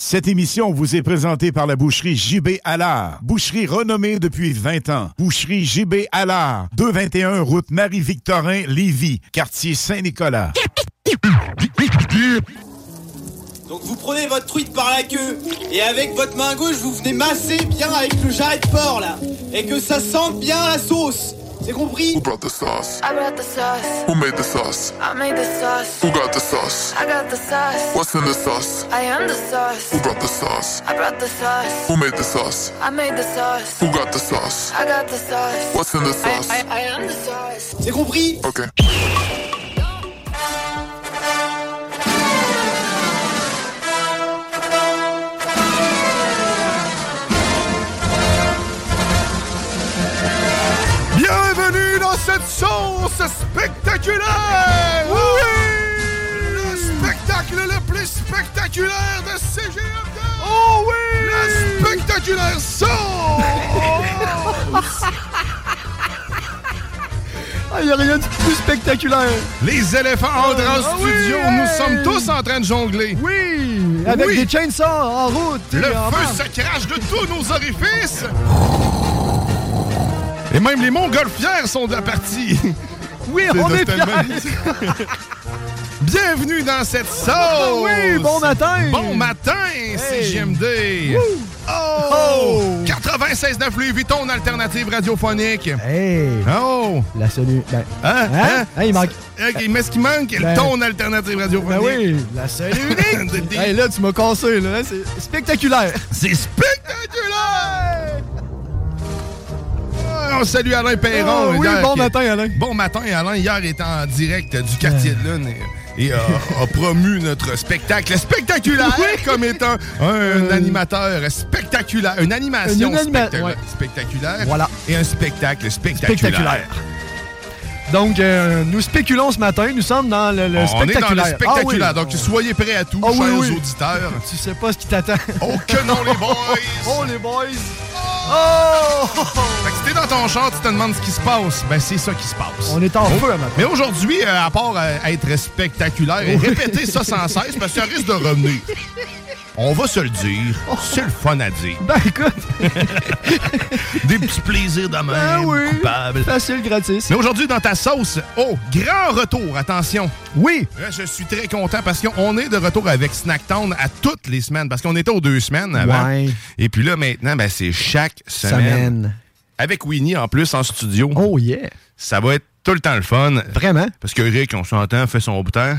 Cette émission vous est présentée par la boucherie JB Allard. Boucherie renommée depuis 20 ans. Boucherie JB Allard. 221 route Marie-Victorin, Lévis, quartier Saint-Nicolas. Donc vous prenez votre truite par la queue et avec votre main gauche vous venez masser bien avec le jarret de porc là et que ça sente bien la sauce. C'est compris Who brought the sauce? I brought the sauce. Who made the sauce? I made the sauce. Who got the sauce? I got the sauce. What's in the sauce? I am the Who sauce. brought the sauce? I brought the sauce. Who made the sauce? I made the sauce. Who got the sauce? I got the sauce. What's in the I, sauce? I, I am the sauce. C'est compris Okay. Bienvenue dans cette sauce spectaculaire! Oui! Le spectacle le plus spectaculaire de CGMD! Oh oui! La spectaculaire sauce! Ah y a rien de plus spectaculaire. Les éléphants entrent en Ah oui, studio, hey! nous sommes tous en train de jongler. Oui Avec Oui. des chainsaws en route Le et en marche. feu se crache de tous nos orifices! Et même les montgolfières sont de la partie! Oui, C'est on de- est c'est fiers. tellement- Bienvenue dans cette sauce! Oui, bon matin Bon matin, CGMD! Oh! Oh! 96.9 Louis Vuitton, alternative radiophonique. Hey Oh! La salut. Ben, Hein? Euh, hein? Hein, il manque. Ok, mais ce qui manque, Ben- ton alternative Ben radiophonique. oui, la seule et unique! hey, là, tu m'as cassé, là. Hein, C'est spectaculaire! C'est spectaculaire! Ah, On salue Alain Perron. Ah, oui, Hier, bon qui- matin, Alain. Bon matin, Alain. Hier, était en direct du quartier de Lune et, et a, a promu notre spectacle spectaculaire comme étant un, un animateur spectaculaire, une animation Euh. Une anima- spectac- ouais. spectaculaire Voilà. et un spectacle spectaculaire. Spectaculaire. Donc, euh, nous spéculons ce matin, nous sommes dans le, le On est spectaculaire. dans le Ah oui. spectaculaire, donc soyez prêts à tout, Ah oui, chers oui. auditeurs. Tu sais pas ce qui t'attend. Oh que non les boys! Oh, les boys! Oh! Fait que si t'es dans ton char, tu te demandes ce qui se passe. Ben, c'est ça qui se passe. On est en feu, maintenant. Mais aujourd'hui, euh, à part euh, être spectaculaire et répéter ça sans cesse, parce que ça risque de revenir. On va se le dire, c'est le fun à dire. Ben, écoute, Des petits plaisirs de même, ben oui! coupables. Facile, gratis. Mais aujourd'hui, dans ta sauce, oh, grand retour, attention. Oui! Là, je suis très content parce qu'on est de retour avec Snacktown à toutes les semaines, parce qu'on était aux deux semaines avant. Ouais. Et puis là, maintenant, ben, c'est chaque semaine. Avec Winnie, en plus, en studio. Oh, yeah! Ça va être tout le temps le fun. Vraiment? Parce que Rick, on s'entend, fait son bout de temps.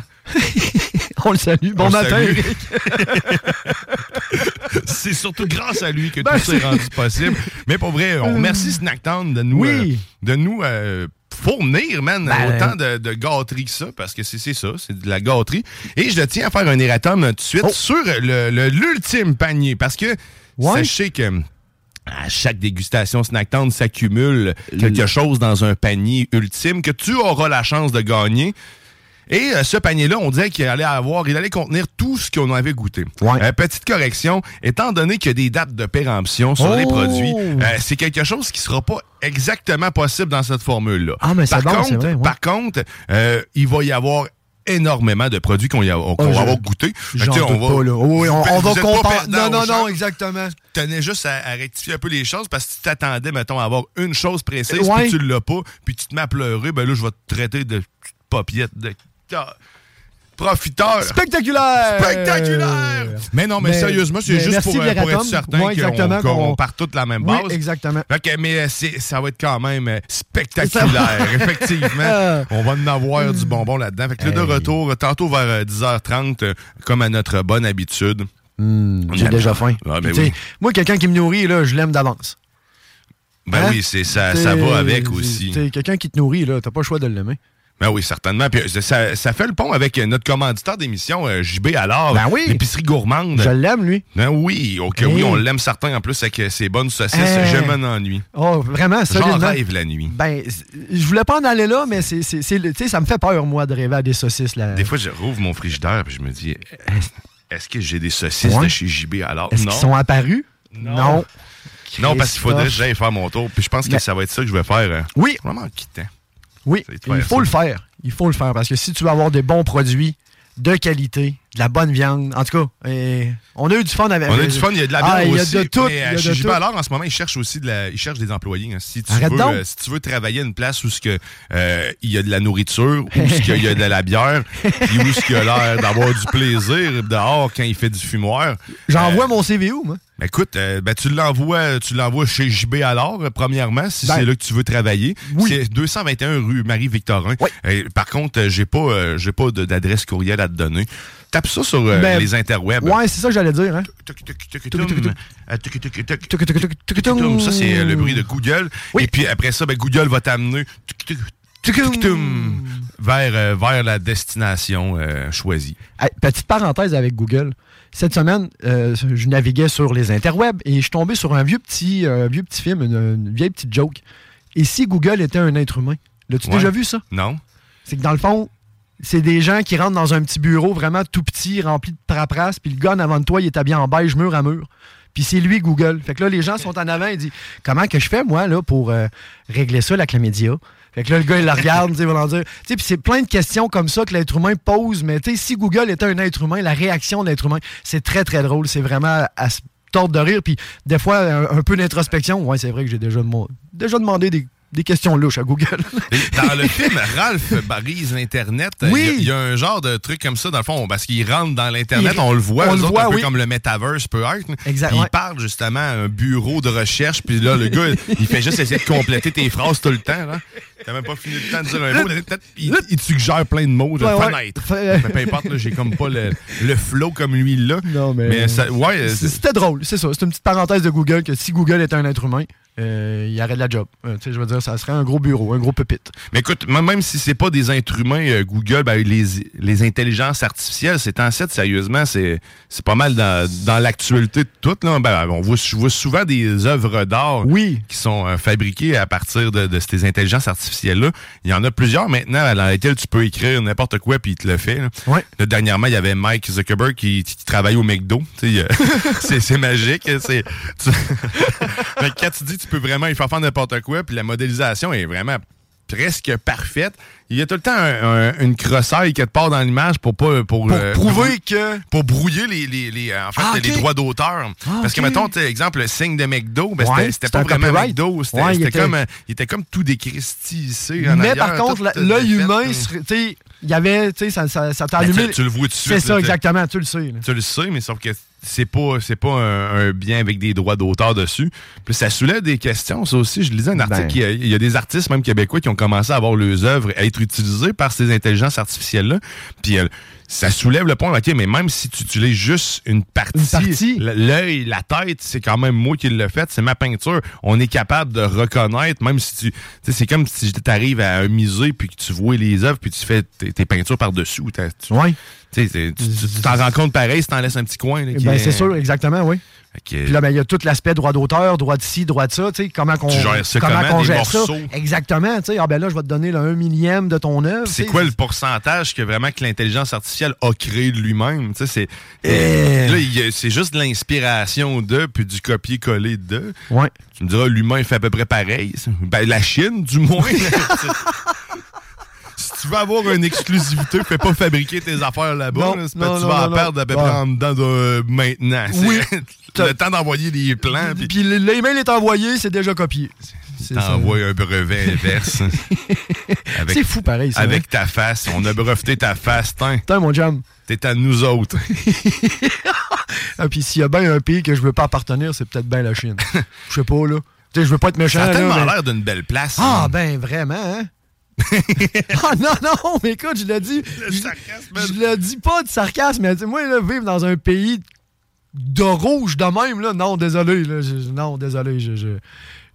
On le salue. Bon On matin, salue. Eric. C'est surtout grâce à lui que Ben, tout s'est c'est- Euh, rendu possible. Mais pour vrai, on remercie Snacktown de nous, euh, Oui. de nous euh, fournir, man, Ben, autant de, de gâterie que ça, parce que c'est c'est ça, c'est de la gâterie. Et je tiens à faire un erratum euh, tout de suite Oh. sur le- le- l'ultime panier, parce que Ouais. sachez que... À chaque dégustation Snacktown s'accumule quelque chose dans un panier ultime que tu auras la chance de gagner. Et euh, ce panier-là, on disait qu'il allait avoir, il allait contenir tout ce qu'on avait goûté. Ouais. Euh, petite correction, étant donné qu'il y a des dates de péremption sur les Oh! produits, euh, c'est quelque chose qui sera pas exactement possible dans cette formule-là. Ah, mais c'est par, bon, c'est contre, vrai, ouais. par contre, euh, il va y avoir énormément de produits qu'on y a- qu'on Ah, je- va avoir goûté. Fait que, J'en tu sais, doute pas, là. Oui, on, Vous- on vous va êtes pas comparer. perdant Non, non, au non, champ. exactement. tenais juste à, à rectifier un peu les choses parce que tu t'attendais, mettons, à avoir une chose précise, Ouais. puis tu l'as pas, puis tu te mets à pleurer, ben là, je vais te traiter de popiette de ca- profiteur. Spectaculaire! Spectaculaire! Mais non, mais, sérieusement, c'est mais juste merci pour, de euh, pour être l'erratum. certain Ouais, qu'on exactement, qu'on qu'on- part toute la même Oui, base. exactement. Fait que, mais euh, c'est- ça va être quand même euh, spectaculaire, Euh. effectivement. On va en avoir du bonbon là-dedans. Fait que là, de retour, euh, tantôt vers euh, 10h30, euh, comme à notre bonne habitude. On Hmm, J'ai a- déjà faim. Ah, ben Tu sais, oui. Moi, quelqu'un qui me nourrit, là, je l'aime d'avance. Ben Hein? oui, c'est ça, ça T'sais, va avec aussi. t'sais, Quelqu'un qui te nourrit, là, t'as pas le choix de l'aimer. Ben oui, certainement. Puis euh, ça, ça fait le pont avec euh, notre commanditaire d'émission, euh, JB Allard, Ben oui. l'épicerie gourmande. Je Hein? l'aime, lui. Ben oui, ok, oui, Hey. on l'aime certain en plus avec euh, ses bonnes saucisses. Hey. Je m'en ennuie. Oh, vraiment, J'en solidement. rêve la nuit. Ben, c- je voulais pas en aller là, mais c'est, c'est, c'est le- t'sais, ça me fait peur, moi, de rêver à des saucisses. Là. Des fois, je rouvre mon frigidaire et je me dis est-ce que j'ai des saucisses Ouais. de chez JB alors Est-ce Non. qu'ils sont apparus? Non. Christophe. non, parce qu'il faudrait que j'aille faire mon tour. Puis je pense que Mais- ça va être ça que je vais faire. euh, Oui. Vraiment en quittant. Oui, Ça va être il faire faut ça. le faire. Il faut le faire parce que si tu veux avoir des bons produits de qualité, de la bonne viande, en tout cas, et on a eu du fun avec On a du fun, il y a de la bière Ah, aussi. Il y a de tout. mais, il y a euh, de chez JB tout. Allard, en ce moment, ils cherchent aussi de la, ils cherchent des employés. hein. Si, tu Arrête veux, donc. euh, si tu veux travailler à une place où ce que, euh, il y a de la nourriture, où ce qu'il y a de la bière, puis où ce qu'il y a l'air d'avoir du plaisir dehors quand il fait du fumoir. euh, J'envoie mon CV où, moi? Ben, écoute, euh, ben, tu l'envoies tu l'envoies chez JB alors, euh, premièrement, si Ben. c'est là que tu veux travailler. Oui. C'est 221 rue Marie-Victorin. Oui. Euh, par contre, euh, j'ai pas, euh, j'ai pas de- d'adresse courriel à te donner. Tape ça sur euh, Ben, les interwebs. Ouais, c'est ça que j'allais dire. Hein? Tuc, tuc, tuc, tum. Euh, tuc, tuc, tuc, Tuc, tuc, tuc, tuc, Tum, tum. Ça, c'est euh, le bruit de Google. Oui. Et puis après ça, ben, Google va t'amener tuc, tuc, tuc, tuc, tum, vers, euh, vers la destination euh, choisie. Hey, petite parenthèse avec Google. Cette semaine, euh, je naviguais sur les interwebs et je suis tombé sur un vieux petit, euh, vieux petit film, une, une vieille petite joke. Et si Google était un être humain? L'as-tu Ouais. déjà vu, ça? Non? C'est que dans le fond, c'est des gens qui rentrent dans un petit bureau vraiment tout petit, rempli de paperasse, puis le gars en avant de toi, il est habillé en beige, mur à mur. Puis c'est lui Google. Fait que là, les gens sont en avant et disent Comment que je fais, moi, là, pour euh, régler ça, la chlamydia Fait que là, le gars, il la regarde, tu sais, il va leur dire. Tu sais, puis c'est plein de questions comme ça que l'être humain pose, mais tu sais, si Google était un être humain, la réaction de l'être humain, c'est très, très drôle. C'est vraiment à se tordre de rire. Puis des fois, un, un peu d'introspection. Ouais, c'est vrai que j'ai déjà, demand- déjà demandé des- des questions louches à Google. Et Dans le film, Ralph barise l'Internet. Euh, Oui. Il y, a- il y a un genre de truc comme ça, dans le fond, parce qu'il rentre dans l'Internet, Il- on le voit, on eux le autres, voit, un peu oui. comme le Metaverse peut être. Exact, Puis Il ouais. parle justement à un bureau de recherche, puis là, le gars, il fait juste essayer de compléter tes phrases tout le temps. là. T'as même pas fini le temps de dire un mot. Il, il te suggère plein de mots, de Ouais, ouais. fenêtre. Fe- Mais peu importe, là, j'ai comme pas le, le flow comme lui là. Non, mais- ça- ouais, euh, C'est- C'était drôle, c'est ça. C'est une petite parenthèse de Google que si Google était un être humain, euh, il arrête la job. Euh, tu sais, je veux dire, ça serait un gros bureau, un gros pupitre. Mais écoute, m- même si c'est pas des êtres humains, euh, Google, ben, les, les intelligences artificielles, c'est en fait, sérieusement, c'est c'est pas mal dans, dans l'actualité de tout. Là. Ben, on voit, je vois souvent des œuvres d'art Oui. qui sont euh, fabriquées à partir de, de ces intelligences artificielles-là. Il y en a plusieurs maintenant dans lesquelles tu peux écrire n'importe quoi puis il te le fait. là. Ouais. Là, dernièrement, il y avait Mike Zuckerberg qui, qui travaille au McDo. Tu sais, euh, c'est c'est magique. hein, C'est, tu- Fait que quand tu dis tu peux vraiment y faire faire n'importe quoi, puis la modélisation est vraiment presque parfaite, il y a tout le temps un- un- une crossaille quelque part dans l'image pour pas pour, Pour euh, prouver brou- que. pour brouiller les, les, les, euh, en fait, Ah, ok. les droits d'auteur. Ah, Parce que, ok. mettons, tu sais, exemple, le signe de McDo, ben, Ouais, c'était- c'était c'est pas un vraiment copyright. McDo. C'était, Ouais, il c'était était- comme, euh, il était comme tout décrestissé en Mais arrière, par contre, tout, la- euh, l'œil défait, humain, hein. serait- tu sais, il y avait, tu sais, ça, ça, ça t'a Ben, allumé. tu, tu le vois tout de suite. C'est là, ça, tu sais. exactement, tu le sais. là. Tu le sais, mais sauf que c'est pas c'est pas un, un bien avec des droits d'auteur dessus. Puis ça soulève des questions, ça aussi. Je lisais un article, Ben. qui a- il y a des artistes, même québécois, qui ont commencé à avoir leurs œuvres à être utilisées par ces intelligences artificielles-là. Puis euh, ça soulève le point, OK, mais même si tu utilises juste une partie, Une partie. l- l'œil, la tête, c'est quand même moi qui l'ai fait, c'est ma peinture. On est capable de reconnaître, même si tu... tu sais, C'est comme si tu arrives à un musée, puis que tu vois les œuvres, puis tu fais tes, tes peintures par-dessus. ou t'as- tu- Ouais. tu sais, tu tu- tu t'en rends compte pareil si t'en laisses un petit coin. là, qui Ben, est- euh, c'est sûr, exactement, oui. Fait que- Puis là, ben, il y a tout l'aspect droit d'auteur, droit de ci, droit de ça, tu sais, comment qu'on Tu gères ça comment, qu'on des gère ça. morceaux? Exactement, tu sais, ah ben là, je vais te donner le 1 millième de ton œuvre. tu c'est sais. quoi le pourcentage que vraiment que l'intelligence artificielle a créé de lui-même? Tu sais, c'est, Euh. là, il y a- c'est juste de l'inspiration de, puis du copier-coller de. Ouais. Tu me diras, l'humain fait à peu près pareil. Ben, la Chine, du moins. si tu veux avoir une exclusivité, fais pas fabriquer tes affaires là-bas. Non, là. C'est non, parce que tu non, vas non, en perdre non. à peu près Ouais. en dedans de euh, maintenant. C'est Oui. le temps d'envoyer les plans, puis Puis le- l'email est envoyé, c'est déjà copié. C'est ça. t'envoies un brevet inverse. Avec- C'est fou pareil, ça. hein? Avec ta face. On a breveté ta face, t'in. Putain, mon jam. T'es à nous autres. Ah, puis s'il y a bien un pays que je veux pas appartenir, c'est peut-être bien la Chine. Je sais pas, là. Tu sais, je veux pas être méchant. Ça a là, tellement mais- l'air d'une belle place. Ah, hein. ben vraiment, hein? ah non, non, mais écoute, je l'ai dit. ben, je- Je le dis pas de sarcasme, mais tu sais, moi, là, vivre dans un pays de rouge de même, là, non, désolé, là, je- non, désolé, je... je-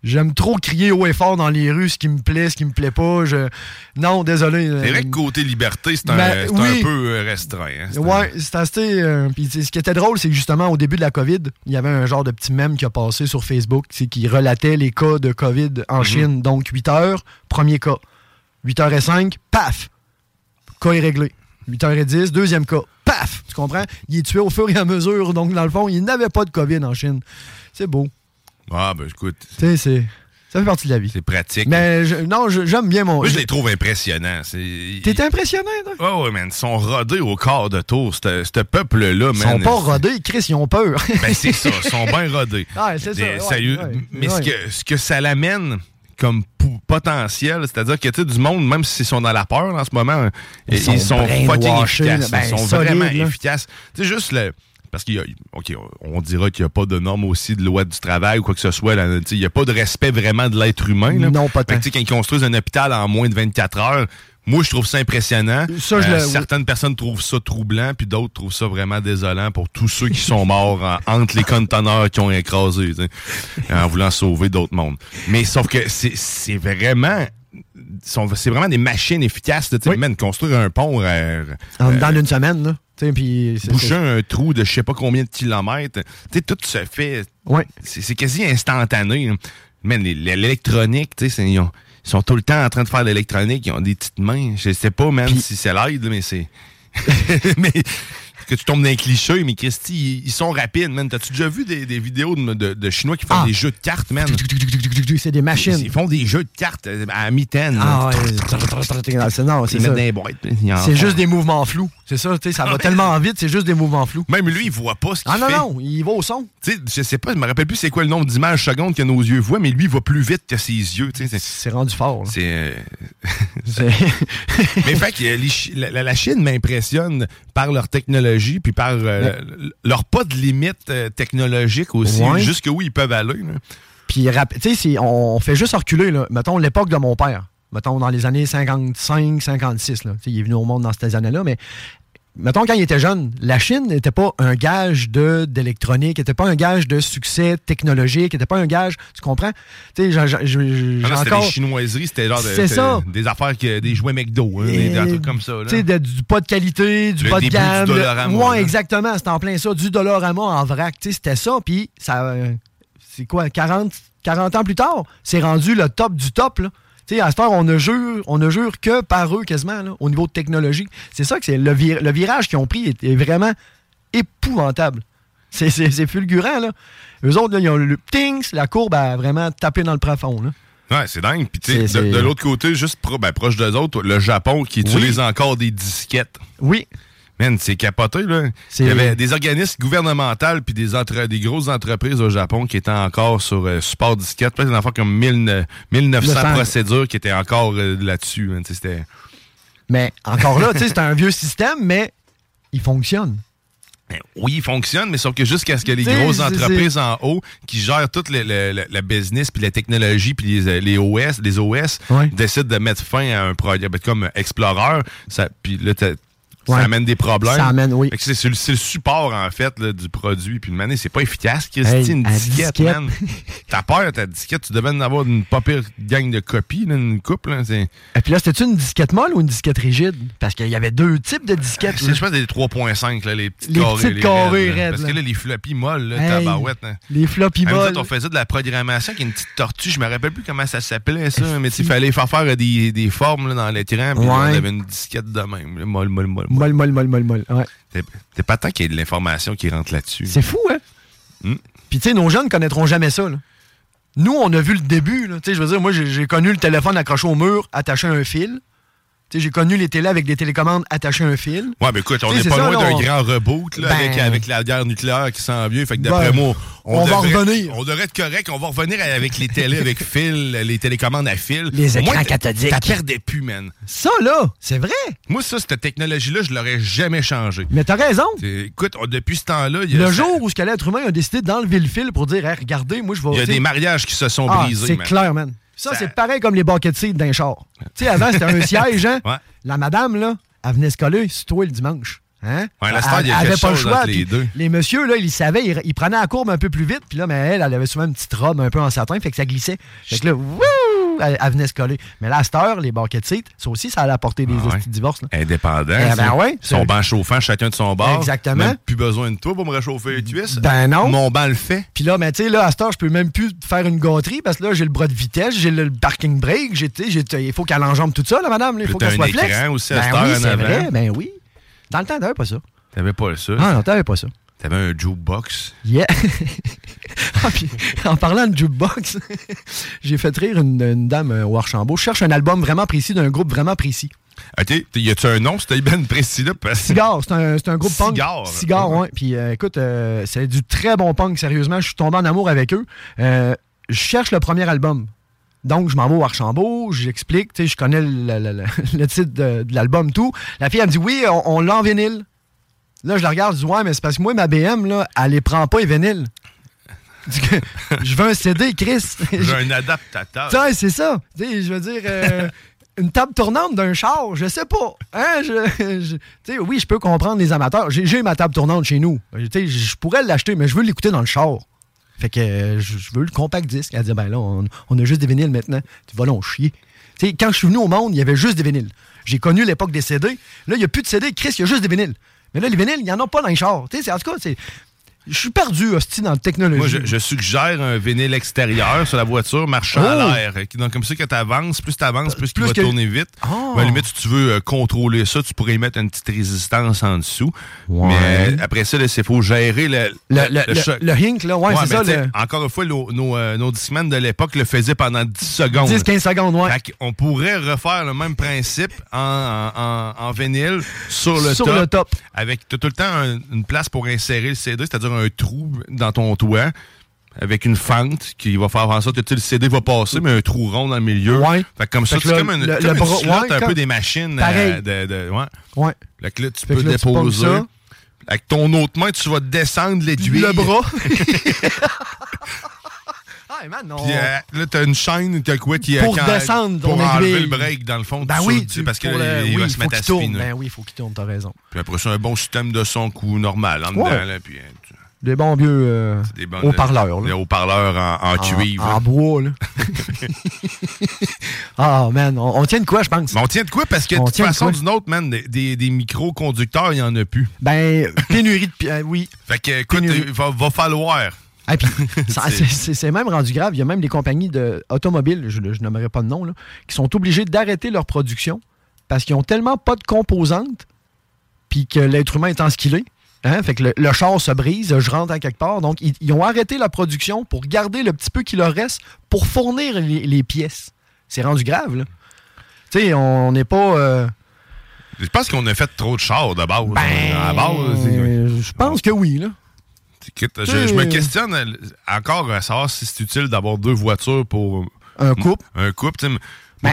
J'aime trop crier haut et fort dans les rues ce qui me plaît, ce qui me plaît pas. Je... Non, désolé. C'est euh, vrai que côté liberté, c'est un, Ben, c'est un oui. peu euh, restreint. hein. C'est un- Ouais, c'est assez. euh, puis, tu sais, ce qui était drôle, c'est que justement, au début de la COVID, il y avait un genre de petit mème qui a passé sur Facebook tu sais, qui relatait les cas de COVID en Mhm. Chine. Donc, 8 heures, premier cas. 8 h 05, paf! Cas est réglé. 8 h 10, deuxième cas. Paf! Tu comprends? Il est tué au fur et à mesure. Donc, dans le fond, il n'avait pas de COVID en Chine. C'est beau. Ah, ben écoute, Tu sais, c'est. Ça fait partie de la vie. c'est pratique. Mais je- non, Ben, je- j'aime bien mon. Moi, je Oh, les trouve impressionnants. C'est- T'es impressionné, toi? Ouais, ouais, man. Ils sont rodés au quart de tour, ce ce peuple-là, Ils man. sont pas rodés, Chris, ils ont peur. Ben, c'est ça. Ils sont bien rodés. Ouais, c'est ça, Mais ouais, sérieux, ouais, mais ouais. Ce, que, ce que ça l'amène comme pou- potentiel, c'est-à-dire que, tu sais, du monde, même s'ils sont dans la peur en ce moment, ils, sont ils sont fucking brainwashés, efficaces. là, ben, ils sont solides, vraiment là. efficaces. Tu sais, juste le. Parce qu'il y a, OK, on dira qu'il n'y a pas de normes aussi de loi du travail ou quoi que ce soit. là. Tu sais, Il n'y a pas de respect vraiment de l'être humain. là. Non, pas Fait que, tant. tu sais, Quand ils construisent un hôpital en moins de 24 heures, moi, je trouve ça impressionnant. Ça, je le- Euh, certaines personnes trouvent ça troublant, puis d'autres trouvent ça vraiment désolant pour tous ceux qui sont morts en- entre les conteneurs qui ont écrasé, tu sais, en voulant sauver d'autres mondes. Mais sauf que c'est c'est vraiment... sont- C'est vraiment des machines efficaces. là, tu sais, Oui. man, construire un pont, euh, En dedans d'une semaine, là. Tu sais, puis c'est- boucher un trou de je sais pas combien de kilomètres, tu sais, tout se fait c'est- Ouais. c'est c'est quasi instantané. hein. Man, les- les- l'électronique, tu sais, c'est- ils, ont- ils sont tout le temps en train de faire de l'électronique, ils ont des petites mains. Je sais pas même si c'est l'aide, mais c'est. mais que tu tombes dans un cliché, mais Christy, ils, ils sont rapides, man. T'as-tu déjà vu des, des vidéos de, de- de Chinois qui font Ah. des jeux de cartes, man? C'est des Ils machines. font des jeux de cartes euh, à mi-temps. Ah, là. ouais. C'est- non, Ils c'est mettent ça. dans les boîtes. ils en C'est font. juste des mouvements flous. C'est ça, tu sais, ça va tellement vite, c'est juste des mouvements flous. Même lui, il voit pas ce qu'il Ah non, fait. non, il va au son. Tu sais, je sais pas, je me rappelle plus c'est quoi le nombre d'images secondes que nos yeux voient, mais lui, il va plus vite que ses yeux. tu sais, c'est- C'est rendu fort. là. C'est. euh, C'est- Mais fait que euh, les Chi- la, la- la Chine m'impressionne par leur technologie puis par euh, le- leur pas de limite euh, technologique aussi, Ouais. jusqu'où ils peuvent aller. là. Puis, rap- tu sais, c'est- on on fait juste reculer, là. Mettons, l'époque de mon père. Mettons, dans les années 55, 56, là. Tu sais, il est venu au monde dans ces années-là, mais... Mettons, quand il était jeune, la Chine n'était pas un gage de- d'électronique, n'était pas un gage de succès technologique, n'était pas un gage. Tu comprends? Tu sais, j'ai- j'ai- j'ai j'ai Ah non, C'était encore. des chinoiseries, c'était genre de- C'est c'était ça. des affaires, que, des jouets McDo, hein, des, des trucs comme ça. là. Tu sais, de- du pas de qualité, du Le pas de début gamme. du le- Dollarama, Ouais, là. exactement. C'était en plein ça. Du Dollarama en vrac. Tu sais, c'était ça. Puis, ça, euh, c'est quoi, 40, 40 ans plus tard, c'est rendu le top du top, là. Tu sais, à ce temps, on ne jure, on ne jure que par eux quasiment, là, au niveau de technologie. C'est ça que c'est. Le, vir- le virage qu'ils ont pris est, est vraiment épouvantable. C'est, c'est- c'est fulgurant, là. Eux autres, là, ils ont le ptings, la courbe a vraiment tapé dans le plafond, là. Ouais, c'est dingue. Puis tu sais, C'est- de, c'est- de l'autre côté, juste pro- ben, proche d'eux autres, le Japon qui utilise encore des disquettes. Oui. Man, c'est capoté, là. C'est- Il y avait des organismes gouvernementaux puis des, entre- des grosses entreprises au Japon qui étaient encore sur euh, support disquette. Peut-être des affaires comme 1000 1900 900. procédures qui étaient encore euh, là-dessus. hein. Tu sais, C'était... Mais encore là, tu sais, c'est un vieux système, mais il fonctionne. Ben oui, ils fonctionnent, mais sauf que jusqu'à ce que les Tu sais, grosses c'est- entreprises en haut qui gèrent toute le, le- le- la business, puis la technologie, puis les, euh, les OS, les OS Ouais. décident de mettre fin à un projet Ben, comme Explorer, ça, puis là, t'as- Ouais. ça amène des problèmes. Ça amène, oui. Fait que c'est, c'est le, c'est le support, en fait, là, du produit. Puis, mané, c'est pas efficace, Christine, Hey, une à disquette, disquette. man. T'as peur, ta disquette, tu devais en avoir une pas pire gang de copies, là, une couple. Là, c'est, Et puis là, c'était-tu une disquette molle ou une disquette rigide? Parce qu'il y avait deux types de disquettes. c'est, là. je pense que c'est les 3.5, là, les petites Ben, Les carrés. petites carrés là. raides, Parce que là. là, les floppy molles, là, Hey, tabarouette, là. Les floppy Ah, nous autres, balls. on faisait de la programmation avec une petite tortue. Je me rappelle plus comment ça s'appelait, ça. Mais il fallait faire faire euh, des, des formes là, dans l'écran. Puis là, Ouais. on avait une disquette de même. là, Molle, molle, molle. molle. Molle, molle, molle, molle, molle. Ouais. C'est c'est pas tant qu'il y ait de l'information qui rentre là-dessus. C'est fou, hein? Mm. Puis tu sais, nos jeunes connaîtront jamais ça. là. Nous, on a vu le début. là. Tu sais, je veux dire, moi, j'ai- j'ai connu le téléphone accroché au mur, attaché à un fil. Tu sais, J'ai connu les télés avec des télécommandes attachées à un fil. Ouais, mais écoute, on Tu sais, n'est c'est pas ça, loin là, d'un on- grand reboot là, Ben- avec, avec la guerre nucléaire qui s'en vient. Fait que d'après Ben, moi, on va devrait- revenir. On devrait être correct. On va revenir avec les télés avec fil, les télécommandes à fil. Les Au écrans moins, cathodiques. T'as perdais plus, man. Ça, là, c'est vrai. Moi, ça, cette technologie-là, je l'aurais jamais changée. Mais t'as raison. C'est- Écoute, on- depuis ce temps-là, il y a, Le jour où ce que l'être humain a décidé d'enlever le fil pour dire, Hey, regardez, moi, je vais. il y a tu sais, des mariages qui se sont Ah, brisés. C'est man. clair, man. Ça, Ça- c'est pareil comme les bucket seats d'un char. tu sais, avant, c'était un siège, hein? Ouais. La madame, là, elle venait se coller sur toi le dimanche. Hein? Ouais, la star, elle il y a elle quelque chose entre les puis deux. Les messieurs, là, ils savaient, ils, ils prenaient la courbe un peu plus vite. Puis là, mais elle, elle avait souvent une petite robe un peu en satin, fait que ça glissait. Fait que là, wouh! Elle, elle venait se coller. Mais là, à cette heure, les bucket seats, ça aussi, ça allait apporter des Ah ouais. petits divorces. là. Indépendant. Eh ben ça. ouais. Son banc chauffant, chacun de son bord. Exactement. Même plus besoin de toi pour me réchauffer les cuisses. Ben non. Mon banc le fait. Puis là, mais tu sais, là, à cette heure, je peux même plus faire une gâterie parce que là, j'ai le bras de vitesse, j'ai le parking brake, j'ai, tu sais, j'ai- il faut qu'elle enjambe tout ça, là, madame. là, Il Puis faut t'as qu'elle un soit flex. écran aussi à ben cette heure oui, en c'est avant. vrai, ben oui. Dans le temps, t'avais pas ça. T'avais pas ça. Ah non, t'avais pas ça. T'avais un jukebox. Yeah. Ah, puis, en parlant de jukebox, j'ai fait rire une, une dame euh, au Archambault. Je cherche un album vraiment précis d'un groupe vraiment précis. OK. t- Y a-tu un nom, c'était Ben précis là? Parce... Cigar, c'est un, c'est un groupe punk. Cigar. Cigar, ouais. Puis euh, écoute, euh, c'est du très bon punk, sérieusement. Je suis tombé en amour avec eux. Euh, je cherche le premier album. Donc, je m'en vais au Archambault, j'explique, tu sais, je connais le, le- le- le titre de, de l'album, tout. La fille, elle me dit, oui, on, on l'a en vinyle. Là, je la regarde, je dis, ouais, mais c'est parce que moi, ma BM, là, elle les prend pas, les vinyles. Je dis, Je veux un CD, Chris. J'ai un adaptateur. Tu sais, c'est ça. Tu sais, je veux dire, euh, une table tournante d'un char, je sais pas. Hein, je- je- tu sais, oui, je peux comprendre les amateurs. J'ai j'ai ma table tournante chez nous. Euh, Tu sais, Je pourrais l'acheter, mais je veux l'écouter dans le char. Fait que euh, je je veux le compact disque. Elle dit, ben là, on, on a juste des vinyles maintenant. Tu vas l'en chier. Tu sais, quand je suis venu au monde, il y avait juste des vinyles. J'ai connu l'époque des CD. Là, il n'y a plus de CD. Chris, il y a juste des vinyles. Mais là, les vinyles, il n'y en a pas dans les chars. Tu sais, c'est- en tout cas, c'est- je suis perdu, hostie, dans la technologie. Moi, je, je suggère un vinyle extérieur sur la voiture marchant Oh! à l'air. Donc, comme ça, que tu avances, plus tu avances, plus, il Plus va que- tourner vite. Oh! Ben, à la limite, si tu veux euh, contrôler ça, tu pourrais y mettre une petite résistance en dessous. Ouais. Mais euh, après ça, il faut gérer le, Le, le, le- choc. le hink, là, ouais, Ouais, c'est mais ça. tu sais, le- Encore une fois, nos, nos, euh, nos Discman de l'époque le faisaient pendant 10 secondes. 10-15 secondes, ouais. On pourrait refaire le même principe en, en, en- en vinyle sur le Sur top. le top. Avec t'as tout le temps un- une place pour insérer le CD, c'est-à-dire un trou dans ton toit avec une fente qui va faire en sorte que tu sais, le CD va passer, mais un trou rond dans le milieu. Ouais. Fait que comme ça, Fait que c'est là, comme, une, le- comme le une bras- slot ouais, un comme- peu des machines. euh, Pareil. de, de- ouais. Ouais. Fait que là, tu Fait peux que là, tu ponges déposer. ça. avec ton autre main, tu vas descendre l'aiguille. Le bras. ah, man, non. Puis euh, là, t'as une chaîne, t'as quoi qui Pour quand- descendre, pour on enlever aiguille. le break dans le fond. Ben tu oui, sautes, tu sais, tu- parce que pour là, le- il oui, va faut se mettre à qu'il tourne. spinner. Ben oui, il faut qu'il tourne, t'as raison. Puis après ça, un bon système de son coup normal en Ouais. dedans. Là, puis, euh, tu- Des bons vieux euh, des bonnes- haut-parleurs, Des là. haut-parleurs en, en En, cuivre. en bois, là. Ah, man, on, on tient de quoi, je pense? Mais on tient de quoi? Parce que de On toute tient de façon, quoi? d'une autre, man, des, des, des micro-conducteurs, il n'y en a plus. Ben, pénurie de... pi- euh, oui. Fait que, écoute, Pénurie. il va, va falloir. Ah, puis, ça- c'est- c'est c'est même rendu grave. Il y a même des compagnies de automobiles, je, je nommerai pas de nom, là, qui sont obligées d'arrêter leur production parce qu'ils ont tellement pas de composantes, puis que l'être humain est en ce qu'il est. Hein? Fait que le, le char se brise, je rentre à quelque part. Donc, ils, ils ont arrêté la production pour garder le petit peu qui leur reste pour fournir les, les pièces. C'est rendu grave, là. Tu sais, on on n'est pas. euh, Je pense qu'on a fait trop de chars de base. euh, à la base, c'est- Ben, euh, je pense que oui, là. Écoute, Je, je me questionne euh, encore à savoir si c'est utile d'avoir deux voitures pour Un couple. un couple. tu sais, m- moi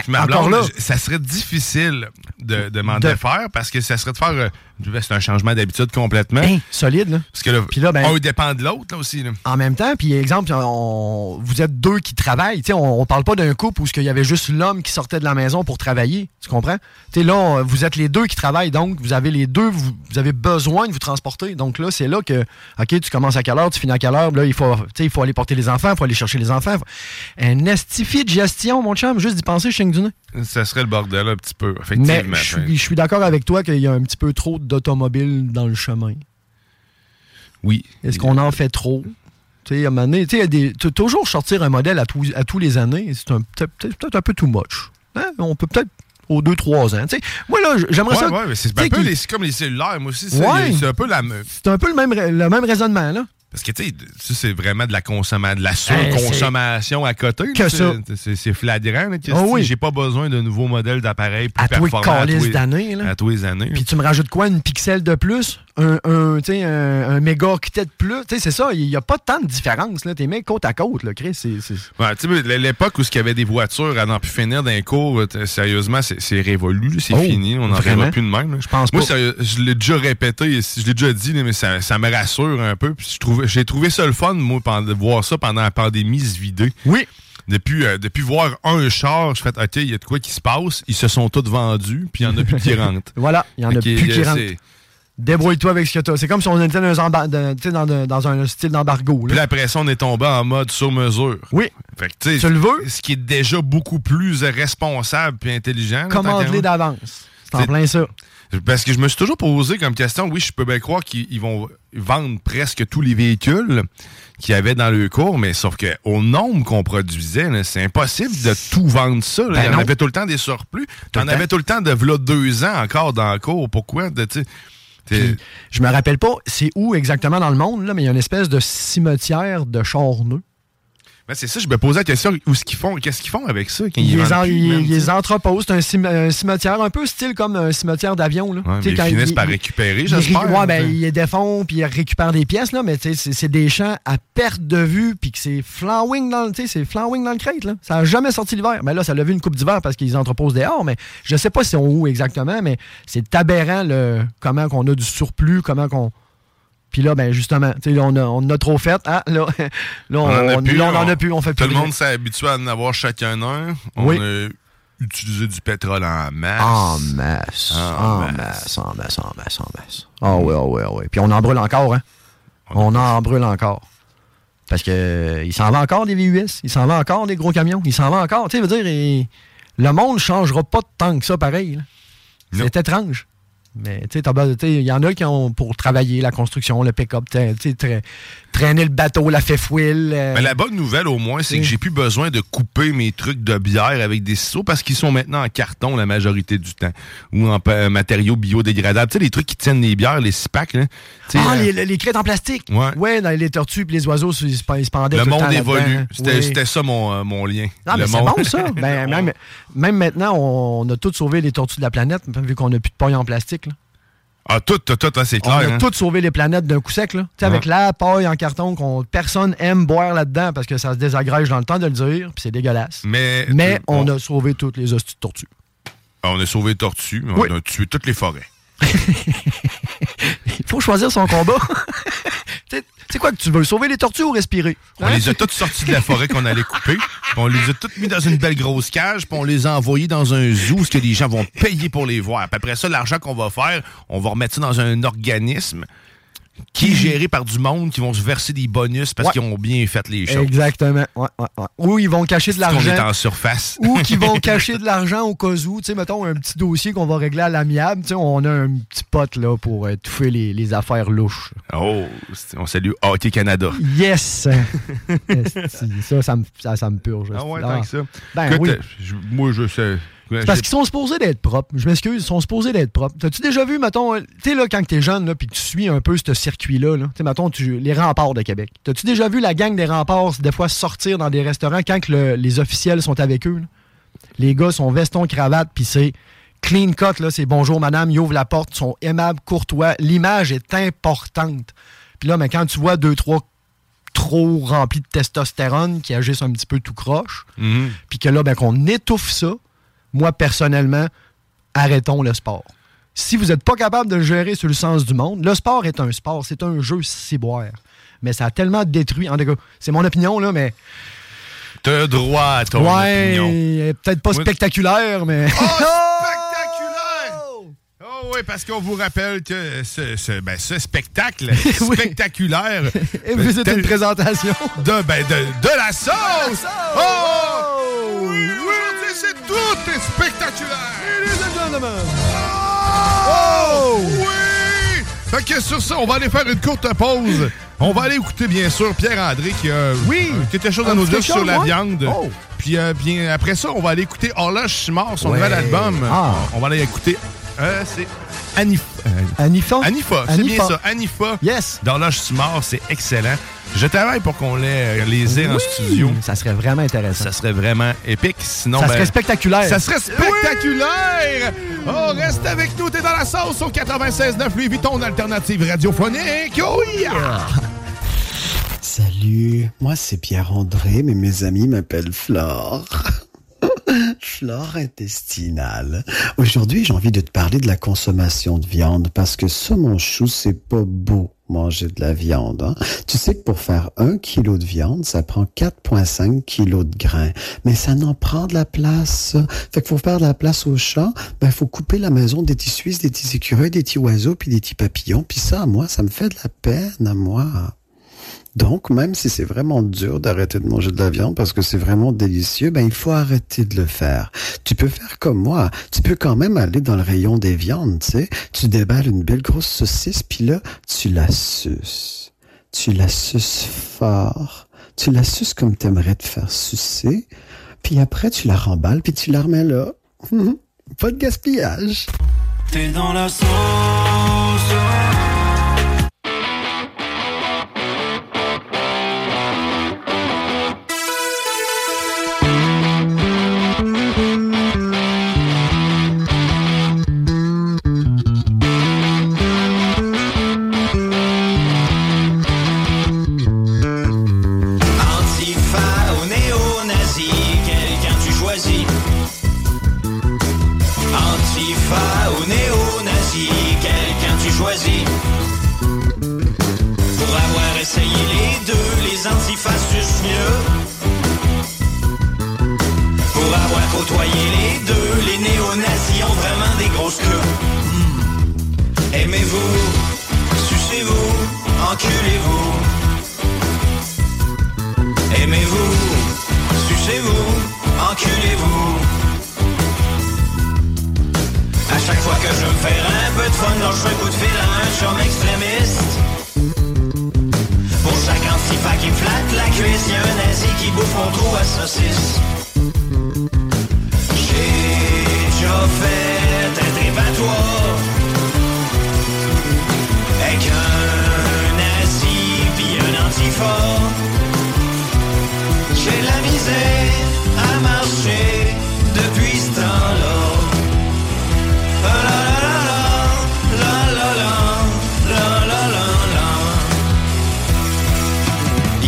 Ben, puis ma encore blonde, là. j- ça serait difficile de, de m'en De- défaire parce que ça serait de faire. euh, ben, c'est un changement d'habitude complètement. Hein, solide, là. Parce que là, Puis là, ben- un dépend de l'autre là, aussi. là. en même temps, puis exemple, on- vous êtes deux qui travaillent. Tu sais, On, on parle pas d'un couple où ce qu'il y avait juste l'homme qui sortait de la maison pour travailler. Tu comprends? Tu sais, là, on- vous êtes les deux qui travaillent, donc vous avez les deux, vous, vous avez besoin de vous transporter. Donc là, c'est là que, OK, tu commences à quelle heure, tu finis à quelle heure, là, il faut, tu sais, il faut aller porter les enfants, il faut aller chercher les enfants. Un estifi de gestion, mon chum, juste d'y penser, je chigne du nez. Ça serait le bordel un petit peu, Mais effectivement. ben. je suis- je suis d'accord avec toi qu'il y a un petit peu trop d'automobiles dans le chemin. Oui. Est-ce qu'on en fait trop? Tu sais, à un moment donné, tu sais, il y a des- tu- toujours sortir un modèle à, tous- à tous les années, c'est un- peut-être peut-être un peu too much. Hein? On peut peut-être aux 2-3 ans. tu sais. moi, là, j- j'aimerais Ouais, ça. ouais, mais c'est tu sais, un peu qu'il- les- c'est comme les cellulaires, moi aussi. ça, Ouais. il y a- C'est un peu la. me- C'est un peu le même, ra- le même raisonnement. là. Parce que, tu sais, ça, c'est vraiment de la consommation, de la Hey, surconsommation à côté. là, Eh, Que c'est- ça. C'est c'est flagrant. là, Christy. Ah oui. J'ai pas besoin d'un nouveau modèle d'appareil plus À tous les performant câlisses tous les- d'années, là. À tous les années. Puis tu me rajoutes quoi, une pixel de plus? Un, un, tu sais, un, un méga octet de plus? Tu sais, c'est ça, il n'y a pas tant de différence. Là. T'es mecs côte à côte, là, Chris. C'est, c'est- Ouais, tu sais, l'époque où il y avait des voitures à n'en plus finir d'un cours, euh, t- sérieusement, c'est c'est révolu, là, c'est Oh, fini, on n'en vraiment? verra plus de même. Je pense Moi, pas. sérieux, je l'ai déjà répété, et si- je l'ai déjà dit, là, mais ça, ça me rassure un peu. puis je trouvais- J'ai trouvé ça le fun, moi, pendant- de voir ça pendant la pandémie se vider. Oui. Depuis, euh, depuis voir un char, je fais OK, il y a de quoi qui se passe. Ils se sont tous vendus, puis il n'y en a plus qui rentrent. Voilà, il y en a Ok, plus qui euh, rentrent. c'est- Débrouille-toi avec ce que t'as. C'est comme si on était dans un, emba- de- tu sais, dans, de- dans un style d'embargo. Puis Là. là, après ça, on est tombé en mode sur mesure. Oui. Fait que, tu sais, Tu le veux? Ce qui est déjà beaucoup plus responsable puis intelligent. là, tant qu'à Commande-les moi. d'avance. C'est en C'est- plein ça. Parce que je me suis toujours posé comme question, oui, je peux bien croire qu'ils ils vont vendre presque tous les véhicules qu'il y avait dans le cours, mais sauf que au nombre qu'on produisait, là, c'est impossible de tout vendre ça. là. Ben Il y en non. avait tout le temps des surplus. Tu en le temps. avais tout le temps de v'là deux ans encore dans le cours. Pourquoi? De, tu sais, t'es- Je me rappelle pas c'est où exactement dans le monde, là, mais il y a une espèce de cimetière de charneux. Ben, c'est ça, je me posais la question, où ce qu'ils font, qu'est-ce qu'ils font avec ça? quand Ils, vendent les en- plus, ils- man, ils tu sais? les entreposent. C'est un, cime- un cimetière un peu style comme un cimetière d'avion. là. Ouais, Tu sais, mais quand ils finissent par ils- récupérer, Ils ri- j'espère. ouais, ben, tu sais. ils les défont, puis ils récupèrent des pièces, là, mais tu sais, c'est c'est des champs à perte de vue, puis que c'est flowing dans le tu sais, c'est flowing dans le crête. Là. Ça n'a jamais sorti l'hiver. Mais là, ça l'a vu une coupe d'hiver parce qu'ils entreposent dehors, mais je sais pas si on où exactement, mais c'est aberrant le, comment qu'on a du surplus, comment qu'on. Puis là, ben justement, tu sais, là, on, a, on en a trop fait. Ah, là, là, on, en a on- plus, là, on en on- a plus. On fait Tout plus le rien. monde s'est habitué à en avoir chacun un. On Oui. a utilisé du pétrole en masse. En masse. En En masse. masse, en masse, en masse, en masse. Ah oui, ah oui, ah oui. Puis on en brûle encore, hein? On en brûle encore. Parce que euh, il s'en va encore des VUS, il s'en va encore des gros camions, il s'en va encore. Tu sais, je veux dire, et le monde ne changera pas tant que ça pareil. là. Non. C'est étrange. Mais tu sais, t'as besoin- tu sais, il y en a qui ont pour travailler la construction, le pick-up, tu sais, tu sais, tra- traîner le bateau, la euh, fefouille. Mais la bonne nouvelle, au moins, c'est que Oui. j'ai plus besoin de couper mes trucs de bière avec des ciseaux parce qu'ils sont maintenant en carton la majorité du temps ou en pa- euh, matériaux biodégradables. Tu sais, les trucs qui tiennent les bières, les six packs. Là, Tu sais, Ah, euh, les, les crêtes en plastique. Ouais. dans les tortues puis les oiseaux, ils se ils se pendaient le tout le monde temps évolue. là-dedans. hein. C'était Oui. c'était ça mon, euh, mon lien. Non, Le mais c'est monde- bon, ça. Ben, Le monde- même, même maintenant, on a tous sauvé les tortues de la planète, vu qu'on n'a plus de paille en plastique. là. Ah, tout, tout, tout, hein, c'est On clair. a hein. Ah. tous sauvé les planètes d'un coup sec. Là. Tu sais, Ouais. Avec la paille en carton qu'on personne aime boire là-dedans parce que ça se désagrège dans le temps de le dire, puis c'est dégueulasse. Mais, euh, Mais on on- a sauvé toutes les hosties de tortues. on a sauvé les tortues, Oui. on a tué toutes les forêts. Il faut choisir son combat. Tu sais quoi que tu veux, sauver les tortues ou respirer? Hein? On les a toutes sorties de la forêt qu'on allait couper. puis on les a toutes mis dans une belle grosse cage, puis on les a envoyées dans un zoo, où ce que les gens vont payer pour les voir. Puis après ça, l'argent qu'on va faire, on va remettre ça dans un organisme qui est géré par du monde, qui vont se verser des bonus parce Ouais. qu'ils ont bien fait les choses. Exactement. Ouais, ouais, ouais. Ou ils vont cacher de Parce qu'on est l'argent. en surface. ou qui vont cacher de l'argent au cas où. Tu sais, mettons, un petit dossier qu'on va régler à l'amiable. Tu sais, on a un petit pote là, pour euh, étouffer les, les affaires louches. Oh, c'est- on salue Hockey Canada. Yes! Esti, ça, ça me, ça, ça me purge. esti. Ah. Ben Écoute, oui. euh, je- moi, je sais. C'est Parce qu'ils sont supposés d'être propres. Je m'excuse, ils sont supposés d'être propres. T'as-tu déjà vu, mettons, euh, tu sais, là, quand t'es jeune, là, puis que tu suis un peu ce circuit-là, là, tu sais, mettons, tu, les remparts de Québec. T'as-tu déjà vu la gang des remparts, des fois, sortir dans des restaurants quand que le- les officiels sont avec eux? là? Les gars sont veston, cravate, puis c'est clean cut, là, c'est bonjour madame, ils ouvrent la porte, ils sont aimables, courtois. L'image est importante. Puis là, mais quand tu vois deux, trois trop remplis de testostérone qui agissent un petit peu tout croche, Mhm. puis que là, ben, qu'on étouffe ça, moi, personnellement, arrêtons le sport. Si vous n'êtes pas capable de le gérer sur le sens du monde, le sport est un sport, c'est un jeu ciboire. Mais ça a tellement détruit. En tout cas, c'est mon opinion, là, mais. T'as droit à ton ouais, opinion. euh, peut-être pas Moi- spectaculaire, mais. Oh, spectaculaire! Oh oui, parce qu'on vous rappelle que ce, ce- ben, ce spectacle Oui. spectaculaire Et puis, c'était une présentation. de, ben, de, de la sauce! sauce! Oh! Oh! Oui, aujourd'hui, c'est tout est spectaculaire! Ladies and gentlemen. Oh! Oui! Fait que sur ça, on va aller faire une courte pause. On va aller écouter, bien sûr, Pierre-André qui a Oui! euh, quelque chose à Un nous petit dire quelque sur chose, la ouais. viande. Oh! Puis euh, bien, après ça, on va aller écouter Horloge Mort, son Ouais. nouvel album. Ah. On va aller écouter. euh, c'est Anif... euh, Anifa? Anifa, c'est Anifa. bien ça. Anifa. Yes. Dans l'âge mort, c'est excellent. Je travaille pour qu'on les, les ait en studio. Ça serait vraiment intéressant. Ça serait vraiment épique. Sinon, ça ben, serait spectaculaire. Ça serait spectaculaire! Oh, reste avec nous, t'es dans la sauce au 96.9 Louis Vuitton, alternative radiophonique. Oh yeah! Salut, moi c'est Pierre-André, mais mes amis m'appellent Flore. Flore intestinale. Aujourd'hui, j'ai envie de te parler de la consommation de viande parce que ça, mon chou, c'est pas beau manger de la viande. hein. Tu sais que pour faire un kilo de viande, ça prend 4,5 kilos de grains. Mais ça n'en prend de la place. ça. Fait qu'il faut faire de la place aux chats. Ben, faut couper la maison des petits Suisses, des petits écureuils, des petits oiseaux, puis des petits papillons. Puis ça, à moi, ça me fait de la peine, à moi. Donc, même si c'est vraiment dur d'arrêter de manger de la viande parce que c'est vraiment délicieux, ben, il faut arrêter de le faire. Tu peux faire comme moi. Tu peux quand même aller dans le rayon des viandes, tu sais. Tu déballes une belle grosse saucisse, puis là, tu la suces. Tu la suces fort. Tu la suces comme t'aimerais te faire sucer. Puis après, tu la remballes, puis tu la remets là. Pas de gaspillage. T'es dans la sauce. Antifa au néo-nazi, quelqu'un tu choisis. Antifa ou néo-nazi, quelqu'un tu choisis. Pour avoir essayé les deux, les antifas sucent mieux. Pour avoir côtoyé les deux, les néo-nazis ont vraiment des grosses queues. Hmm. Aimez-vous, sucez-vous, enculez-vous. Aimez-vous, sucez-vous, enculez-vous. À chaque fois que je veux me faire un peu de fun, lance un coup de fil à un chum extrémiste. Pour chaque antifa qui me flatte la cuisse, y'a un nazi qui bouffe mon trou à saucisse. J'ai déjà fait un débattoir avec un nazi pis un antifa. J'ai la misère à marcher depuis ce temps-là. La la la la, la la la, la la la la.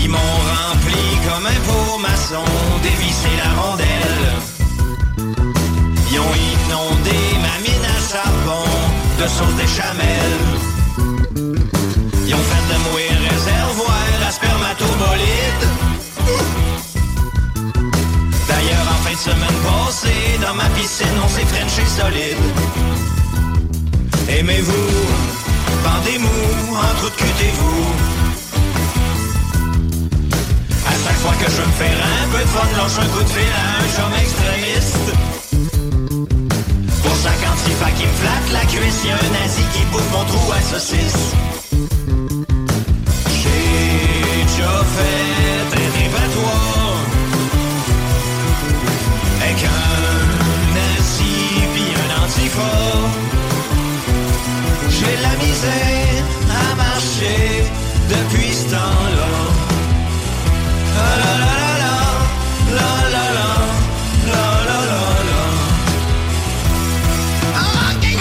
Ils m'ont rempli comme un pot maçon, dévissé la rondelle. Ils ont inondé ma mine à charbon de sauce d'échamel. Ils ont fait de moi un réservoir à spermatobolide. D'ailleurs, en fin de semaine passée, dans ma piscine, on s'est frenché solide. Aimez-vous, pendez-vous, entrecutez-vous. À chaque fois que je veux me faire un peu de fun, lance un coup de fil à un chum extrémiste. Pour chaque antifa qui me flatte la cuisse, y'a un nazi qui bouffe mon trou à saucisse. J'ai déjà fait un débattoir avec un nazi puis un antifa. J'ai de la misère à marcher depuis ce temps-là. Ah la la la la, la la la, la la la la. Ah, okay, yo!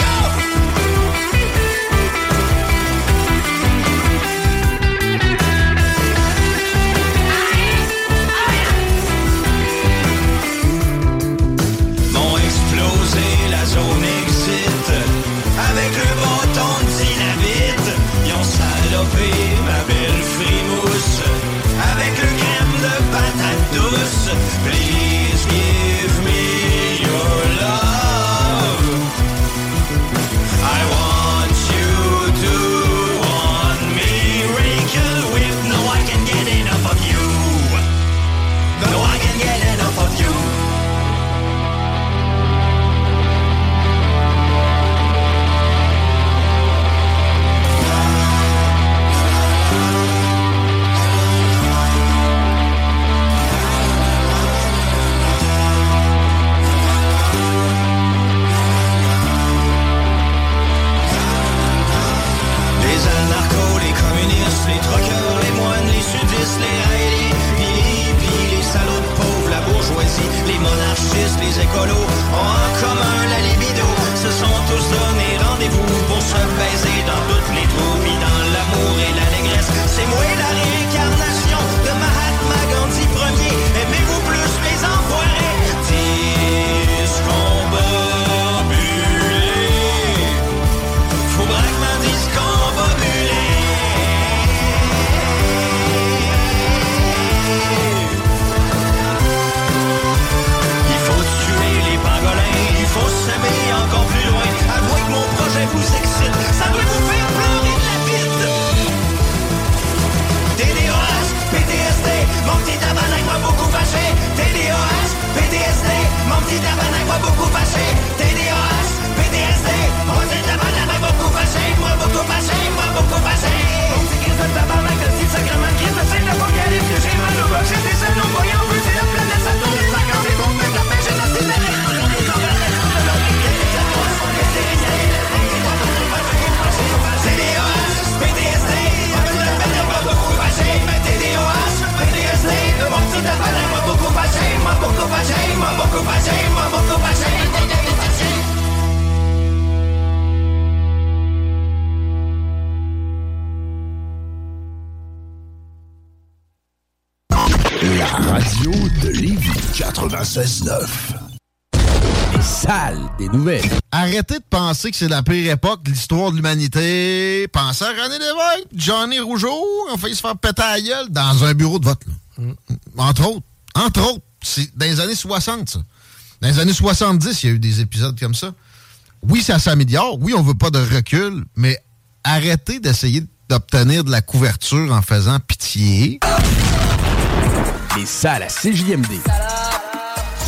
M'ont explosé la zone exit Avec le bâton de dynamite Ils ont salopé ma belle frimousse Avec le crème de patate douce Please give me your love I want you to want me Wrinkle whip No, I can get enough of you No, I can get enough of you se baiser dans toutes les trous, puis dans l'amour et l'allégresse. C'est moi la réincarnation de Mahatma Gandhi premier. Aimez-vous plus les enfoirés? Discombobulé. Faut braquement discombobulé. Il faut tuer les pangolins, il faut s'aimer encore plus loin. Avouez que mon projet vous excite, ça doit vous faire pleurer de la vite. TDOH, PTSD, mon petit tabarnak m'a beaucoup fâché. TDOH, PTSD, mon petit tabarnak m'a beaucoup fâché. TDOH, PTSD, mon petit tabarnak m'a beaucoup fâché. Moi beaucoup fâché, moi beaucoup fâché. Mon petit Christ de tabarnak, le style sacrement de Christ, le signe d'apocalypse, que j'ai mal au bas, j'ai des jeunes, on voyait, on veut, c'est la planète, ça tourne les vacances, et bon, mais la paix, j'ai la La radio de Lévis 96.9. Les salles des nouvelles. Arrêtez de penser que c'est la pire époque de l'histoire de l'humanité. Pensez à René Lévesque, Johnny Rougeau, on fait se faire péter à la gueule dans un bureau de vote. là. Entre autres. Entre autres. C'est dans les années 60, ça. Dans les années 70, il y a eu des épisodes comme ça. Oui, ça s'améliore. Oui, on veut pas de recul. Mais arrêtez d'essayer d'obtenir de la couverture en faisant pitié. Les salles à CJMD.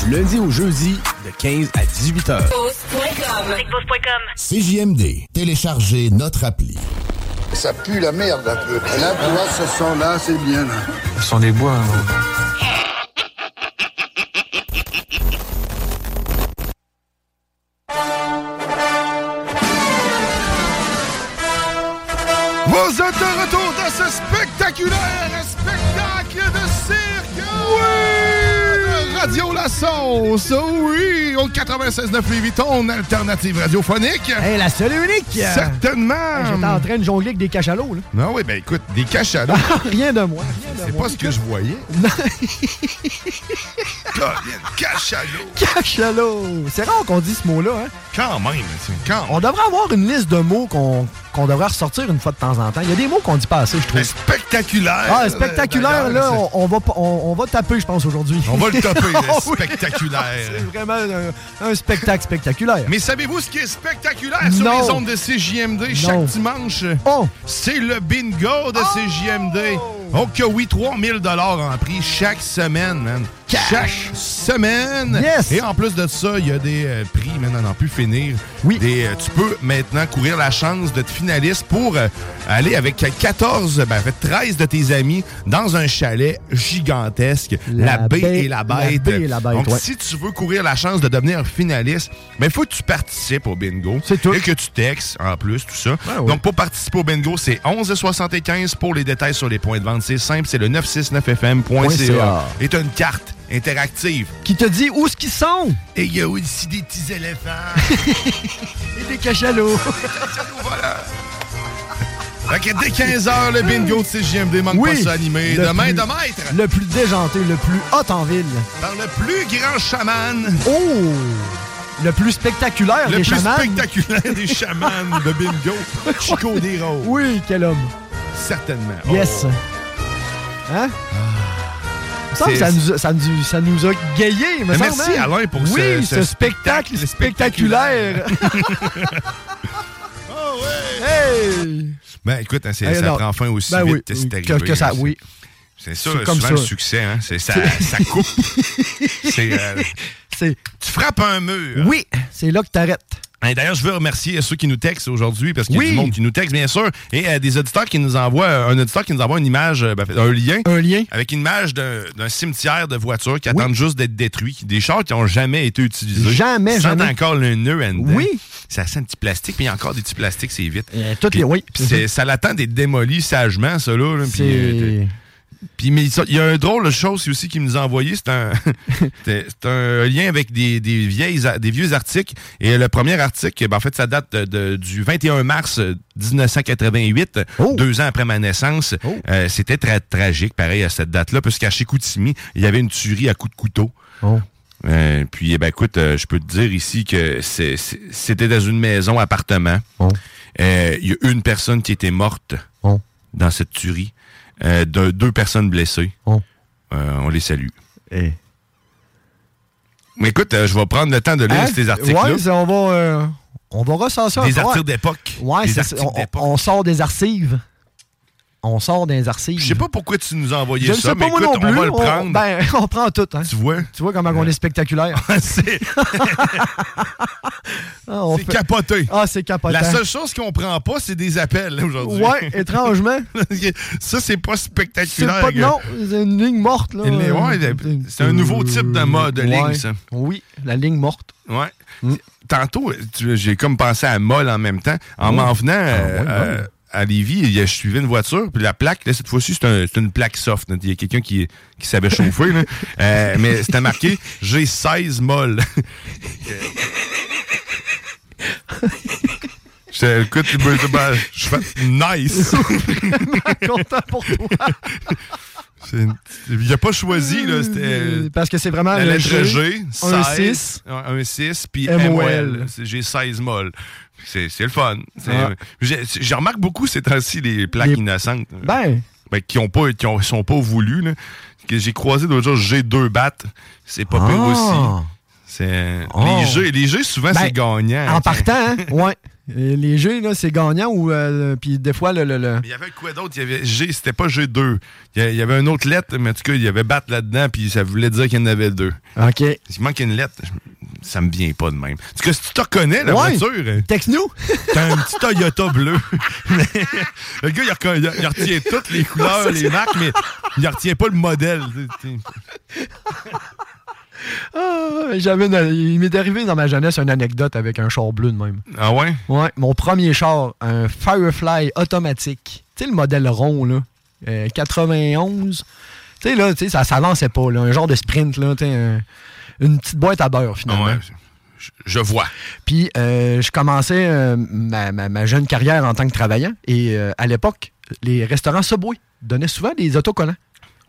Du lundi au jeudi, de 15 à 18 heures. CJMD, téléchargez notre appli. Ça pue la merde un peu. Là, tu vois, Ah, ce sont là, c'est bien. hein. Là. Ce sont des bois. hein. Vous êtes de retour dans ce spectaculaire spectacle de cirque! Oui! Radio La Sauce, oui! Au 96.9 Lévis, ton alternative radiophonique! Hey, la seule et unique! Certainement! J'étais euh, en train de jongler avec des cachalots, là. Non, oui, ben écoute, des cachalots. Rien de moi. C'est pas ce que je voyais. Colin, Cachalot! Cachalot! C'est rare qu'on dit ce mot-là, hein? Quand même, c'est- quand On devrait avoir une liste de mots qu'on qu'on devrait ressortir une fois de temps en temps. Il y a des mots qu'on dit pas assez, je trouve. Spectaculaire! Ah, spectaculaire, là, D'ailleurs, on, on va, pas- on, on va taper, je pense, aujourd'hui. On va le taper, le Oh, oui. spectaculaire. C'est vraiment un, un spectacle spectaculaire. Mais savez-vous ce qui est spectaculaire sur Non. Oh. les ondes de CJMD chaque dimanche? C'est le bingo de CJMD. Oh que oui, 3000 dollars en prix chaque semaine, man. Chaque semaine. Et en plus de ça, il y a des euh, prix, man, on n'en peut plus finir. Oui. tu peux maintenant courir la chance d'être finaliste pour euh, aller avec 14, ben, en fait, 13 de tes amis dans un chalet gigantesque. La, La baie, baie- et la la bête. baie et la bête, Donc, ouais. si si tu veux courir la chance de devenir finaliste, il faut que tu participes au bingo. C'est tout. Et que tu textes en plus, tout ça. Ah Donc, pour participer au bingo, c'est 11,75 pour les détails sur les points de vente. C'est simple, c'est le 969fm.ca. .ca. Et tu une carte interactive. Qui te dit où ce qu'ils sont? Et il y a aussi des petits éléphants. Et des cachalots. Fait que dès 15h, le bingo de CGMD manque pas ça animé. le Demain plus- de maître, Le plus déjanté, le plus hot en ville. par le plus grand chaman. Oh! Le plus spectaculaire Le des plus chamans. spectaculaire des chamans de bingo, Chico des Roses. Oui, quel homme. Certainement. Yes. Oh. Ah. Hein? Il me semble que Ça C'est- nous, a- ça, nous, ça nous a gayé, me Mais semble, merci, hein? Alain, pour ce- oui, ce ce, spectacle spectaculaire. hey! oh, Ben écoute, hein, c'est- Eh ça non. prend fin aussi Ben vite oui, que c'est oui, que- arrivé. que ça- C'est- oui. C'est ça, C'est comme souvent ça. le succès, hein, c'est ça, ça coupe. c'est, euh, tu frappes un mur. Oui, c'est là que t'arrêtes. Et D'ailleurs, je veux remercier ceux qui nous textent aujourd'hui, parce qu'il y a Oui. du monde qui nous texte, bien sûr, et euh, des auditeurs qui nous envoient, euh, un auditeur qui nous envoie une image, euh, ben, un lien. Un lien. Avec une image d'un d'un cimetière de voitures qui attendent juste d'être détruits, des chars qui n'ont jamais été utilisés. Jamais, Sans jamais. encore le nœud en dedans. Oui. Ça sent un petit plastique, puis il y a encore des petits plastiques, c'est vite. toutes Puis- les- oui. Mhm. puis c'est- ça l'attend d'être démoli sagement, ça, là. là, puis, C'est- euh, Puis mais ça- il y a un drôle de chose aussi qui nous a envoyé, c'est un, c'est c'est un lien avec des, des vieilles a- des vieux articles et le premier article, ben, en fait ça date de- de- du 21 mars 1988, deux ans après ma naissance. Euh, C'était très tragique, pareil à cette date-là, parce qu'à Chicoutimi, il y avait une tuerie à coups de couteau. Euh, puis, eh ben, écoute, euh, je peux te dire ici que c'est- c'est- c'était dans une maison, appartement. Euh, Il y a une personne qui était morte dans cette tuerie. Euh, de- deux personnes blessées. Oh. Euh, on les salue. Hein? Mais écoute, euh, je vais prendre le temps de lire Hein? ces articles-là. Ouais, c'est- on va, euh, on va recenser Des un peu. articles Ouais. d'époque. Ouais, Des c'est ça. articles On- On, sort des archives. On sort des archives. Je sais pas pourquoi tu nous as envoyé Je ne ça, sais pas mais moi écoute, non plus. on va le prendre. ben, on prend tout. hein. Tu vois? Tu vois comment on est spectaculaire. c'est C'est capoté. Ah, c'est capoté. La seule chose qu'on prend pas, c'est des appels aujourd'hui. Ouais, étrangement. ça, c'est pas C'est spectaculaire. pas gars. non, c'est une ligne morte là. Les- Euh, ouais, c'est un nouveau type de mode, de ligne, Ouais. ça. Ah, Oui, la ligne morte. Ouais. Tantôt, tu- j'ai comme pensé à Moll en même temps. En Oh. m'en venant euh, ouais, euh, à Lévis, il y a- je suivais une voiture, puis la plaque, là, cette fois-ci, c'est un- c'est une plaque soft. là. Il y a quelqu'un qui, qui savait chauffer, là. Euh, mais c'était marqué « J'ai 16 Moll J'étais, écoute, ben, ben, je fais nice. content pour toi. C'est- Il a pas choisi, là. C'était. euh, Parce que c'est vraiment La Ah, le lettre G, G, un 16, six. ouais, un 6, puis MOL. MOL. C'est- J'ai 16 mol. C'est c'est le fun. C'est- Ouais. j'ai- Je remarque beaucoup ces temps-ci les plaques innocentes. Ben. Ben, qui ont pas, qui ont- sont pas voulues. là. Que J'ai croisé l'autre jour, j'ai deux battes. C'est pas pire Ah. aussi. C'est- Oh. Les jeux, les jeux, souvent, Ben, c'est gagnant. En tu sais. partant, hein, ouais. Et Les jeux, là, c'est gagnant ou. euh, puis des fois, le. le, le- Il y avait quoi d'autre? Il y avait G, c'était pas G2. Il y a- il y avait une autre lettre, mais en tout cas, il y avait battre là-dedans, puis ça voulait dire qu'il y en avait deux. OK. S'il manque une lettre, je- ça me vient pas de même. En tout cas, si tu te reconnais, la Ouais. voiture. euh, Texte-nous. T'as un petit Toyota bleu. le gars, il, reco- il- il retient toutes les couleurs, les marques, mais il retient pas le modèle. Ah, j'avais une- il m'est arrivé dans ma jeunesse une anecdote avec un char bleu de même. Ah ouais? Ouais, mon premier char, un Firefly automatique. Tu sais, le modèle rond, là. euh, 91. Tu sais, là, tu sais, ça s'avançait pas, là. Un genre de sprint, là. tu sais, un- une petite boîte à beurre, Ah finalement. Je vois. Puis euh, je commençais euh, ma, ma- ma jeune carrière en tant que travaillant. Et euh, à l'époque, les restaurants Subway donnaient souvent des autocollants.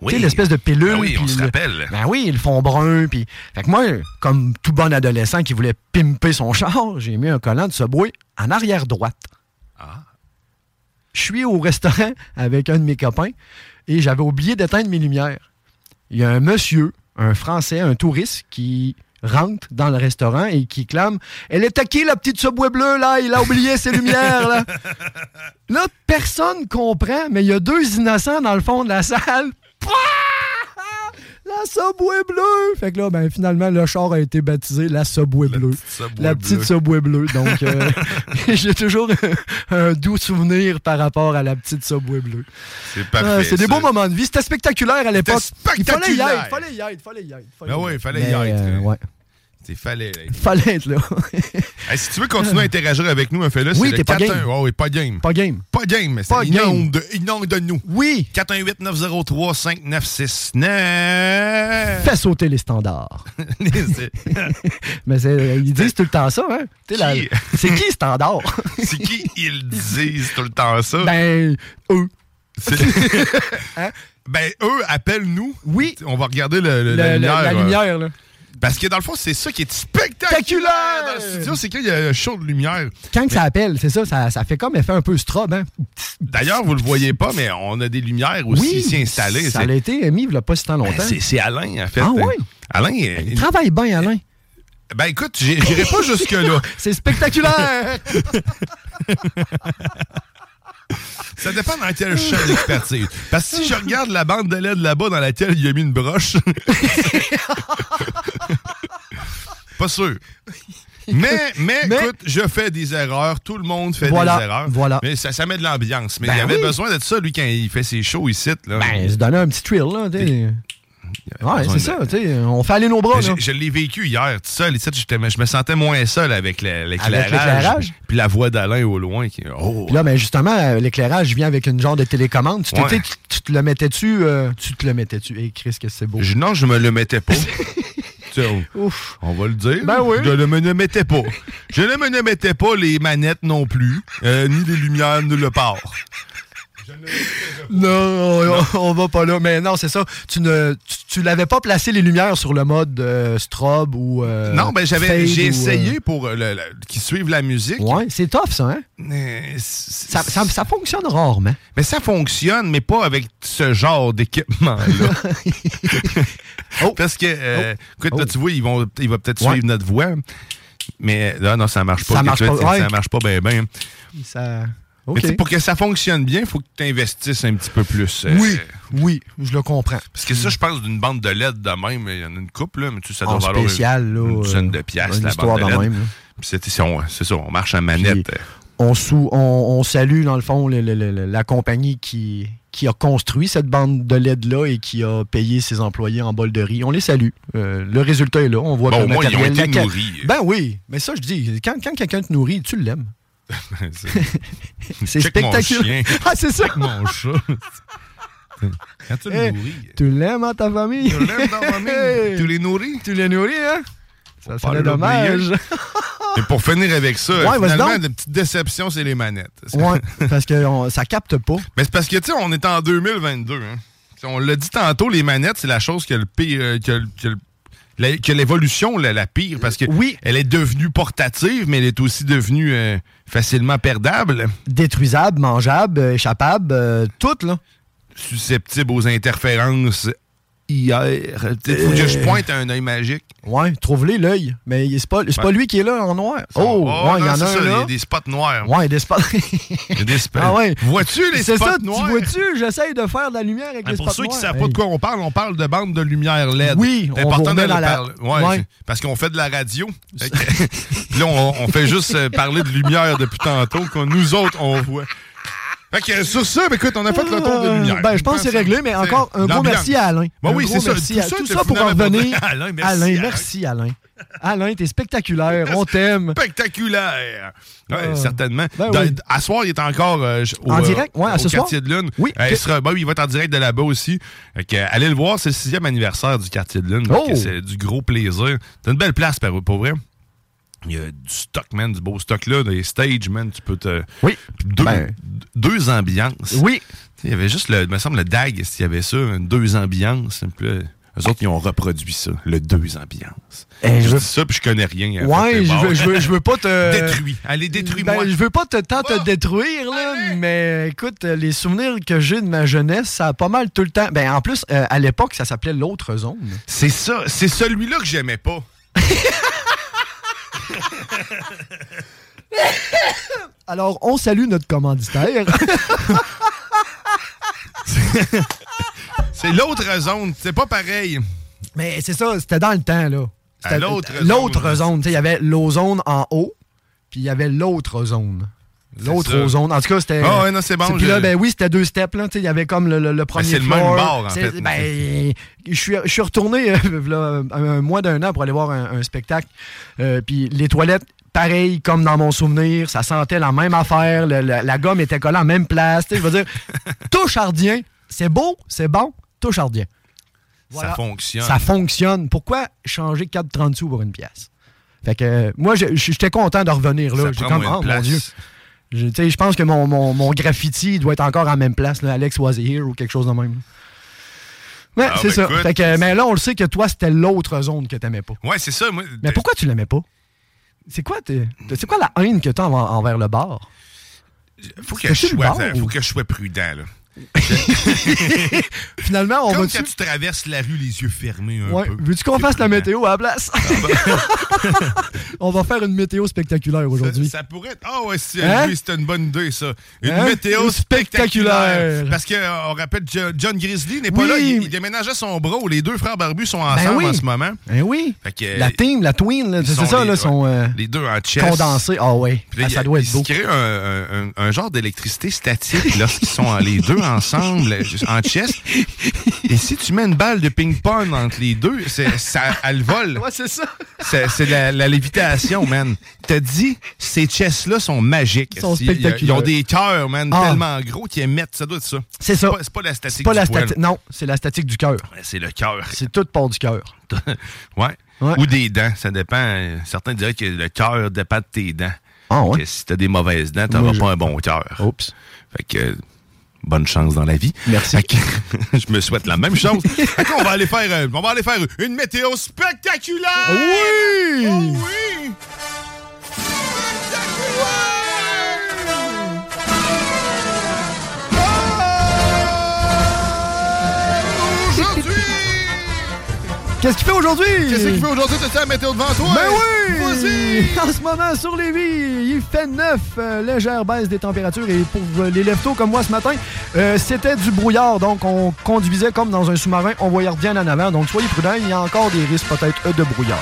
Oui. Tu sais, l'espèce de pilule. Ben oui, on puis se le- rappelle. Ben oui, ils le font brun. Puis... Fait que moi, comme tout bon adolescent qui voulait pimper son char, j'ai mis un collant de Subway en arrière droite. Je suis au restaurant avec un de mes copains et j'avais oublié d'éteindre mes lumières. Il y a un monsieur, un Français, un touriste qui rentre dans le restaurant et qui clame Elle est à qui la petite Subway bleue là Il a oublié ses lumières là Là, personne comprend, mais il y a deux innocents dans le fond de la salle. Pouah! La Subway bleue! Fait que là, ben, finalement, le char a été baptisé la Subway bleue. Subway la petite bleue. Subway bleue. Donc, euh, j'ai toujours un, un doux souvenir par rapport à la petite Subway bleue. C'est parfait, Ah, c'est des ça. beaux moments de vie. C'était spectaculaire à l'époque. Il fallait y spectaculaire. être. Fallait y être. Fallait y être. fallait Ben y oui, il être. fallait y Mais, être. euh, ouais. Il fallait. là. Fallait être là. Hey, si tu veux continuer à interagir avec nous, fais-le. Ah. Oui, c'est le t'es pas 41. game. Oh, oui, pas game. Pas game. Pas game. Pas C'est game. inonde, inonde de nous. Oui. 418 903 5969. Fais sauter les standards. C'est- Mais c'est- euh, ils disent tout le temps ça, hein? T'sais, la- Qui? C'est qui standard? C'est qui ils disent tout le temps ça? Ben, eux. Ben, eux, appellent-nous. Oui. On va regarder le, Le- le- la le- lumière. la euh. lumière, là. Parce que dans le fond, c'est ça qui est spectaculaire dans le studio, c'est qu'il y a un show de lumière. Quand que ça appelle, c'est ça, ça, ça fait comme effet un peu strobe, hein? D'ailleurs, vous le voyez pas, mais on a des lumières aussi ici installées. Ça C'est- l'a été mis il n'y a pas si tant longtemps. Ben, c'est- c'est Alain, en fait. Ah ouais? Alain, il- Travaille bien, Alain. ben écoute, j'ai- j'irai pas jusque-là. C'est spectaculaire! Ça dépend dans quel champ d'expertise. Parce que si je regarde la bande de LED là-bas dans laquelle il a mis une broche, pas sûr. Mais, mais, écoute, je fais des erreurs. Tout le monde fait Voilà, des erreurs. voilà. Mais ça, ça met de l'ambiance. Mais Ben il y avait oui. besoin de ça, lui, quand il fait ses shows ici. Là. Ben, se donner un petit thrill, là. t'sais. Ouais, c'est ça, tu sais, on fait aller nos bras. Mais Ben, j'ai- là. Je l'ai vécu hier, tout seul. Et ça, j'étais- je me sentais moins seul avec la- l'éclairage. l'éclairage? Puis la voix d'Alain au loin qui. Oh! Puis là, ben justement, euh, l'éclairage vient avec une genre de télécommande. Tu, te- Ouais. tu sais, tu- tu te le mettais dessus, euh, tu te le mettais dessus. Et Chris, que c'est beau. Je- non, je me le mettais pas. Tu sais, on- On va le dire. Ben oui. Je ne me le mettais pas. Je ne me le mettais pas les manettes non plus, euh, ni les lumières, ni le port. Non, on- on va pas là. Mais non, c'est ça. Tu ne, tu, tu l'avais pas placé les lumières sur le mode euh, strobe ou. euh, non, ben j'avais, fade j'ai ou, essayé pour euh, le- le- qu'ils suivent la musique. Ouais, c'est tough ça, hein? Ça, fonctionne rarement. Mais ça fonctionne, mais pas avec ce genre d'équipement-là. Parce que, euh, écoute, là, tu vois, ils vont, il va peut-être Ouais. suivre notre voix, mais là, non, ça marche pas. Ça Qu'est-ce marche que tu pas, veux dire? ouais. Ça marche pas bien, bien. euh, ça- Mais OK. tu sais, pour que ça fonctionne bien, il faut que tu investisses un petit peu plus. euh, Oui, oui, je le comprends. Parce que ça, je pense d'une bande de LED de même, il y en a une coupe, là, mais tu sais, ça En doit valoir une- spécial, là, une douzaine de euh, piastres, une la histoire bande de de LED. même, là. Puis c'est c'est- on- c'est ça, on marche à manette. On, sou- on, on salue, dans le fond, le- le- le- la compagnie qui, qui a construit cette bande de LED-là et qui a payé ses employés en bol de riz. On les salue. Euh, le résultat est là. On voit Bon, que au le moins, ils ont matériel- été la ca- nourris. Ben oui, mais ça, je dis, quand, quand quelqu'un te nourrit, tu l'aimes. C'est Check mon spectaculaire. chien. Ah, c'est ça. mon chat. Quand tu le Eh, nourris, Tu l'aimes, hein, ta famille? Tu l'aimes, ta famille? Tu les nourris? Tu les nourris, hein? Ça pas serait dommage. l'oublier. Et pour finir avec ça, Ouais, vas-y finalement, donc. la petite déception, c'est les manettes. Ouais, parce que on- ça capte pas. Mais c'est parce que, tu sais, on est en 2022. hein. On l'a dit tantôt, les manettes, c'est la chose que le pire. euh, que le- que le- la- que l'évolution, la, la pire, parce que elle est devenue portative, mais elle est aussi devenue euh, facilement perdable, Détruisable, mangeable, euh, échappable, euh, tout, là. susceptible aux interférences hier. euh, Faut que je pointe un œil magique. Ouais, trouve-les l'œil. Mais c'est pas, c'est pas Ouais. lui qui est là en noir. Oh, Oh, ouais, il y non, en a c'est un ça, là. des- des spots noirs. Ouais, des spots. Il y a des spots. ah ouais. Vois-tu les C'est spots ça, noirs? tu vois-tu, j'essaye de faire de la lumière avec Ah, les pour spots ceux noirs. qui ne savent pas de quoi on parle, on parle de bande de lumière LED. Oui, C'est on vous important remet de dans la- parler. Ouais, Ouais. c'est- Parce qu'on fait de la radio. Fait que- Puis là, on, on fait juste euh, parler de lumière depuis tantôt, que nous autres, on voit. Fait que sur ça, ben, écoute, on a fait le tour de Euh, lumière. Ben, je pense que c'est réglé, mais encore un gros l'ambiance. merci à Alain. Ben Un oui, gros c'est ça. merci Tout à- ça, Tout t'as ça pour en finalement revenir. pas- Alain, merci, Alain, Alain. merci, Alain. Alain, t'es spectaculaire. On t'aime. Spectaculaire! Ouais, Ah. certainement. Ben Dans- oui. À soir, il est encore euh, j- au, En euh, direct? Ouais, à au ce soir? quartier de Lune. Oui. il, sera- ben oui, il va être en direct de là-bas aussi. Fait que, euh, allez le voir, c'est le sixième anniversaire du quartier de Lune. Donc, Oh! C'est du gros plaisir. C'est une belle place, par- pour vrai. Il y a du stock, man, du beau stock là, des stages, man. Tu peux te. Oui. Deux, Ben. deux ambiances. Oui. Il y avait juste, le, me semble, le DAG, s'il y avait ça, hein, deux ambiances. Puis là, eux autres, ils ont reproduit ça, le deux ambiances. Eh, je je- dis ça, puis je connais rien. en fait, Ouais, mais je bon. veux, je, veux, je veux pas te. Détruis. Allez, détruis-moi. Ben, je veux pas te, tant te détruire, là, Ben, mais écoute, euh, les souvenirs que j'ai de ma jeunesse, ça a pas mal tout le temps. Ben, en plus, euh, à l'époque, ça s'appelait l'autre zone. C'est ça, c'est celui-là que j'aimais pas. Alors, on salue notre commanditaire. C'est l'autre zone, c'est pas pareil. mais c'est ça, c'était dans le temps, là. À C'était- l'autre L'autre zone. zone. tu sais, Il y avait l'ozone en haut, puis il y avait l'autre zone. C'est ça. L'autre ozone. En tout cas, c'était. Ah ouais, non, c'est bon, Puis là, je- ben oui, c'était deux steps, là. tu sais, Il y avait comme le, le- le premier. c'est le floor. même bord, en C'est- fait. Ben, je suis, je suis retourné euh, v'là un, un mois d'un an pour aller voir un, un spectacle. Euh, puis les toilettes, pareil comme dans mon souvenir, ça sentait la même affaire, le- le- la gomme était collée en même place. tu sais, Je veux dire, tout chardien, c'est beau, c'est bon, tout chardien. Voilà. Ça fonctionne. Ça fonctionne. Pourquoi changer 4,30 sous pour une pièce? Fait que euh, moi, je- je- j'étais content de revenir là. Ça J'ai prend comme, moins de oh, mon place. Dieu. Je tu sais, je pense que mon, mon, mon graffiti doit être encore en même place, là, Alex was here ou quelque chose de même. Ouais, Ah, c'est ben ça. écoute. Fait que, mais là, on le sait que toi, c'était l'autre zone que t'aimais pas. Ouais, c'est ça. Moi, Mais pourquoi tu l'aimais pas? C'est quoi, t'es- c'est quoi la haine que t'as env- envers le bar? faut que, c'est je sur le sois, bord, euh, ou- faut que je sois prudent. Là. Finalement, on Comme va quand tu traverses la rue les yeux fermés un Ouais, peu. veux-tu qu'on fasse la météo à la place? Ah, on va faire une météo spectaculaire aujourd'hui. bah. Ça pourrait être. Ah ouais, si, Hein? oui, c'était une bonne idée, ça. Une Hein? météo Une spectaculaire. spectaculaire. Parce que euh, on rappelle, Jo- John Grizzly n'est pas Oui, là. Il, mais- il déménageait son bro. Les deux frères barbus sont ensemble Ben oui. en ce moment. Ben oui. Fait que, la team, la twin, là, ils c'est sont ça, les- là, ouais, sont euh, les deux en chess. condensés. Ah ouais, Puis là, Ah, il- ça doit être il beau. se crée un, un- un- un genre d'électricité statique lorsqu'ils sont les deux ensemble euh, en chess. Et si tu mets une balle de ping-pong entre les deux, c'est, ça, elle vole. Ouais, c'est ça. C'est, c'est la, la lévitation, man. T'as dit, ces chess-là sont magiques. Ils sont Ils- ils- Ils ont spectaculaires. des cœurs, man, Ah. tellement gros qu'ils émettent. Ça doit être ça. C'est ça. pas- C'est pas, la statique C'est pas du la poil. stati- Non, c'est la statique du cœur. Ouais, C'est le cœur. C'est toute part du cœur. ouais. Ou des dents, ça dépend. Euh, Certains diraient que le cœur dépend de tes dents. Que si t'as des mauvaises dents, t'auras Ah, Moi, je- Oh. pas un bon cœur. Oups. Fait que euh, bonne chance dans la vie. Merci. je me souhaite la même chose. Fait qu'on va aller faire, euh, on va aller faire une météo spectaculaire. Oui! Oh oui! Qu'est-ce qu'il fait aujourd'hui? Qu'est-ce qu'il fait aujourd'hui? T'as la météo devant toi? Ben oui! Vas-y! En ce moment, sur Lévis, il fait 9, euh, légère baisse des températures. Et pour euh, les leftos comme moi ce matin, euh, c'était du brouillard. Donc, on conduisait comme dans un sous-marin. On voyait bien en avant. Donc, soyez prudents. Il y a encore des risques peut-être euh, de brouillard.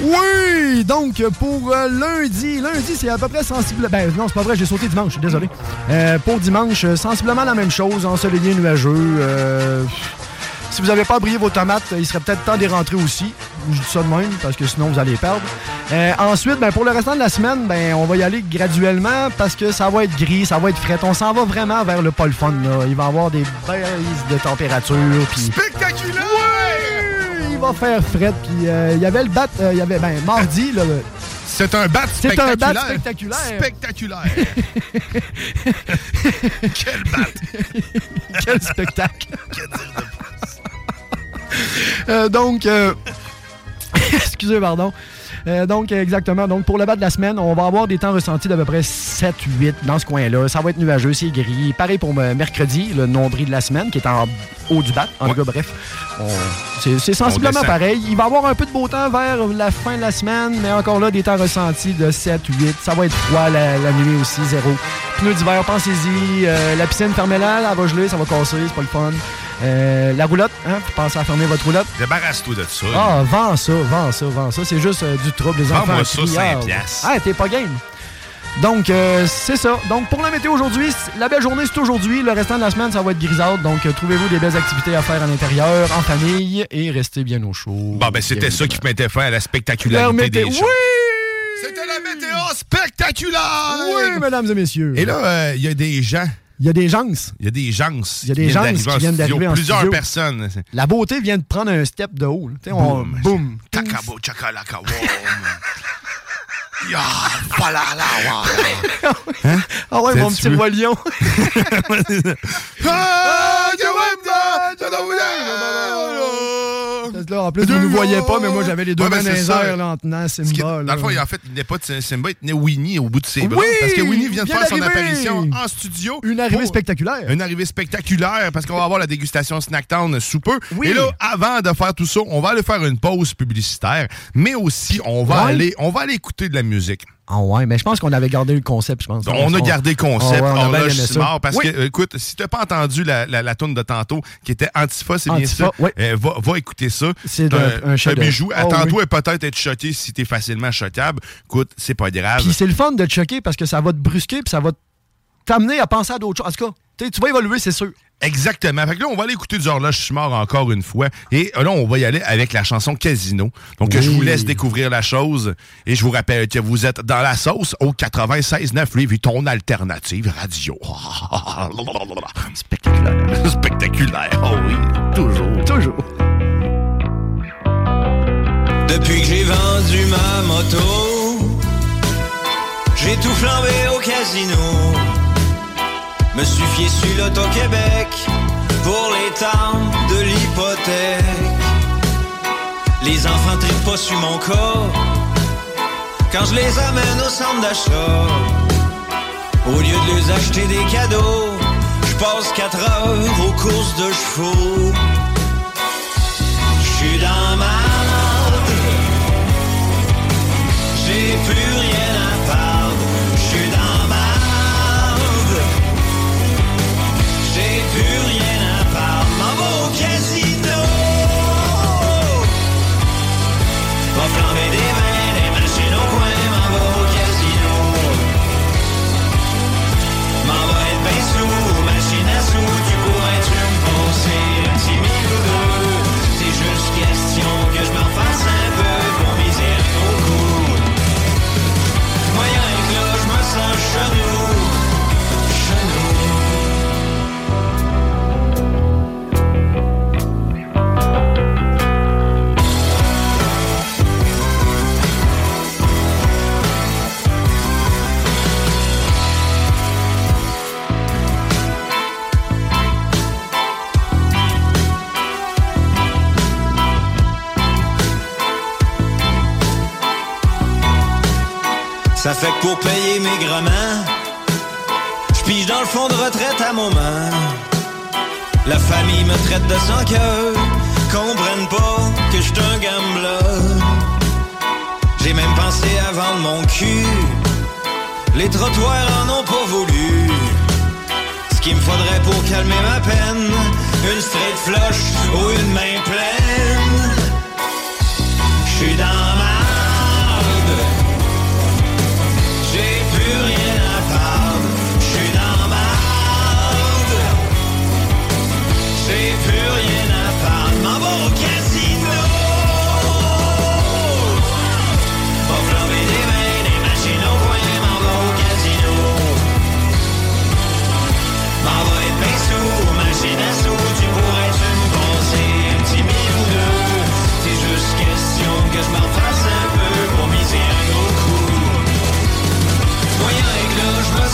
Oui! Donc, pour euh, lundi, lundi, c'est à peu près sensible. Ben, non, c'est pas vrai, j'ai sauté dimanche, je suis désolé. Euh, pour dimanche, euh, sensiblement la même chose, ensoleillé, nuageux. euh, si vous n'avez pas brillé vos tomates, euh, il serait peut-être temps d'y rentrer aussi. Je dis ça de même, parce que sinon, vous allez les perdre. Euh, ensuite, ben, pour le restant de la semaine, ben, on va y aller graduellement, parce que ça va être gris, ça va être fret. On s'en va vraiment vers le pas le fun, là. Il va y avoir des baisses de température, puis Spectaculaire! il va faire fret. Puis euh, il y avait le bat, euh, il y avait ben mardi là. le- C'est un bat C'est un bat spectaculaire. spectaculaire. Spectaculaire. Quel bat Quel spectacle. Euh, donc, euh, excusez, pardon. Euh, donc, euh, exactement. Donc, pour le bas de la semaine, on va avoir des temps ressentis d'à peu près 7, 8 dans ce coin-là. Ça va être nuageux, c'est gris. Pareil pour euh, mercredi, le nombril de la semaine, qui est en haut du bat. En tout cas, bref, on- c'est c'est sensiblement descend. pareil. Il va y avoir un peu de beau temps vers la fin de la semaine, mais encore là, des temps ressentis de 7, 8. Ça va être froid la, la nuit aussi, zéro. Pneus d'hiver, pensez-y. Euh, la piscine, fermez-la, elle va geler, ça va casser, c'est pas le fun. Euh, la roulotte, hein, pensez à fermer votre roulotte. Débarrasse-toi de ça. Ah, vends ça, vends ça, vends ça. C'est juste euh, du trouble, les enfants. Vends-moi en ça, crient, cinq ah, ouais. piastres. Ah, t'es pas game. Donc, euh, c'est ça. Donc, pour la météo aujourd'hui, c- la belle journée, c'est aujourd'hui. Le restant de la semaine, ça va être grisâtre. Donc, euh, trouvez-vous des belles activités à faire à l'intérieur, en famille, et restez bien au chaud. Bon, ben, c'était ça qui mettait fin à la La spectacularité météo- des Oui! choses. C'était la météo spectaculaire! Oui, mesdames et messieurs. Et là, euh, il y a des gens. Il y a des gens. Il y a des gens. Il y a des gens qui en viennent studio. d'arriver en Plusieurs studio. personnes. La beauté vient de prendre un step de haut. là. Tu sais, on- Boum. Boum. Takabo chakalaka wom. Ya, falala wa. Ah ouais, mon Tu petit veux- roi lion. Ah, je m'aime pas, je t'en voulais. Parce que là, en plus, vous ne nous voyez pas, mais moi, j'avais les deux Ouais, ben, mains dans c'est les ça. airs, là, en tenant Ah, Simba. Dans le fond, il- en fait, il n'est pas de Simba, il tenait Winnie au bout de ses bras. Oui, parce que Winnie vient de vient faire son d'arriver. apparition en studio. Une arrivée spectaculaire. Une arrivée spectaculaire parce qu'on va avoir la dégustation Snacktown sous peu. Oui. Et là, avant de faire tout ça, on va aller faire une pause publicitaire, mais aussi on va Ouais. aller, on va aller écouter de la musique. Ah ouais, mais je pense qu'on avait gardé le concept, je pense. On a gardé le concept Ah ouais, on a bien horloge aimé ça. Simard, parce Oui. que euh, écoute, si t'as pas entendu la, la, la toune de tantôt qui était Antifa, c'est bien Antifa, ça. oui. euh, va, va écouter ça. C'est un, un- un chef-d'œuvre. bijou. Oh Attends-toi oui. à peut-être être choqué si t'es facilement choquable. Écoute, c'est pas grave. Puis c'est le fun de te choquer parce que ça va te brusquer puis ça va t'amener à penser à d'autres choses. En tout cas, tu sais, tu vas évoluer, c'est sûr. Exactement. Fait que là, on va aller écouter du horloge Simard encore une fois. Et euh, là, on va y aller avec la chanson Casino. Donc, Oui. je vous laisse découvrir la chose. Et je vous rappelle que vous êtes dans la sauce au 96.9 Lévis, ton alternative radio. Spectaculaire. Spectaculaire. Oh oui, toujours. Toujours. Depuis que j'ai vendu ma moto, j'ai tout flambé au casino. Me suis fié sur l'Auto-Québec pour les temps de l'hypothèque. Les enfants tripent pas sur mon corps quand je les amène au centre d'achat. Au lieu de les acheter des cadeaux, je passe 4 heures aux courses de chevaux. Je suis dans ma merde. J'ai plus rien à perdre. Je suis dans ma merde. J'ai plus rien à perdre. M'en va au casino. Va flamber des mains, des machines au coin. M'en va au casino. M'en va être bien sous, machine à sous. Tu pourrais-tu me penser? Fait que pour payer maigrement, je pige dans le fond de retraite à moment. La famille me traite de sans cœur, comprennent pas que je un gambler. J'ai même pensé à vendre mon cul, les trottoirs en ont pas voulu. Ce qu'il me faudrait pour calmer ma peine, une straight flush ou une main pleine. Je suis dans ma merde. J'ai plus rien à perdre, je suis dans ma merde. J'ai plus rien à perdre, m'en vais au casino. Va flamber des mains, des machines au coin, m'en vais au casino. M'en vais être bien sous, machine à sous, tu pourrais-tu me penser un petit mille ou deux? C'est juste question que je m'en fasse un peu pour miser un gros coup. Voyant avec là, je me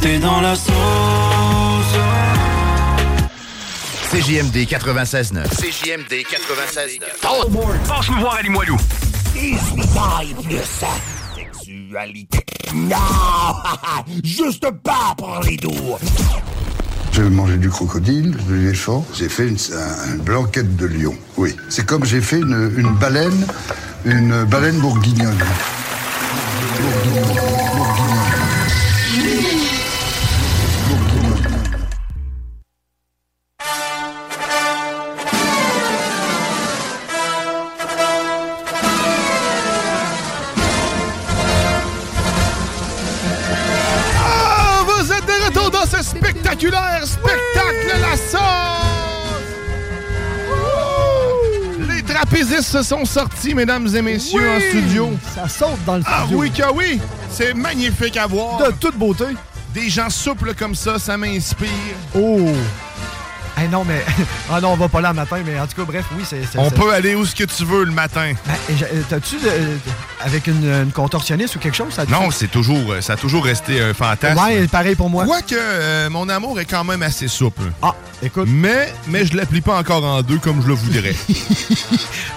T'es dans la sauce. CJMD 96.9. CJMD 96.9. Passe-moi voir à Limoilou. de sa sexualité. Non! Juste pas pour les doigts. J'ai mangé du crocodile, de l'éléphant. J'ai fait une, un- une blanquette de lion. Oui. C'est comme j'ai fait une, une baleine, une baleine bourguignonne. Ah, vous êtes de retour dans ce spectaculaire spectacle La Sauce! Les trapézistes se sont sortis, mesdames et messieurs, en studio. Ça saute dans le Ah studio. oui que oui! C'est magnifique à voir. De toute beauté. Des gens souples comme ça, ça m'inspire. Oh! Eh non, mais. Ah non, on va pas là le matin, mais en tout cas, bref, oui, c'est. c'est- On c'est- peut aller où ce que tu veux le matin. Ben, et j'ai- euh, T'as-tu. de- euh, avec une, une contorsionniste ou quelque chose? Ça te Non, fait- c'est toujours, euh, ça a toujours resté un fantasme. Ouais, pareil pour moi. Quoique, euh, mon amour est quand même assez souple. Ah, écoute. Mais, mais je l'applique pas encore en deux comme je le voudrais.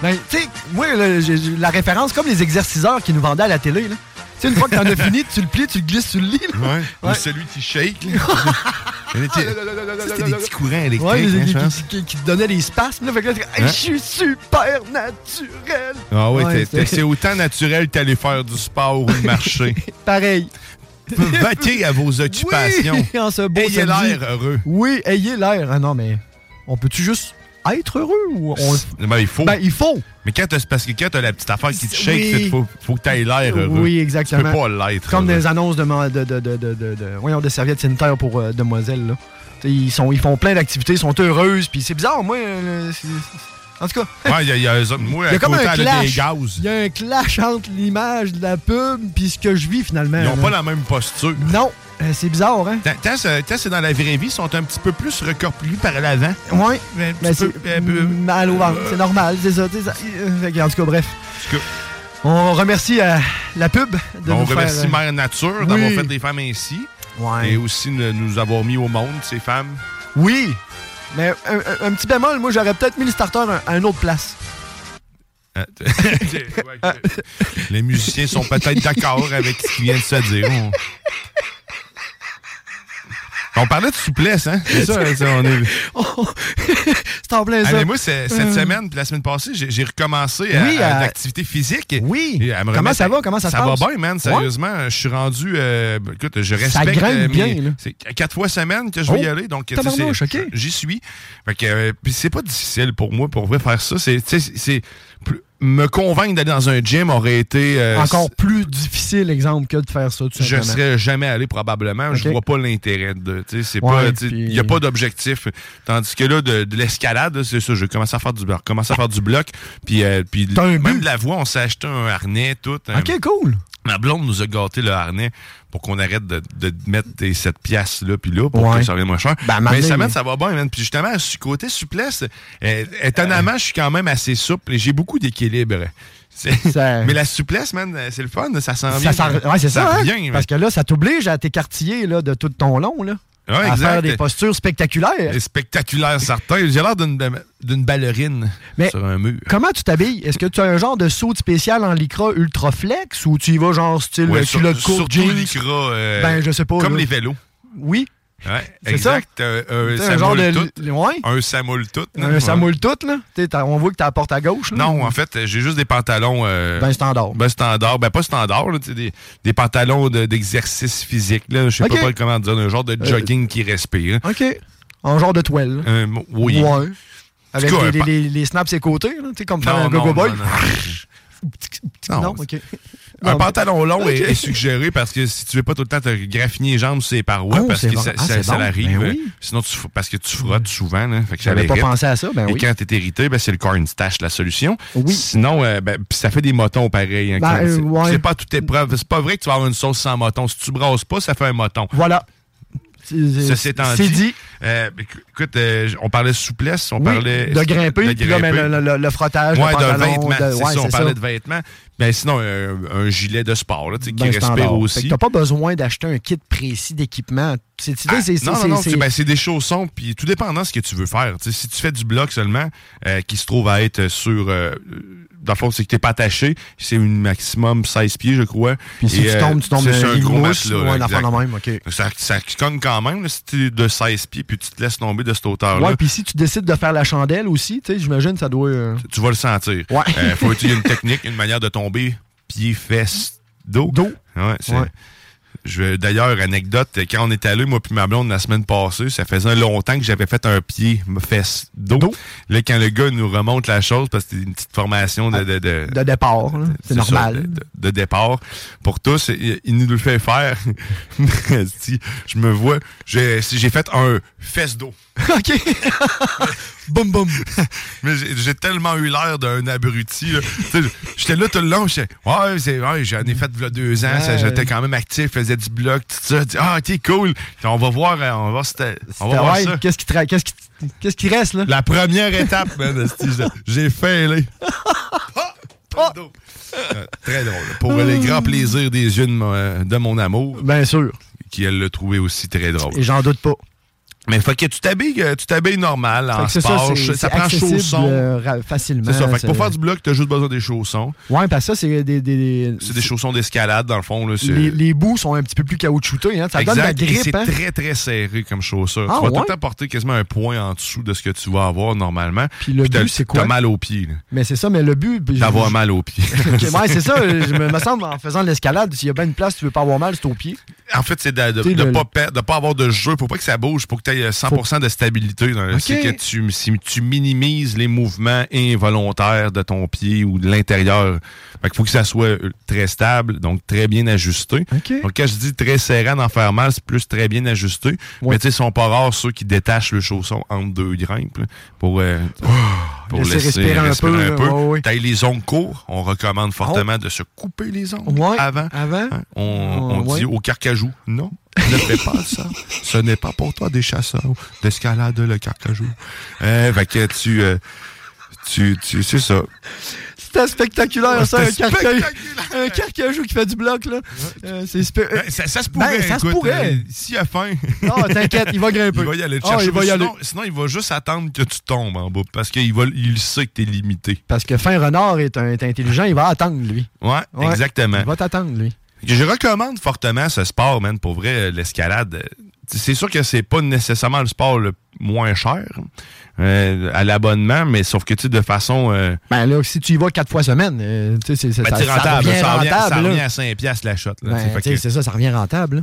Ben, tu sais, moi, là, j'ai- j'ai la référence, comme les exerciceurs qui nous vendaient à la télé, là. Tu sais, une fois que t'en as fini, tu le plies, tu le glisses, tu le lis, là. Ou Ouais. celui qui shake. là. C'était des petits courants électriques, Ouais, les- hein, qui- je pense. qui, qui- qui te donnaient des spasmes, là. Fait que là, t'es comme, Hey, Hein? je suis super naturel. Ah oui, Ouais, t'es- t'es- c'est- c'est autant naturel que t'allais faire du sport ou marcher. Pareil. Vaquez à vos occupations. Oui, en ce beau Ayez samedi. l'air heureux. Oui, ayez l'air. Ah non, mais on peut-tu juste être heureux ou on... Ben, il faut. Ben, il faut. Mais quand t'as, c'est parce que quand t'as la petite affaire qui te shake, Oui. c'est qu'il faut, faut que t'ailles l'air heureux. Oui, exactement. Tu peux pas l'être. Comme heureux. des annonces de, ma- de, de, de, de, de- de- voyons, de serviettes sanitaires pour euh, demoiselles. Là. T'sais, Ils, sont, ils font plein d'activités, ils sont heureuses, puis c'est bizarre, moi. euh, c'est- c'est- en tout cas. Ouais, il y a, il y a eux autres. Moi, Il y à a comme côté, un elle a des clash. gaz. Il y a un clash entre l'image de la pub puis ce que je vis finalement. Ils n'ont là. pas la même posture. Non, c'est bizarre, hein? Tant, tant c'est- tant c'est dans la vraie vie, ils sont un petit peu plus recorpulés par l'avant. Ouais, mais c'est mal au ventre, c'est normal, c'est ça. t'sais, ça. Euh, fait que, Euh, En tout cas, bref. En tout cas, On remercie euh, la pub de Ben, on nous faire, remercie euh, Mère Nature d'avoir oui. fait des femmes ainsi. Ouais. Et aussi de nous avoir mis au monde, ces femmes. Oui, mais un, un- un petit bémol, moi j'aurais peut-être mis le starter à, à une autre place. Ah, t- Ouais, t- Les musiciens sont peut-être d'accord avec ce qui vient de se dire. On, on parlait de souplesse, hein? C'est ça, ça, on est... C'est en plein Oh! Ah, ça. mais moi, c'est- cette Euh, semaine, puis la semaine passée, j'ai j'ai recommencé à, Oui, à à- de l'activité physique. Oui. Comment ça va? Comment ça se passe? Ça va bien, man. Ouais. Sérieusement, je suis rendu. euh, ben, écoute, je Ça respecte. grimpe euh, bien, mes- là. C'est quatre fois semaine que je vais Oh, y aller. Donc, tu sais, tabarnouche, c'est- j'y suis. Fait que, euh, puis c'est pas difficile pour moi, pour vrai, faire ça. C'est, tu sais, c'est- c'est plus- me convaincre d'aller dans un gym aurait été. euh, Encore plus difficile exemple que de faire ça, tout je simplement. serais jamais allé probablement. Je Ok. vois pas l'intérêt de. tu sais, c'est Ouais, pas. tu sais, puis- Il n'y a pas d'objectif. Tandis que là, de, de l'escalade, là, c'est ça. J'ai commencé à faire du bloc. Commencé à faire du bloc. Puis, euh, puis même de la voix, on s'est acheté un harnais, tout. hein. Ok, cool. Ma blonde nous a gâté le harnais pour qu'on arrête de, de mettre des, cette pièce là puis là pour Ouais. que ça revienne moins cher. Ben, à un moment Mais donné, ça, man, oui. ça va bien, man. Puis justement, su- côté souplesse, euh, étonnamment, je suis quand même assez souple et j'ai beaucoup d'équilibre. C'est- Mais la souplesse, man, euh, c'est le fun, ça s'en Ça vient. s'en- ouais, c'est ça, hein? revient, man. Parce que là, ça t'oblige à t'écartiller là, de tout ton long, là. Ouais, à exact. faire des postures spectaculaires. C'est spectaculaire, certain. J'ai l'air d'une d'une ballerine Mais- sur un mur. Comment tu t'habilles? Est-ce que tu as un genre de saut spécial en lycra ultra flex ou tu y vas genre style Ouais, sur- culotte courte, surtout jeans? lycra, euh, ben, je sais pas. Comme là. les vélos. Oui. Ouais, C'est exact. ça? euh, euh, C'est ça un genre de- moule tout. ouais. Un ça moule tout. Euh, non? ça Ouais. moule tout, là. T'sais, t'as- on voit que t'as la porte à gauche, là. Non, en fait, euh, j'ai juste des pantalons. euh, Ben, standard. Ben, standard. Ben, pas standard, là, tu sais, des, des pantalons de- d'exercice physique. Là, je sais Ok. pas, pas comment dire, un genre de Euh, jogging qui respire. OK. En genre de toile. là. Un- Euh, oui. Ouais. Avec tout cas, les, un les- pa- les- les snaps ses côtés, là. T'sais, comme faire Non, un non, gogo boy. non, non. Non, Non. OK. Un Ah, pantalon long ok. est, est suggéré parce que si tu veux pas tout le temps te graffiner les jambes sur les parois, Oh, parce c'est que bon. ça, Ah, ça- c'est ça bon. l'arrive. Ben euh, oui. Sinon, tu, fr- parce que tu frottes souvent. là, fait que ça J'avais pas l'irrite. pensé à ça, ben Et oui. quand t'es irrité, ben, c'est le cornstache la solution. Sinon, euh, ben, pis ça fait des motons pareil. hein, Ben, quand- euh, c'est- ouais. C'est pas à toute épreuve. C'est pas vrai que tu vas avoir une sauce sans moton. Si tu brasses pas, ça fait un moton. Voilà. Ceci étant C'est dit. dit. euh, éc- écoute, euh, j- on parlait de souplesse, on Oui, parlait. de grimper, puis là, ben, grimper. le, le- le frottage, Ouais, le d'un pantalon, vêtement. de- c'est ouais, ça, on c'est parlait ça. de vêtements. Ben, sinon, un, un gilet de sport là, tu sais, qui Ben, respire standard. Fait que aussi. t'as pas besoin d'acheter un kit précis d'équipement. C'est tu sais, Ah, c'est- non, c'est- non, non, c'est- c'est ben, c'est des chaussons, puis tout dépendant de ce que tu veux faire. Tu sais, si tu fais du bloc seulement, euh, qui se trouve à être sur... euh, dans le fond, c'est que t'es pas attaché, c'est un maximum 16 pieds, je crois. Puis si Et, tu euh, tombes, tu tombes c'est sur dans un une gros mousse matelas, ou là, un affaire exact. de même, OK. Ça, ça cogne quand même, là, si t'es de 16 pieds, puis tu te laisses tomber de cette hauteur-là. Ouais, puis si tu décides de faire la chandelle aussi, tu sais, j'imagine ça doit. euh, tu vas le sentir. Ouais. Euh, faut utiliser une technique, une manière de tomber, pied, fesse, dos. Dos. Ouais, c'est- Ouais. Je vais- D'ailleurs, anecdote, quand on est allé, moi puis ma blonde, la semaine passée, ça faisait longtemps que j'avais fait un pied, fesse, dos. Là, quand le gars nous remonte la chose, parce que c'était une petite formation de- de- de, de départ. là. C'est ça, normal. de, de- de départ pour tous. Il, il nous le fait faire. Esti, je me vois. J'ai si j'ai fait un fesse d'eau. OK. boum, boum. Mais j'ai j'ai tellement eu l'air d'un abruti. là. Tu sais, J'étais là tout le long. j'étais, Ouais, c'est ouais, j'en ai fait v'là deux ans. ça, Ouais. J'étais quand même actif, faisais du bloc, tout ça. Dis, ah, ok, cool. Puis on va voir, euh, on va voir, c'était- on va voir Ouais, ça. Qu'est-ce qui, te ra- qu'est-ce qui te- qu'est-ce qui reste, là? La première étape, man, esti, j'ai- j'ai failé. Ah! Euh, Très drôle. Pour les grands plaisirs des yeux de mon, euh, de mon amour. Bien sûr. Qui, elle, l'a trouvé aussi très drôle. Et j'en doute pas. Mais fait que tu t'habilles, euh, tu t'habilles normal, Fait en que c'est sport, c'est- ça, c'est prend accessible, chaussons. euh, ra- facilement. C'est ça. Fait que pour c'est- faire du bloc, t'as juste besoin des chaussons. Ouais, parce que ça, c'est des. des- des- C'est des chaussons d'escalade, dans le fond. Là, c'est- les, les bouts sont un petit peu plus caoutchouteux. Hein? Ça donne de la Exact, et grippe. C'est hein. très, très serré comme chaussure. Ah, tu vas ouais? tout le temps porter quasiment un point en dessous de ce que tu vas avoir normalement. Puis le t'as- but, c'est quoi? T'as mal aux pieds. là. Mais c'est ça, mais le but. je- D'avoir mal aux pieds. Ok, ouais, c'est ça. Je me, me semble, en faisant de l'escalade, s'il y a bien une place, tu veux pas avoir mal, c'est au pied. En fait, c'est de, de, T'sais, de le- pas per- de pas avoir de jeu. Faut pas que ça bouge. Faut que tu aies 100% de stabilité. dans le- Ok. C'est que tu, si tu minimises les mouvements involontaires de ton pied ou de l'intérieur. Fait qu'il faut que ça soit euh, très stable, donc très bien ajusté. Donc, quand je dis très serré d'en faire mal, c'est plus très bien ajusté. Mais tu sais, sont pas rares ceux qui détachent le chausson entre deux grimpes là, pour, euh, pour Oh, laisser respirer un peu, là. Ouais, ouais. Oh. T'as les ongles courts. On recommande fortement de se couper les ongles avant. Hein? Avant. On, on Ah, Ouais. dit au carcajou, non, ne fais pas ça. Ce n'est pas pour toi des chasseurs Eh, d'escalade le carcajou. Euh, fait que tu, euh, tu, tu- c'est ça. C'était spectaculaire, Ouais, ça, un c'était carcajou. Un carcajou qui fait du bloc, là. Euh, c'est spé- Ben, ça, ça se pourrait. Ben, ça se écoute, pourrait. euh, S'il a faim. Non, t'inquiète, il va grimper. Il va y aller te Ah, chercher. il va mais y sinon, aller. sinon, il va juste attendre que tu tombes en bas parce qu'il va, il sait que t'es limité. Parce que Fin Renard est, un- est intelligent, il va attendre, lui. Ouais, Ouais. exactement. Il va t'attendre, lui. Je recommande fortement ce sport, man, pour vrai, euh, l'escalade. Euh, C'est sûr que c'est pas nécessairement le sport le moins cher euh, à l'abonnement, mais sauf que tu sais, de façon. euh, Ben là, si tu y vas quatre fois semaine, euh, tu sais, c'est ben, ça- tu sais, ça rentable, revient ça revient, ça rentable, revient là. à 5 piastres la shot. là, Ben, tu sais, fait tu sais, que- c'est ça, ça revient rentable. là.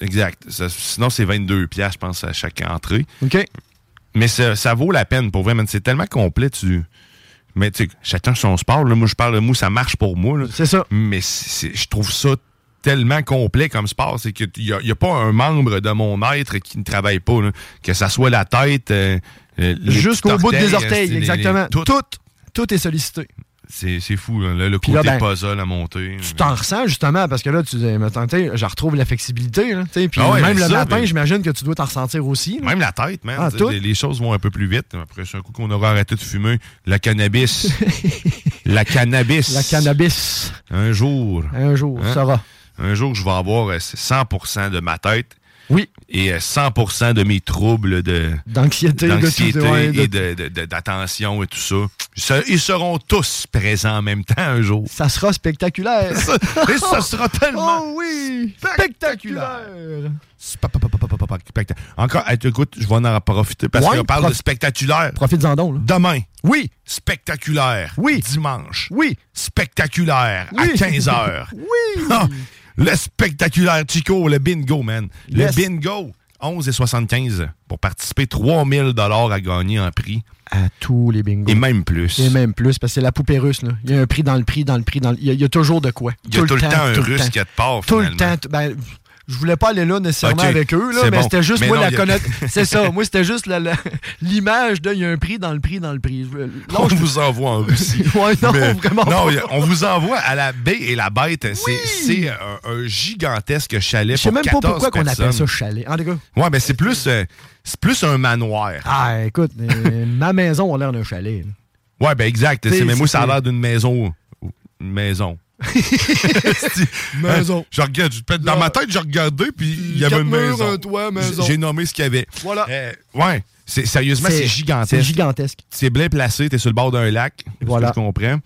Exact. Ça- sinon, c'est 22 piastres, je pense, à chaque entrée. OK. Mais ça, ça vaut la peine, pour vrai, man. C'est tellement complet, tu... Mais tu sais, chacun son sport. Là. Moi, je parle de moi, ça marche pour moi. C'est ça. Mais c'est- c'est- je trouve ça tellement complet comme sport. C'est qu'il n'y a, y a pas un membre de mon être qui ne travaille pas. là. Que ça soit la tête... euh, euh, les Jusqu'au petits bout des euh, orteils, les- les- exactement. tout. Tout, tout est sollicité. C'est c'est fou, là, le, le Puis côté là, ben, puzzle à monter. Tu t'en ressens justement parce que là, tu dis, mais attends, tu sais, je retrouve la flexibilité. Là, tu sais, puis Ah ouais, même mais le ça, matin, mais- j'imagine que tu dois t'en ressentir aussi. là. Euh, Même la tête, man. Ah, Tu sais, tout. les, les choses vont un peu plus vite. Après, un coup qu'on aura arrêté de fumer, la cannabis. la cannabis. La cannabis. Hein? Un jour. Un jour, Hein? ça va. Un jour, je vais avoir euh, 100% de ma tête. Oui. Et euh, 100% de mes troubles de D'anxiété, de tout, d'anxiété ouais, de- et de- de- de- d'attention et tout ça. Se- Ils seront tous présents en même temps un jour. Ça sera spectaculaire. Ça- et ça sera tellement Oh oui! Spectaculaire! Spectac- Encore, hey, écoute, je vais en profiter parce Ouais, qu'on parle de profi- spectaculaire. Profites-en donc. Là. Demain. Oui. Spectaculaire. Oui. Dimanche. Oui. Spectaculaire. Oui. À 15 h Oui. le spectaculaire, Chico. Le bingo, man. Yes. Le bingo. 11 et 75 pour participer. 3000 dollars à gagner en prix. À tous les bingos. Et même plus. Et même plus, parce que c'est la poupée russe. Là. Il y a un prix dans le prix, dans le prix, dans le... Il, y a, il y a toujours de quoi. Il y a tout le temps un tout russe qui te part, Tout le finalement. temps. tout- Ben, je voulais pas aller là nécessairement Ok, avec eux, là, c'est mais bon. c'était juste Mais moi non, la il y a- connaître. c'est ça. Moi, c'était juste la- la- l'image de il y a un prix dans le prix, dans le prix. Je- là, on je- vous envoie en Russie. Ouais, non, Mais- vraiment non, pas. y a- on vous envoie à la baie et la bête. C'est- C'est un, un gigantesque chalet. Je sais pour même pas 14 pourquoi qu'on appelle ça personnes. chalet. En tout cas, Ouais, mais c'est plus, euh, c'est plus un manoir. ah, écoute, euh, ma maison a l'air d'un chalet. là. Ouais, ben exact. T'sais, C'est- Mais moi, c'est- ça a l'air d'une maison. Une maison. Hein? Maison. Je regarde, je- dans ma tête, j'ai regardé, puis il y avait quatre une murs, maison. un toit, maison. J'ai nommé ce qu'il y avait. Voilà. Euh, ouais. C'est- sérieusement, c'est C'est gigantesque. gigantesque. C'est bien placé, t'es sur le bord d'un lac. Voilà. Voilà. Je comprends.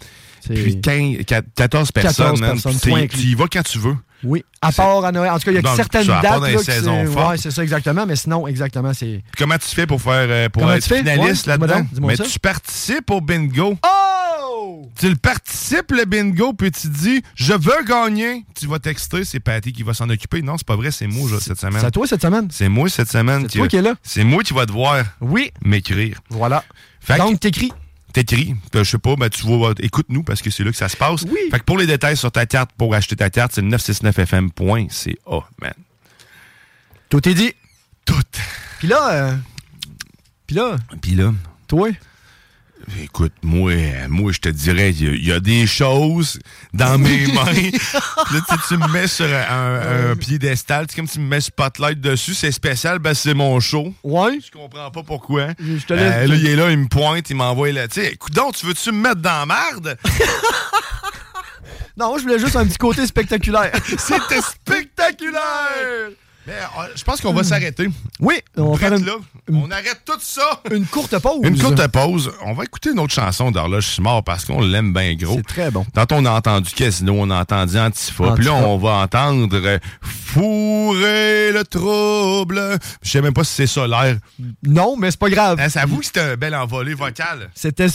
Puis 15, 14 personnes, hein. 14 man. personnes, T'es- point inclus. tu y vas quand tu veux. Oui, à part à Noël. En tout cas, il y a Donc, certaines tu vas dates. à part dans les là, que c'est- saisons fortes. Ouais, c'est ça, exactement. Mais sinon, exactement, c'est. Puis Comment tu fais pour faire euh, pour Comment être tu fais? finaliste Ouais, là-dedans? dis-moi donc, dis-moi Mais ça. tu participes au bingo. Oh! Tu le participes le bingo, puis tu dis Je veux gagner. Tu vas texter, c'est Patty qui va s'en occuper. Non, c'est pas vrai, c'est moi je- cette semaine. C'est à toi cette semaine? C'est moi cette semaine. C'est toi qui est là. C'est moi qui va devoir Oui. m'écrire. Voilà. Donc, t'écris. T'écris. Puis, Je sais pas, ben, tu vas, écoute-nous parce que c'est là que ça se passe. Fait que pour les détails sur ta carte, pour acheter ta carte, c'est le 969fm.ca, man. Tout est dit. Tout. Puis là. euh, Puis là. Puis là. Toi? Écoute, moi, euh, moi je te dirais, il y a- il y, a des choses dans mes mains. Là, tu, tu me mets sur un, un piédestal, c'est comme tu me mets spotlight dessus, c'est spécial, ben c'est mon show. Ouais. Je comprends pas pourquoi. Je te Euh, laisse. là, il est là, il me pointe, il m'envoie là. Tu sais, écoute donc, tu veux-tu me mettre dans la marde? Non, moi, je voulais juste un petit côté spectaculaire. C'était spectaculaire! Mais euh, je pense qu'on va s'arrêter. Hmm. Oui, on va Prête faire une- là. On arrête tout ça. Une courte pause. Une courte pause. On va écouter une autre chanson d'Horloge suis mort parce qu'on l'aime bien gros. C'est très bon. Tantôt, on a entendu Casino, on a entendu Antifa. Puis là, Antifa. on va entendre euh, Fourrer le trouble. Je sais même pas si c'est solaire. Non, mais c'est pas grave. Ça avoue que c'était un bel envolé vocal. C'était.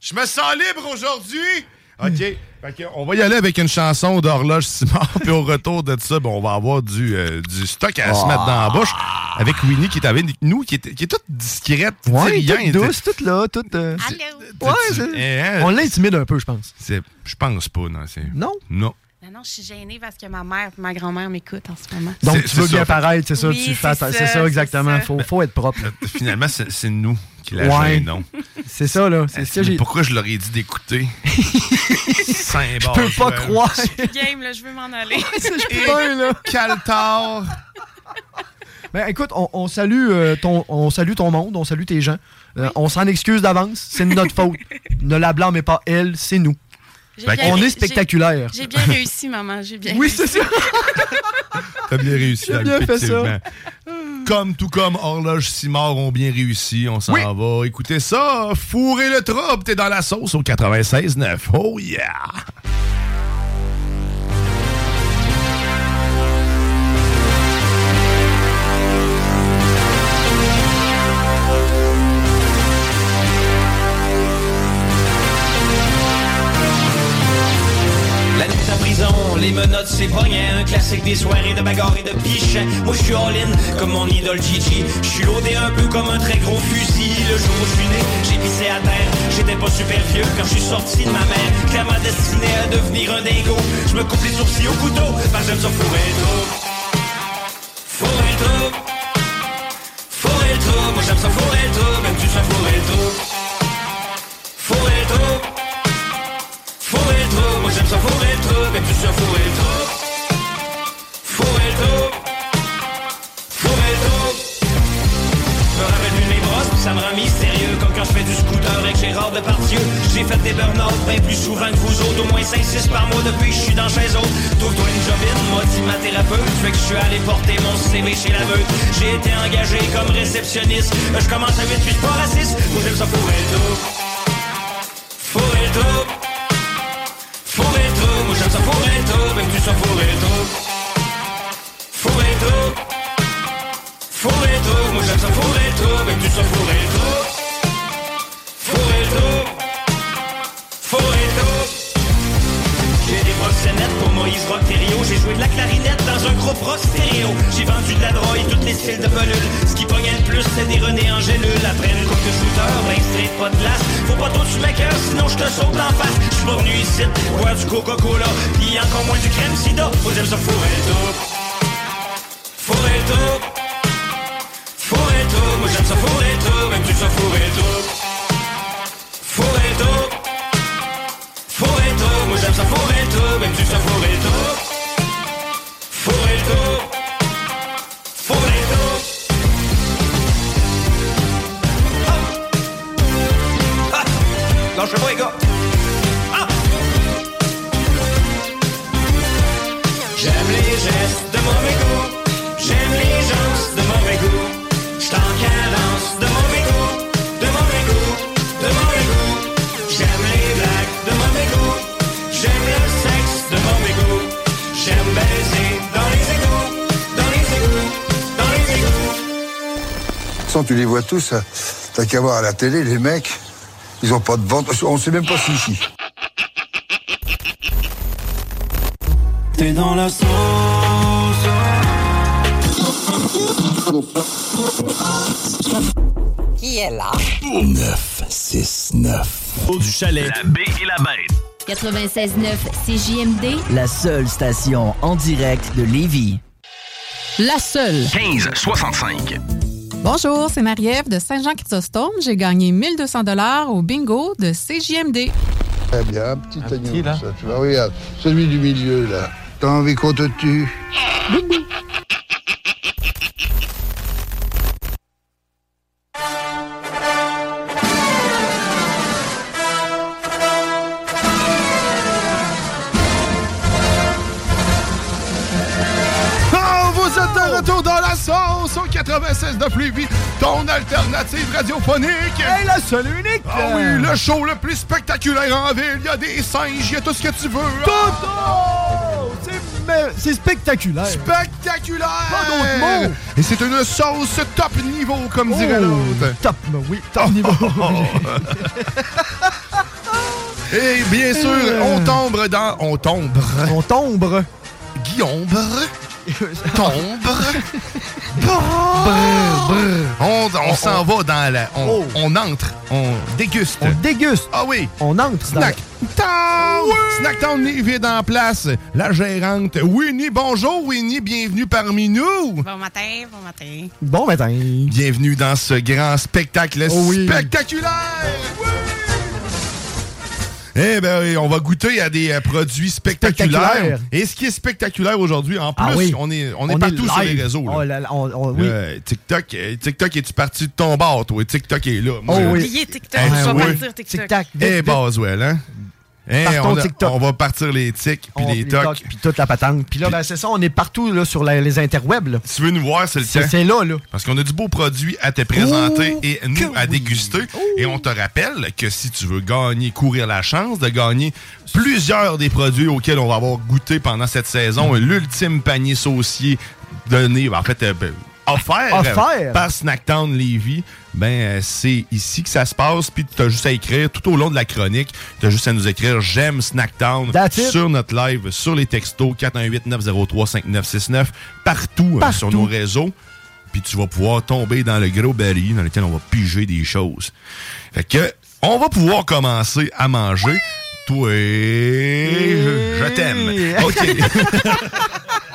Je me sens libre aujourd'hui. OK. Fait que on va y aller avec une chanson d'Horloge Simard. Puis au retour de ça, ben, on va avoir du, euh, du stock à se mettre dans la bouche. Avec Winnie qui est avec nous, qui est, qui est toute discrète. Ah. Ouais, rien, toute douce, toute là, toute. euh, Ouais, c'est- Eh, hein? On l'intimide un peu, je pense. C'est- Je pense pas, non. c'est- Non? Non. Non, non, je suis gênée parce que ma mère et ma grand-mère m'écoutent en ce moment. Donc, C'est- tu c'est veux bien ça. paraître, c'est ça, Oui, tu fais c'est atta- ça, C'est ça, c'est exactement. ça. Faut, faut être propre. Euh, Finalement, c'est c'est nous qui la Ouais. non. C'est ça, là. C'est ce que j'ai. Pourquoi je leur ai dit d'écouter? Je peux pas croire. Game, là, je veux m'en aller. Et Caltar. Ben, écoute, on, on salue euh, ton, on salue ton monde, on salue tes gens. Euh, On s'en excuse d'avance, c'est de notre faute. Ne la blâmez pas elle, c'est nous. J'ai Fait bien qu'on ré- est j'ai- spectaculaire. J'ai bien réussi, maman. J'ai bien Oui, réussi. c'est ça. T'as bien réussi. J'ai Dave, bien fait ça. effectivement. Comme tout comme Horloge Simard ont bien réussi, on s'en va. Écoutez ça, fourrez le trop, t'es dans la sauce au 96.9. Oh yeah! La nuit en prison, les menottes, c'est pognant. Un classique des soirées de bagarre et de pichet. Moi, je suis all-in, comme mon idole Gigi. Je suis loadé un peu comme un très gros fusil. Le jour où je suis né, j'ai pissé à terre. J'étais pas super vieux quand je suis sorti de ma mère. Clairement destiné à devenir un dingo. Je me coupe les sourcils au couteau, parce que j'aime ça fourrer le trou. Fourrer le trou. Fourrer le trou. Moi, j'aime ça fourrer le trou. Même tu sais fourrer le trou. Fourrer le trou. Fourrer le trou, moi j'aime ça fourrer le trou, mais tu sais fourrer le trou. Fourrer le trou, fourrer le trou. Je me rappelle plus de mes brosses, puis ça me rend mystérieux Comme quand je fais du scooter avec Gérard Depardieu J'ai fait des burn-out bien plus souvent que vous autres Au moins 5-6 par mois depuis que je suis dans chaise haute Trouve-toi une jobine, m'a dit ma thérapeute Fait que je suis allé porter mon CV chez la meute J'ai été engagé comme réceptionniste Je commence à vite, puis je suis pas raciste Moi j'aime ça fourrer le trou Fourrer le trou Fourrer le trou, moi j'aime ça fourrer le trou, même tu sais fourrer le trou. Fourrer le trou. Fourrer le trou, moi j'aime ça fourrer le trou, même tu sais fourrer le trou. Fourrer le trou. Fourrer le trou. J'ai des proxénètes pour Moïse Rock Thériault. J'ai joué de la clarinette dans un groupe rock stéréo J'ai vendu de la drogue, toutes les styles de pelule Ce qui pognait le plus, c'est des René Angélul Après une coupe de shooter, ben straight, pas de glace Faut pas trop de smacker, sinon je te saute en face Je suis pas venu ici boire du Coca-Cola Puis encore moins du crème sida Faut j'aime ça fourrer le tout Fourrer le tout Fourrer le tout Moi j'aime ça fourrer le tout Même tu sais fourrer le tout Fourrer le tout Fourrer le tout, moi j'aime ça fourrer le tout, même tu sais fourrer le tout. Fourrer le tout, fourrer le tout. Ah! Ah! Lâchez pas les gars. Ah! J'aime les gestes de mauvais goût, j'aime les gens de mauvais goût. J'suis en cadence de mauvais goût, de mauvais goût, de mauvais goût. J'aime les blagues de mauvais goût, j'aime le sexe de mauvais goût. J'aime baiser dans les égouts, dans les égouts, dans les égouts. De toute façon, tu les vois tous, hein. t'as qu'à voir à la télé, les mecs, ils ont pas de ventre, on sait même pas s'ils chient. T'es dans la sauce. Qui est là? 9, 6, 9. Haut du chalet. La baie et la bête. 96.9 CJMD. La seule station en direct de Lévis. La seule. 15, 65. Bonjour, c'est Marie-Ève de Saint-Jean-Chrysostome. J'ai gagné 1200 dollars au bingo de CJMD. Très bien, un petit agneau, ça, tu vois, regarde, celui du milieu, là. T'as envie qu'on te tue Oh, vous êtes de retour dans la sauce au 96 de Lévis, ton alternative radiophonique. Hey, la seule unique. Ah oui, le show le plus spectaculaire en ville. Il y a des singes, il y a tout ce que tu veux. C'est spectaculaire. Spectaculaire. Pas d'autres mots. Et c'est une sauce top niveau, comme dirait l'autre. Top, oui, Oh. top niveau. Oh, Et bien sûr, on tombe dans. On tombe. oh. On tombe. Guillaume. Tombe. On, on s'en va dans la. On, on entre. On déguste. On déguste. Ah oui. On entre. Snack. Town! Snack Town est vide en place. La gérante. Winnie, bonjour Winnie, bienvenue parmi nous. Bon matin, bon matin. Bon matin. Bienvenue dans ce grand spectacle Oh oui. spectaculaire. Eh bien, on va goûter à des euh, produits spectaculaires. Spectaculaire. Et ce qui est spectaculaire aujourd'hui, en plus, Ah oui. on est, on On est est partout sur les live. réseaux. là. Oh là là, on- on- oui. Euh, TikTok, euh, TikTok, es-tu parti de ton bord, toi? TikTok est là. Oh je- oui. Oubliez TikTok, Eh je vais oui. partir TikTok. Tic-tac, vite, Eh, vite. Baswell, hein? Hey, Par on, ton a- TikTok. on va partir les tics puis On- les tocs. puis toute la patente. Puis là, ben, c'est ça, on est partout là, sur la- les interwebs. Là. Si tu veux nous voir, c'est le temps. C'est là, là. Parce qu'on a du beau produit à te présenter et nous à déguster. Et on te rappelle que si tu veux gagner, courir la chance de gagner plusieurs des produits auxquels on va avoir goûté pendant cette Mm. saison, l'ultime panier saucier donné, ben, en fait, euh, ben, offert, Offert. par Snacktown Levy, ben euh, c'est ici que ça se passe. Puis tu as juste à écrire tout au long de la chronique, tu as juste à nous écrire j'aime Snacktown That's it. sur notre live, sur les textos 418 903 5969 partout, hein, sur nos réseaux. Puis tu vas pouvoir tomber dans le gros baril dans lequel on va piger des choses. Fait que on va pouvoir commencer à manger. Toi, je, je t'aime. OK.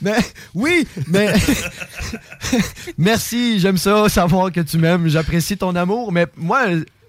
Mais, oui, mais. Merci, j'aime ça, savoir que tu m'aimes. J'apprécie ton amour. Mais moi,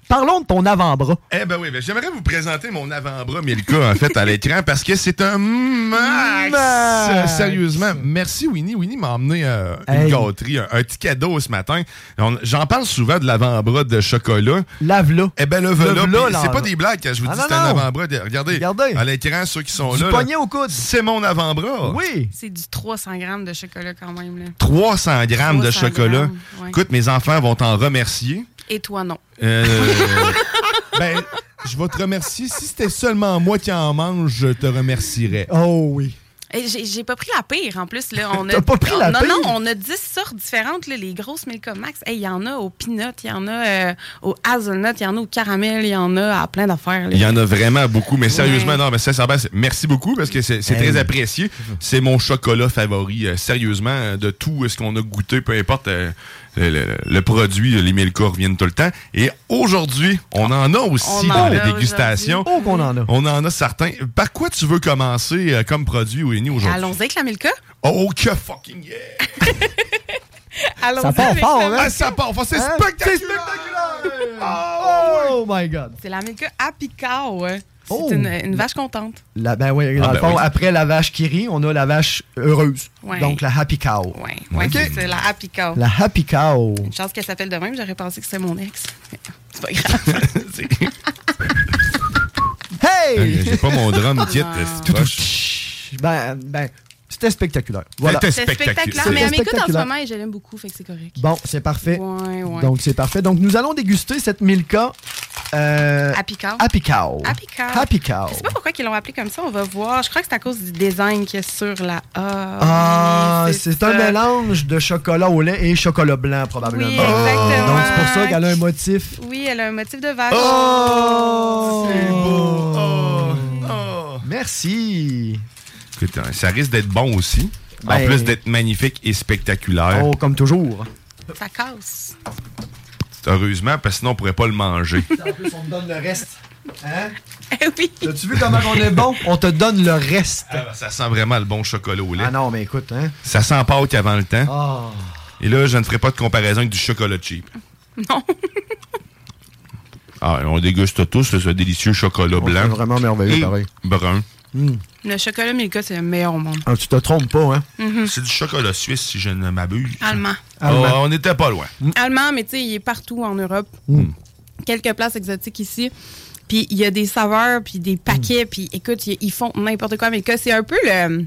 parlons de ton avant-bras. Eh ben oui, ben j'aimerais vous présenter mon avant-bras Milka, en fait, à l'écran, parce que c'est un max. Max. Sérieusement, merci Winnie. Winnie m'a emmené euh, une Hey. gâterie, un, un petit cadeau ce matin. On- J'en parle souvent de l'avant-bras de chocolat. Lave-la. Eh ben, lave-la. Lave-la, puis C'est l'avant-bras. pas des blagues, je vous Ah, dis, non, c'est un non. avant-bras. de- Regardez, Regardez. à l'écran, ceux qui sont Du là. poignet au coude. C'est mon avant-bras. Oui. C'est du 300 grammes de chocolat quand même. Là. 300 grammes de 300 chocolat. grammes, ouais. Écoute, mes enfants vont t'en remercier. Et toi, non. Euh, Ben, je vais te remercier. Si c'était seulement moi qui en mange, je te remercierais. Oh oui. Et J'ai j'ai pas pris la pire en plus. Là. On a, T'as pas pris on- la non, pire? Non, on a 10 sortes différentes. là, les grosses Milka Max. Hey, Il y en a au peanut, il y en a euh, au hazelnut, il y en a au caramel, il y en a à plein d'affaires. là. Il y en a vraiment beaucoup, mais Ouais. sérieusement, non, mais sincèrement, c'est- merci beaucoup parce que c'est c'est Hey. très apprécié. C'est mon chocolat favori, euh, sérieusement, euh, de tout euh, ce qu'on a goûté, peu importe euh, le, le- le produit, euh, les Milka reviennent tout le temps. Et aujourd'hui, on en a aussi On en dans a la dégustation. aujourd'hui. Oh, qu'on en a. On en a certains. Par quoi tu veux commencer euh, comme produit, Winnie, aujourd'hui? Allons-y avec la Milka. Oh, que fucking Allons-y Ça part avec fort, la hein? Milka. Ah, ça part fort, c'est Hein? spectaculaire! Ah, Oh, my God. C'est la Milka Happy Cow. hein. C'est Oh. une, une vache contente. La- ben oui, Ah, dans le ben fond, oui. après la vache qui rit, on a la vache heureuse. Ouais. Donc la happy cow. Ouais, OK. c'est- C'est la Happy Cow. La happy cow. Une chance qu'elle s'appelle de même, j'aurais pensé que c'était mon ex. Mais C'est pas grave. Hey! Ah, J'ai pas mon drum kit. euh, c'est Tout, tout, proche. tch. Ben, ben, c'était spectaculaire. Voilà. C'était C'est spectaculaire. Mais elle C'était m'écoute en ce spectaculaire. moment et je l'aime beaucoup, fait que c'est correct. Bon, c'est parfait. Ouais, ouais. Donc, c'est parfait. Donc, nous allons déguster cette Milka. Euh, Happy Cow. Happy Cow. Happy Cow. Happy Cow. Je sais pas pourquoi ils l'ont appelé comme ça, on va voir. Je crois que c'est à cause du design qu'il y a sur la Ah, A. Oui, c'est un ça. mélange de chocolat au lait et chocolat blanc, probablement. Oui, exactement. Ah, Donc, c'est pour ça qu'elle a un motif. Oh! Oui, elle a un motif de vache. Oh! Merci. Écoute, hein, ça risque d'être bon aussi. en Ben- plus d'être magnifique et spectaculaire. Oh, comme toujours. Ça casse. Heureusement, parce que sinon, on pourrait pas le manger. En plus, on me donne le reste. Hein? Eh oui. As-tu vu comment on est bon? On te donne le reste. Ah, ben, ça sent vraiment le bon chocolat au lait. Ah non, mais écoute, hein? Ça sent Pâques avant le temps. Ah. Et là, je ne ferai pas de comparaison avec du chocolat cheap. Non. Ah, on déguste tous ce délicieux chocolat blanc. vraiment merveilleux, Et pareil. Brun. Le chocolat Milka, c'est le meilleur au monde. Ah, tu te trompes pas, hein? Mhm. C'est du chocolat suisse, si je ne m'abuse. Allemand. Ah, on n'était pas loin. Allemand, mais tu sais, il est partout en Europe. Hmm. Quelques places exotiques ici. Puis il y a des saveurs, puis des Hmm. paquets, puis écoute, ils ils font n'importe quoi. Milka, c'est un peu le.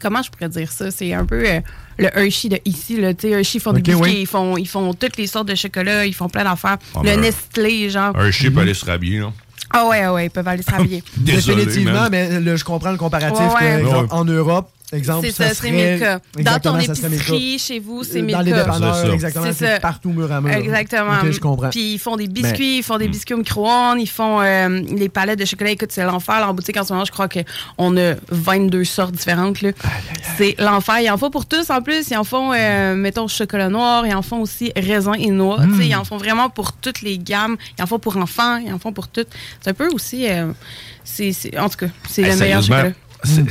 Comment je pourrais dire ça? C'est un peu euh, le Hershey de ici. Là. Tu sais, Hershey, ils font Ok, des biscuits, oui. ils, font, ils font toutes les sortes de chocolat, ils font plein d'affaires. Ah, le ben, Nestlé, genre. Un chip Mhm. allait se rhabiller, là. Ah ouais, ouais, ils peuvent aller se rhabiller. Désolé, Définitivement, man. mais le- je comprends le comparatif. Ouais, que, ouais. exemple, Ouais. En Europe, exemple, C'est ça, c'est serait- Milka. Dans ton Exactement, ça serait Milka. épicerie, chez vous, c'est Dans Milka. les dépanneurs, C'est ça. exactement, C'est c'est ça. partout mur à mur. Exactement. Ok, je comprends. Ben, hmm. Puis ils font des Mais- biscuits, ils font des biscuits au micro-ondes, ils font euh, les palettes de chocolat. Écoute, c'est l'enfer. là, En boutique, en ce moment, je crois qu'on a 22 sortes différentes. là. C'est l'enfer. Ils en font pour tous, en plus. Ils en font, euh, mettons, chocolat noir. Ils en font aussi raisin et noix. Mm. Tu sais, Ils en font vraiment pour toutes les gammes. Ils en font pour enfants. Ils en font pour toutes. C'est un peu aussi... euh, c'est- c'est- en tout cas, c'est Eh, le meilleur sérieusement, chocolat.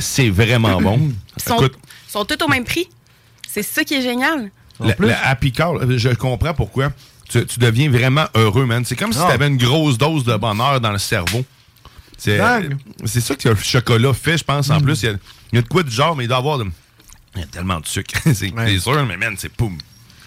c'est- c'est vraiment bon. Ils sont, Écoute, sont tous au même prix. C'est ça qui est génial. La, la Happy Cow, euh, je comprends pourquoi. Tu, tu deviens vraiment heureux, man. C'est comme si Ah. tu avais une grosse dose de bonheur dans le cerveau. C'est euh, Dingue. c'est ça que le chocolat fait, je pense. Mm. En plus, il y a- il y, a de quoi du genre, mais il doit avoir de. Il y a tellement de sucre. c'est c'est sûr, mais man, c'est poum.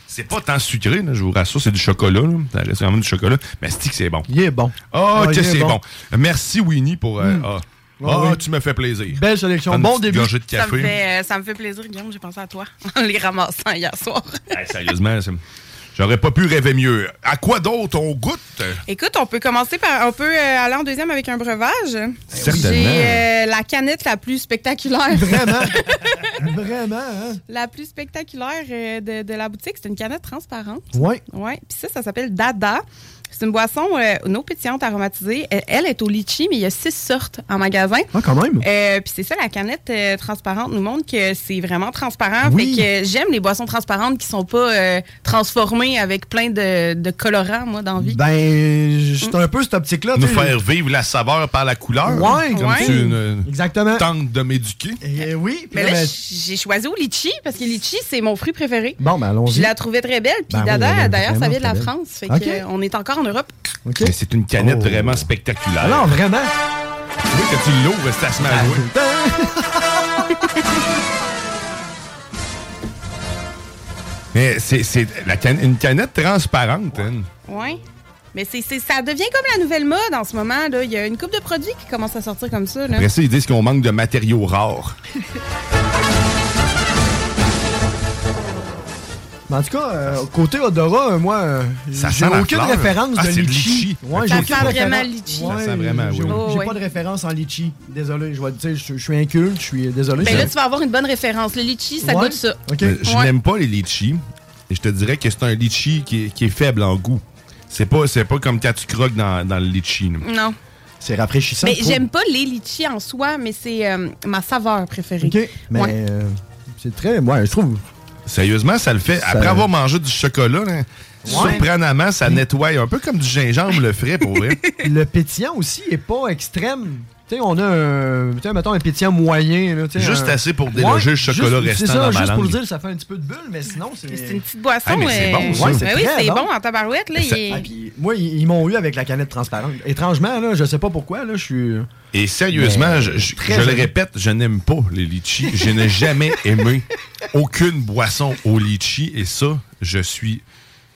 C'est pas tant sucré, là, je vous rassure, c'est du chocolat. Là. Ça reste quand même du chocolat. Mais c'est que c'est bon. Il est bon. Oh, Ah, que il est c'est bon. bon. Merci, Winnie, pour. euh, Mm. ah. Ah Ah, oui. tu me fais plaisir. Belle sélection. Prends une Bon petite début. gorgée de Ça me, café. fait, euh, ça me fait plaisir, Guillaume, j'ai pensé à toi en les ramassant hier soir. Hey, sérieusement, c'est- j'aurais pas pu rêver mieux. À quoi d'autre on goûte? euh, Écoute, on peut commencer par. On peut euh, aller en deuxième avec un breuvage. Certainement. J'ai euh, la canette la plus spectaculaire. Vraiment? Vraiment, hein? la plus spectaculaire euh, de, de la boutique. C'est une canette transparente. Ouais. Ouais. Puis ça, ça s'appelle Dada. C'est une boisson euh, une eau pétillante aromatisée. Elle, elle est au litchi, mais il y a six sortes en magasin. Ah, quand même. Euh, Puis c'est ça, la canette euh, transparente nous montre que c'est vraiment transparent. Oui. Fait que euh, j'aime les boissons transparentes qui sont pas euh, transformées avec plein de, de colorants, moi, dans la vie. Ben, c'est un peu cette optique-là. Nous tu sais. faire vivre la saveur par la couleur. Ouais. comme Ouais. tu ne- Exactement. Eh tentes de m'éduquer. oui. ben, Mais là, j'ai choisi au litchi parce que litchi, c'est mon fruit préféré. Bon, ben, allons-y. Je la trouvais très belle. Ben Puis oui, Dada, elle est d'ailleurs, ça vraiment vient de la très belle. France. Fait Ok. que, euh, on est encore en Europe. Mais c'est une canette vraiment spectaculaire. Oh. Ah Non, vraiment. Oui, que tu l'ouvres, c'est à se mal jouer. Mais c'est c'est la can- une canette transparente. hein. Ouais. Mais c'est, c'est- ça devient comme la nouvelle mode en ce moment. Là. Il y a une coupe de produits qui commence à sortir comme ça. Là. Après ça, ils disent qu'on manque de matériaux rares. Mais en tout cas, euh, côté odorat, euh, moi, euh, Ça j'ai sent la aucune fleur. référence Ah, de c'est le litchi. litchi. Ouais, Ok, j'ai ça aucune sent référence. vraiment litchi. Ouais, Ça sent vraiment, j'ai- oui. J'ai Oh, ouais. pas de référence en litchi. Désolé, je vais te dire, je, je suis inculte, je suis désolé. Ben je- là, tu vas avoir une bonne référence. Le litchi, ça Ouais. goûte ça. Mais Euh, Je n'aime pas les litchis. Et je te dirais que c'est un litchi qui est, qui est faible en goût. C'est pas, c'est pas comme quand tu croques dans, dans le litchi. là. Non. C'est rafraîchissant. Mais j'aime pas les litchis en soi, mais c'est euh, ma saveur préférée. OK. Mais Ouais. euh, c'est très. Ouais, je trouve. Sérieusement, ça le fait. Après avoir mangé du chocolat, là, surprenamment, ça nettoie. Un peu comme du gingembre le frais, pour vrai. Le pétillant aussi est pas extrême. Tu sais, on a un. Tu sais, mettons un pétillant moyen. Là, tu sais, Juste un- assez pour déloger le chocolat juste- restant C'est ça, dans ma juste pour langue. le dire, ça fait un petit peu de bulle, mais sinon, c'est. C'est une petite boisson. Ah, mais c'est euh, bon, ça. ouais, Ouais, c'est ben oui, très c'est bon. bon en tabarouette. Là, Ça- il est- Ah, puis moi, ils, ils m'ont eu avec la canette transparente. Étrangement, là, je sais pas pourquoi, là, je suis. Et sérieusement, Mais je, je- très je le joli. répète, je n'aime pas les litchis. Je n'ai jamais aimé aucune boisson au litchi. Et ça, je suis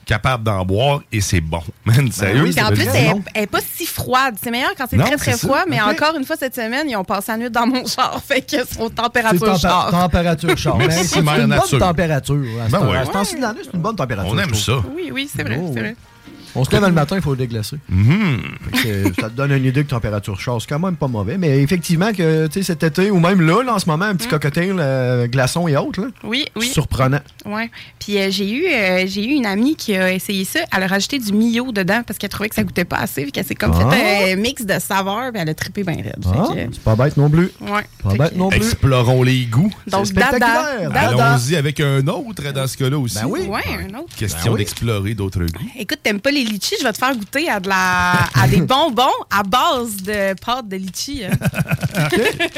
capable d'en boire et c'est bon. Man, sérieux, Puis ça Ben en veut plus, dire- elle elle est pas si froide. C'est meilleur quand c'est Non, très, très c'est ça. froid. Mais Ok. encore une fois, cette semaine, ils ont passé la nuit dans mon char. Fait que c'est aux C'est températures tempa- char. température char. Merci, Mais c'est Mère une Nature. bonne température. À ce Ben temps- ouais. à ce temps-ci de l'année, c'est une bonne température. On aime je trouve. ça. Oui, oui, c'est vrai. Oh, ouais. c'est vrai. On se lève le matin, il faut le déglacer. Mhm. Fait que, euh, ça te donne une idée de température char. C'est quand même pas mauvais. Mais effectivement, que tu sais, cet été, ou même là, là, en ce moment, un petit cocktail, euh, glaçon et autres, là. Oui, Mm. oui. surprenant. Ouais. Puis euh, j'ai eu, euh, j'ai eu une amie qui a essayé ça. Elle a rajouté du Mio dedans parce qu'elle trouvait que ça goûtait pas assez. Puis qu'elle s'est comme Ah. fait un mix de saveurs. Puis elle a trippé bien raide. Fait Ah, que, euh, c'est pas bête non plus. Ouais. Pas Fait bête que- non plus. Explorons les goûts. Donc, C'est dada. spectaculaire. dada. Allons-y avec un autre dans ce cas-là aussi. Ben oui. Ouais, un autre. Question Ben oui. d'explorer d'autres goûts. Écoute, t'aimes pas les litchis? Je vais te faire goûter à, de la... à des bonbons à base de pâte de litchi. hein.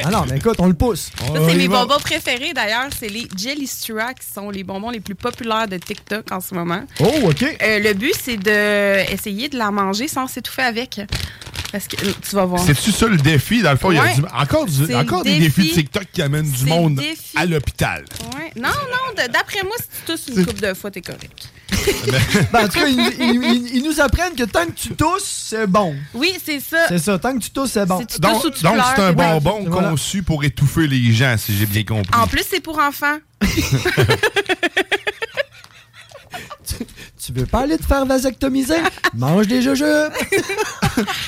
Alors, mais écoute, on le pousse. Ça, c'est mes bonbons préférés d'ailleurs. C'est les Jelly Stura qui sont les bonbons les plus populaires de TikTok en ce moment. Oh, OK. Euh, le but, c'est de essayer de la manger sans s'étouffer avec. Parce que euh, tu vas voir. C'est-tu ça le défi? Dans le fond, il y Ouais. a du- encore, du- C'est encore le des défis défi. de TikTok qui amènent C'est du le monde défi. à l'hôpital. Ouais. Non, non, de- d'après moi, si tu tousses une coupe de fois, t'es correct. Ben, en tout cas, ils, ils- ils- ils nous apprennent que tant que tu tousses, c'est bon. Oui, c'est ça. C'est ça, tant que tu tousses, c'est bon. Donc, donc, c'est un bonbon Voilà. conçu pour étouffer les gens, si j'ai bien compris. En plus, c'est pour enfants. Tu veux pas aller te faire vasectomiser? Mange des jujubes!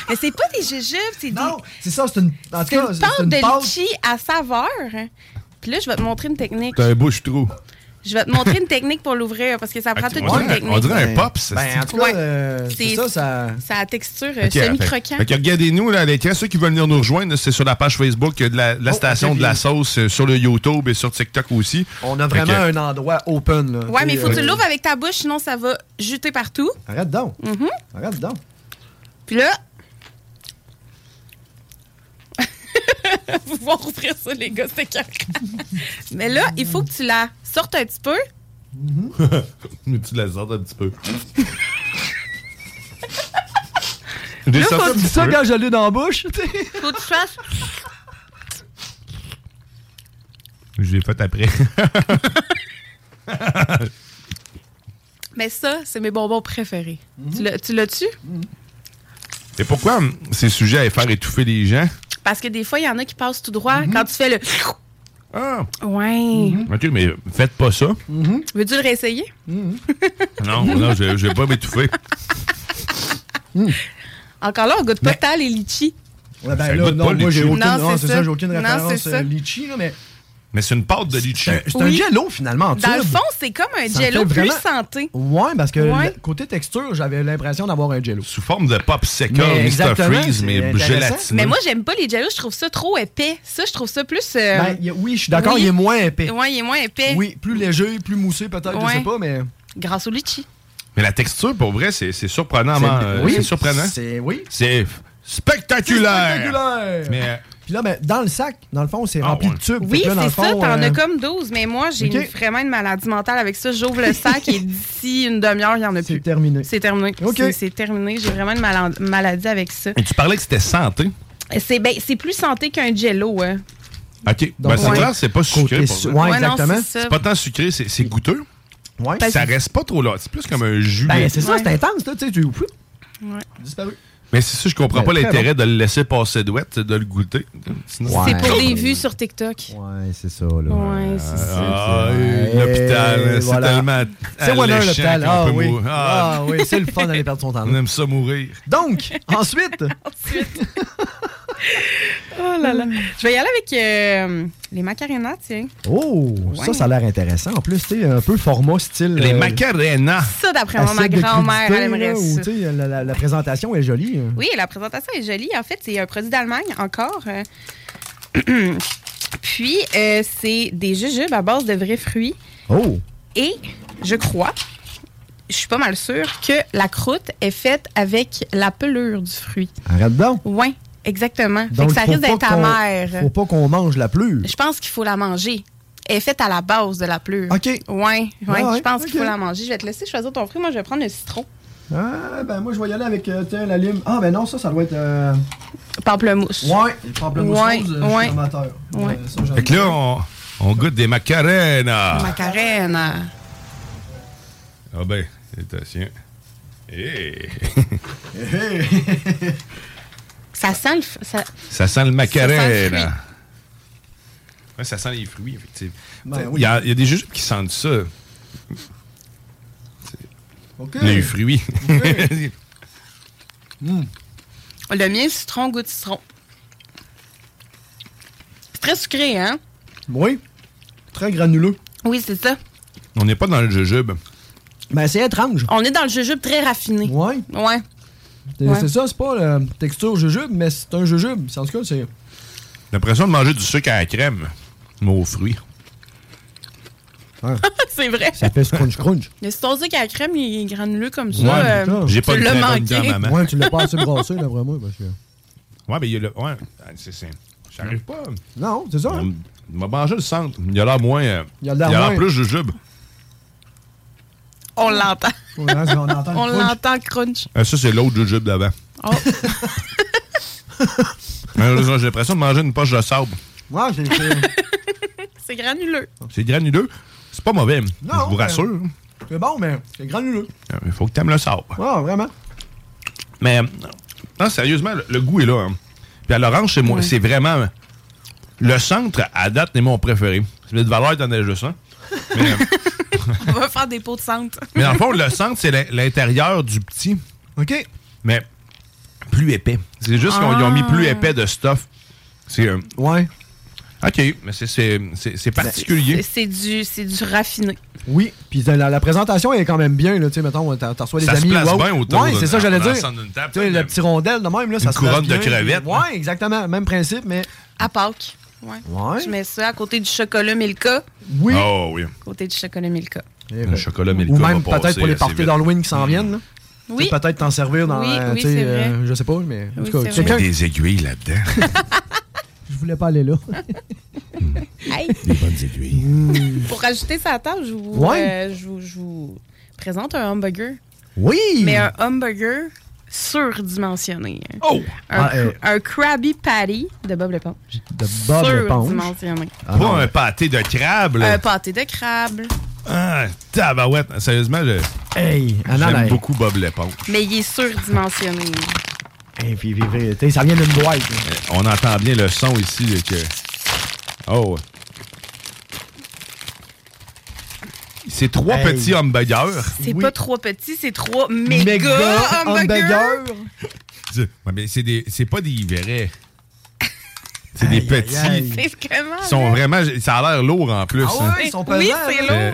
Mais c'est pas des jujubes, c'est des. C'est ça, c'est une. En tout C'est cas, une c'est pâte une de pâte. litchi à saveur. Puis là, je vais te montrer une technique. T'as un bouche-trou. Je vais te montrer une technique pour l'ouvrir parce que ça prend toute on une dirait- technique. on dirait un pops, Ben, en tout cas, Ouais. euh, c'est C'est- ça, ça. Ça a texture euh, Ok, semi-croquant. fait- fait que regardez-nous là, à l'écran. Ceux qui veulent venir nous rejoindre, c'est sur la page Facebook euh, de la, de la Oh, station ok, de la puis- sauce, euh, sur le YouTube et sur TikTok aussi. On a vraiment un endroit open. Là, Ouais, mais il faut que tu Euh, l'ouvres avec ta bouche, sinon ça va juter partout. Arrête donc. Mhm. Arrête donc. Puis là. Vous pouvez ouvrir ça, les gars, c'est carré. Mais là, il faut que tu la sortes un petit peu. Mais tu la sortes un petit peu. J'ai Là, sorti faut un que tu dis petit ça peu. quand je l'ai dans la bouche. Faut que tu fasses. Je l'ai fait après. Mais ça, c'est mes bonbons préférés. Tu l'as- Tu l'as-tu? Et pourquoi hum, ces sujets à faire étouffer les gens? Parce que des fois, il y en a qui passent tout droit quand tu fais le. Ah! Ouais. OK, mais faites pas ça. Veux-tu le réessayer? Non, non, je, je vais pas m'étouffer. Encore là, on goûte pas tant les litchis. Ouais, Ça ben là, goûte non, pas le moi, j'ai litchi. aucune, Non, non, c'est c'est ça, ça. j'ai aucune Non, référence c'est ça. Ben, euh, litchi, là, mais Mais c'est une pâte de litchi. c'est un Oui. jello, finalement, en Dans le tube. fond, c'est comme un Ça jello fait plus vraiment- santé. Ouais, parce que Ouais. le- côté texture, j'avais l'impression d'avoir un jello. Sous forme de popsicle, Mais Mr. exactement, Freeze, c'est mais intéressant. gélatineux. Mais moi, j'aime pas les jellos, je trouve ça trop épais. Ça, je trouve ça plus. euh, Ben, il y a- oui, je suis d'accord, il est moins épais. Ouais, il est moins épais. Oui, plus léger, plus moussé, peut-être, je Ouais. sais pas, mais. Grâce au litchi. Mais la texture, pour vrai, c'est c'est surprenant. C'est- hein, oui, C'est surprenant. C'est oui. C'est f- spectaculaire. Spectaculaire! Mais- euh, Puis là, ben, dans le sac, dans le fond, Ah, c'est rempli de tubes. Oui, Fait que là, dans c'est le ça, fond, t'en euh, as comme 12, mais moi, j'ai ok. une- vraiment une maladie mentale avec ça. J'ouvre le sac et d'ici une demi-heure, il y en a plus. C'est terminé. C'est terminé. Ok. C'est- C'est terminé. J'ai vraiment une mala- maladie avec ça. Et tu parlais que c'était santé. C'est ben, c'est plus santé qu'un jello. Hein. OK. Donc, Ben, c'est ouais. clair, c'est pas sucré. Côté pour su- vrai. ouais, Ouais, non, exactement. c'est ça. C'est pas tant sucré, c'est c'est goûteux. Ouais. Ça reste pas trop là. C'est plus comme un jus. Ben, c'est ça, c'est intense, là, tu sais, tu. Ouf, Disparu. Mais c'est ça, je comprends Ben, pas très l'intérêt de le laisser passer douette, de le goûter. Sinon- C'est pour des vues sur TikTok. Ouais, c'est ça, là. Ouais, c'est ça. Ah, l'hôpital, Et c'est voilà. tellement. C'est moi, alléchant l'hôpital. qu'on Ah peut oui. mourir. Ah, oui, c'est le fun d'aller perdre son temps. On aime ça mourir. Donc, ensuite. Oh là là. Je vais y aller avec euh, les macarenas, tiens. Oh, ça, ça a l'air intéressant. En plus, tu sais, un peu format style. Les euh, macarenas. Ça, d'après moi, ma assiette de grand-mère, crudité, elle aimerait là, ça. où, tu sais, la, la- la présentation est jolie. hein. Oui, la présentation est jolie. En fait, c'est un produit d'Allemagne encore. euh. Puis, euh, c'est des jujubes à base de vrais fruits. Oh! Et je crois, je suis pas mal sûre, que la croûte est faite avec la pelure du fruit. Arrête donc. Oui, exactement. Fait Donc, que ça faut risque pas d'être qu'on- amer. Faut pas qu'on mange la pleure. Je pense qu'il faut la manger. Elle est faite à la base de la pelure. OK. Oui, ouais, Ouais, ouais, je pense qu'il ok. faut la manger. Je vais te laisser choisir ton fruit. Moi, je vais prendre le citron. Ah, ben moi, je vais y aller avec euh, tiens, la lime. Ah, ben non, ça, ça doit être. euh, Pamplemousse. Ouais, le pamplemousse Ouais, rose, euh, je suis ouais. amateur. Ouais. Euh, ça, j'aime Fait que là, on, on goûte des macarenas. Macarena. Ah ben, attention. Hey. Ça sent le. f- ça sent Ça... le Ça sent le fruit. macarena. Ouais, ça sent les fruits, effectivement. Ben T'sais, Il oui. y, a il y a des jujubes qui sentent ça. OK. Les fruits. Le mien, citron, goût de citron. C'est très sucré, hein? Oui. Très granuleux. Oui, c'est ça. on n'est pas dans le jujube. Ben, c'est étrange. On est dans le jujube très raffiné. Ouais. Ouais. C'est Ouais. c'est ça, c'est pas la texture jujube, mais c'est un jujube. C'est- En tout cas, c'est. L'impression de manger du sucre à la crème, mais aux fruits. c'est vrai. Ça fait scrunch crunch. Le citron sec à la crème, il est granuleux comme ça. Ouais, euh, d'accord. J'ai pas tu le l'as très bon manqué. gars, maman. Ouais, tu l'as pas assez brassé, d'après moi. Parce que... Ouais, mais il y a le. Ouais, ah, c'est ça. J'arrive pas. Non, c'est ça. hein. On on m'a mangé le centre. Il y a l'air moins. euh, Il y a l'air moins. plus jujube. On l'entend. On l'entend. On crunch. l'entend crunch. Ah, ça, c'est l'autre jujube d'avant. Ah. Oh. Malheureusement, J'ai l'impression de manger une poche de sable. Ouais, c'est- c'est. c'est granuleux. C'est granuleux. C'est pas mauvais. hein. Non, je vous mais- rassure. C'est bon, mais c'est granuleux. Il faut que t'aimes le sable. Ouais, vraiment. Mais euh, non, sérieusement, le, le goût est là. hein. Puis à l'orange, c'est moi, Ouais. c'est vraiment. euh, Le centre, à date, est mon préféré. C'est de valeur, t'en as juste un. On va faire des pots de centre. Mais dans le fond, le centre, c'est l'in- l'intérieur du petit. OK. Mais plus épais. C'est juste qu'ils ont- ils ont mis Ah. plus épais de stuff. C'est. euh, Ouais. OK, mais c'est- c'est c'est- c'est C'est particulier. c'est du, c'est du raffiné. Oui, puis la, la présentation elle est quand même bien. Là, tu sais, mettons, t'en t'en reçois des Ça se amis. place ou autre. bien autour Ouais, de- c'est ça, j'allais dans le dire. centre d'une table, Tu sais, le petit rondelle de même, là, une ça se place couronne de hein. bien. crevettes, Ouais, exactement. Même principe, mais. À Pâques. Ouais. Ouais. Je mets ça à côté du chocolat Milka. Oui. Eh ben, Oh oui. Côté du chocolat Milka. Le chocolat Milka Euh, Ou même va peut-être passer pour les assez parties vite. Hmm. d'Halloween qui s'en viennent. là. Oui. Tu sais, Peut-être t'en servir dans. Oui, euh, oui, tu sais, c'est vrai. euh, je sais pas, mais. En Oui, tout cas, c'est quelqu'un- Mets des aiguilles là-dedans. Je voulais pas aller là. Des bonnes aiguilles. Pour rajouter sa table, je vous, Ouais. euh, je, vous, je vous présente un hamburger. Oui! Mais euh, un hamburger surdimensionné. hein. Oh! Un, Ah, euh. un Krabby Patty de Bob Léponge. De Bob Éponge. Surdimensionné. Ah, Ah, Pas un pâté de crabe, là. Euh, Un pâté de crabe. Ah, tabarouette. Sérieusement, le- Hey, un an, J'aime hey. beaucoup Bob l'éponge. Mais il est surdimensionné. Hey, puis, puis, puis, tu sais, ça vient d'une boîte. là. Euh, On entend bien le son ici là, que. Oh. ouais. C'est trois Hey. petits hamburgers. C'est pas trois petits, c'est trois méga, hamburgers. Ouais, mais c'est des. C'est pas des vrais. C'est des petits. C'est comment? Ils sont là? vraiment. Ça a l'air lourd en plus. Ah ouais, hein. ils sont Oui, pesants, c'est hein. Euh,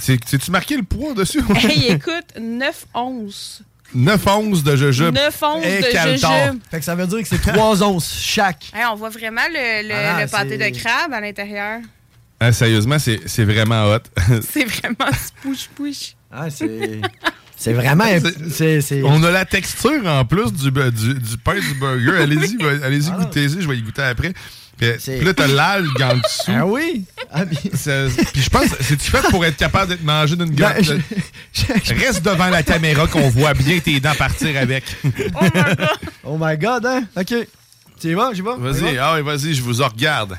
c'est- C'est-tu marqué le poids dessus? Hey, écoute, 9 onces. 9 onces de jujube. 9 onces Et de Caltar. jujube. Fait que ça veut dire que c'est trois onces chaque. Hey, on voit vraiment le, le, Ah, le pâté c'est- de crabe à l'intérieur. Ah, sérieusement, c'est c'est vraiment hot. C'est vraiment pouche-pouche. Ah, c'est. C'est vraiment. c'est- c'est- On a la texture en plus du, bu- du, du pain du burger. Allez-y, va- allez-y, Ah. goûtez-y, je vais y goûter après. Puis, puis là, t'as l'algue en dessous. Ah oui? Ah. C'est- Puis je pense, c'est-tu fait pour être capable d'être mangé d'une gomme? Ben, Reste devant la caméra qu'on voit bien tes dents partir avec. Oh my god, hein? OK. Tu y vas, j'y vais? Vas-y, ah oui, vas-y, je vous en regarde.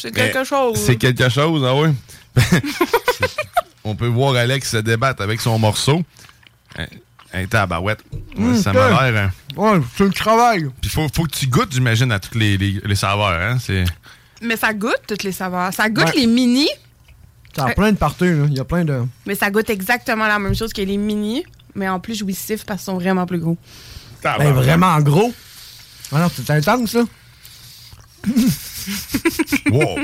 C'est Mais quelque chose. C'est quelque chose, ah oui. On peut voir Alex se débattre avec son morceau. Hein, hein, tabarouette. Ouais, Hum, ça m'a tiens. l'air. hein. Ouais, c'est le travail. Puis faut, faut que tu goûtes, j'imagine, à tous les, les, les saveurs. Hein? C'est... Mais ça goûte toutes les saveurs. Ça goûte Ouais. les mini, T'as plein de parties, là. Il y a plein de. mais ça goûte exactement la même chose que les mini, mais en plus jouissifs parce qu'ils sont vraiment plus gros. Ben, vraiment gros. Ah non, c'est intense, là. Wow!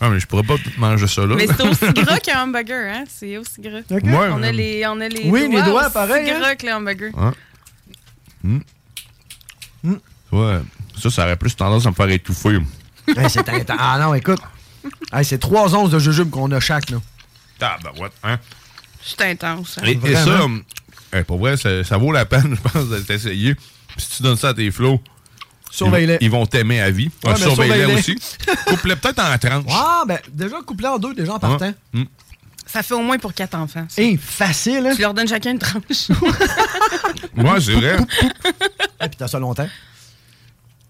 Ah, mais je pourrais pas tout manger ça là. Mais c'est aussi gras qu'un hamburger, hein? C'est aussi gras. Ouais, on, a ouais. les, on a les Oui, les doigts, aussi pareil, hein? gras que les hamburgers. Hein? Hum. Hum. Ouais. Ça, ça aurait plus tendance à me faire étouffer. Hey, c'est intense. Ah non, écoute. Hey, c'est trois onces de jujube qu'on a chaque, là. Tabarouette, hein? C'est intense. hein? Et, et ça, eh, pour vrai, ça, ça vaut la peine, je pense, de t'essayer. Puis Si tu donnes ça à tes flots, Surveille-les. Ils, ils vont t'aimer à vie. Ouais, Ah, mais surveille-les surveille-les. aussi. Coupe-les peut-être en tranches. Ah, ben, déjà couplé en deux, déjà en Hein? partant. Hum. Ça fait au moins pour quatre enfants. ça. Hey, facile, hein? Tu leur donnes chacun une tranche. Ouais, c'est vrai. Et puis t'as ça longtemps.